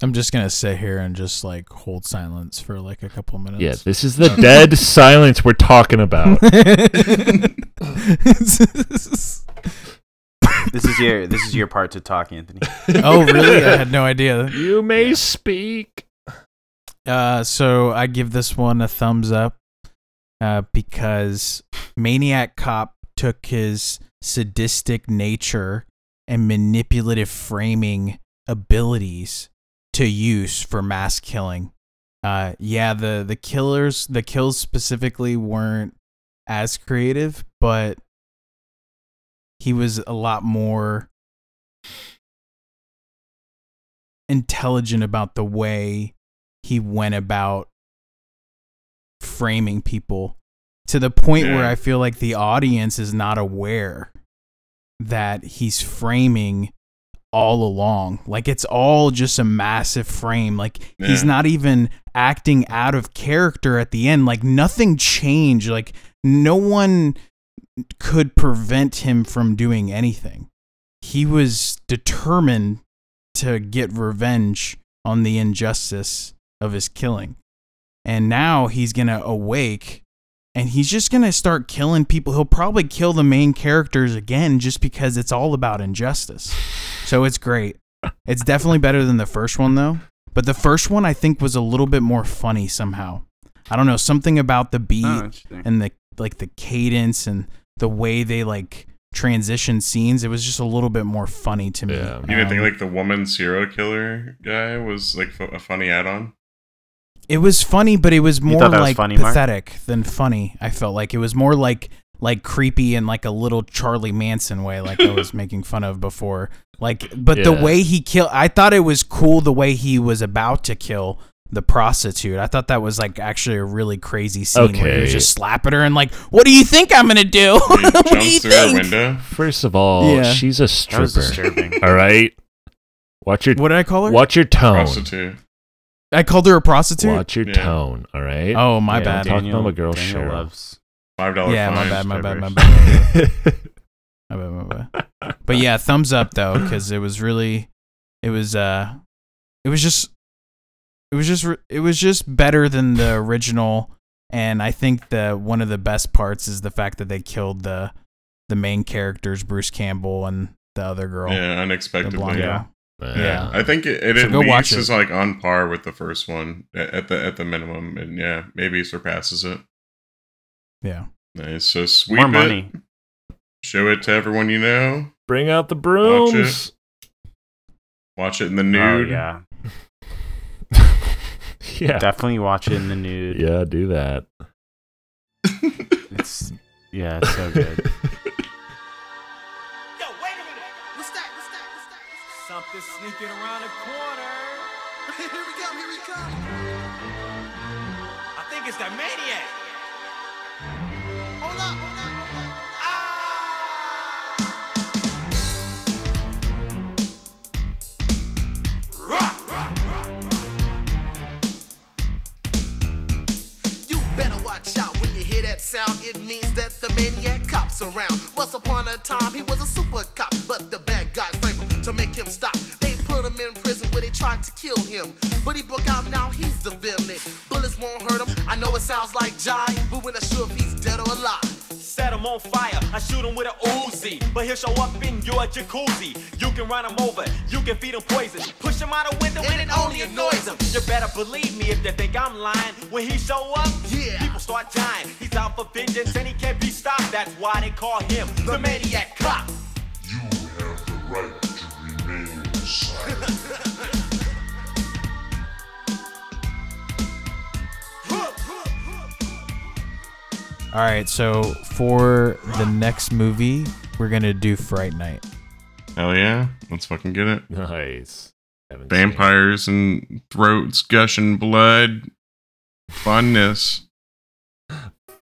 Speaker 3: I'm just gonna sit here and just like hold silence for like a couple minutes.
Speaker 1: Yeah, this is the dead silence we're talking about.
Speaker 4: This is your this is your part to talk, Anthony.
Speaker 3: oh really? I had no idea.
Speaker 1: You may speak.
Speaker 3: Uh, so I give this one a thumbs up uh, because Maniac Cop took his sadistic nature and manipulative framing abilities to use for mass killing. Uh, yeah, the the killers, the kills specifically weren't as creative, but he was a lot more intelligent about the way he went about framing people to the point where
Speaker 2: Yeah.
Speaker 3: I feel like the audience is not aware that he's framing all along. Like it's all just a massive frame. Like he's
Speaker 2: Yeah.
Speaker 3: not even acting out of character at the end. Like nothing changed. Like no one could prevent him from doing anything. He was determined to get revenge on the injustice of his killing. And now he's going to awake and he's just going to start killing people. He'll probably kill the main characters again just because it's all about injustice. So it's great. It's definitely better than the first one, though. But the first one, I think, was a little bit more funny somehow. I don't know. Something about the beat
Speaker 4: Oh, interesting.
Speaker 3: and the like the cadence and the way they like transition scenes it was just a little bit more funny to me
Speaker 1: Yeah. You
Speaker 2: You didn't think
Speaker 3: Um,
Speaker 2: like the woman serial killer guy was like f- a funny add-on?
Speaker 3: it was funny but it was more
Speaker 4: thought that was
Speaker 3: like
Speaker 4: funny, Mark?
Speaker 3: pathetic than funny i felt like it was more like like creepy in like a little charlie manson way like i was making fun of before like but the
Speaker 1: Yeah.
Speaker 3: way he killed i thought it was cool the way he was about to kill the prostitute i thought that was like actually a really crazy scene where he
Speaker 1: Okay.
Speaker 3: was just slapping her and like what do you think i'm gonna do
Speaker 2: He
Speaker 3: what do you
Speaker 2: jumps through a
Speaker 3: think
Speaker 2: window.
Speaker 1: First of all,
Speaker 3: Yeah.
Speaker 1: she's a
Speaker 4: That was
Speaker 1: stripper.
Speaker 4: disturbing.
Speaker 1: All right. Watch your
Speaker 3: what did i call her
Speaker 1: watch your tone.
Speaker 2: Prostitute.
Speaker 3: I called her a prostitute.
Speaker 1: Watch your
Speaker 2: Yeah.
Speaker 1: tone. All right.
Speaker 3: Oh my
Speaker 4: Yeah,
Speaker 3: bad.
Speaker 1: Talk to him a girl,
Speaker 4: Daniel
Speaker 1: sure.
Speaker 4: loves.
Speaker 2: Five dollar
Speaker 3: yeah,
Speaker 2: fine.
Speaker 3: my bad, my bad, my
Speaker 4: Strippers.
Speaker 3: bad, my bad, my bad, my bad. But yeah, thumbs up though, because it was really, it was, uh, it was just, it was just, re- it was just better than the original. And I think the one of the best parts is the fact that they killed the, the main characters, Bruce Campbell and the other girl,
Speaker 2: Yeah,
Speaker 3: the
Speaker 2: unexpectedly.
Speaker 3: blonde
Speaker 2: yeah.
Speaker 3: girl.
Speaker 1: Yeah.
Speaker 2: I think it, it
Speaker 3: So
Speaker 2: at
Speaker 3: go watch
Speaker 2: least
Speaker 3: it.
Speaker 2: is like on par with the first one a- at the at the minimum, and yeah, maybe surpasses it.
Speaker 3: Yeah.
Speaker 2: Nice. So sweep
Speaker 4: More
Speaker 2: it,
Speaker 4: money. Oh,
Speaker 2: show it to everyone you know.
Speaker 1: Bring out the
Speaker 2: Watch it.
Speaker 1: brooms.
Speaker 2: Watch it in the
Speaker 4: Oh,
Speaker 2: nude.
Speaker 4: yeah.
Speaker 1: yeah.
Speaker 4: Definitely watch it in the nude.
Speaker 1: Yeah, do that.
Speaker 4: It's yeah, it's so good.
Speaker 3: Something sneaking around the corner.
Speaker 7: I think it's that maniac. Hold up, hold up, hold up. Ah! Rock, rock, rock, rock. You better watch out when you hear that sound. It means that the maniac cop's around. Once upon a time, he was a super cop, but the bad guys framed him to make him stop. They put him in prison where they tried to kill him, but he broke out. Now he's the villain. Bullets won't hurt him. I know it sounds like jive, but we're not sure if he's dead or alive.
Speaker 8: Set him on fire, I shoot him with a Uzi. But he'll show up in your jacuzzi. You can run him over, you can feed him poison. Push him out a window and, it only annoys him. You better believe me if they think I'm lying. When he show up,
Speaker 7: Yeah.
Speaker 8: people start dying. He's out for vengeance and he can't be stopped. That's why they call him the, Maniac Cop.
Speaker 3: All right, so for the next movie, we're gonna do Fright Night.
Speaker 2: Hell yeah! Let's fucking get it.
Speaker 1: Nice. Haven't seen it.
Speaker 2: Vampires and throats gushing blood. Funness.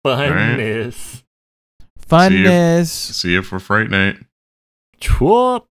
Speaker 1: Funness.
Speaker 3: Funness.
Speaker 2: See you for Fright Night.
Speaker 1: Chwop.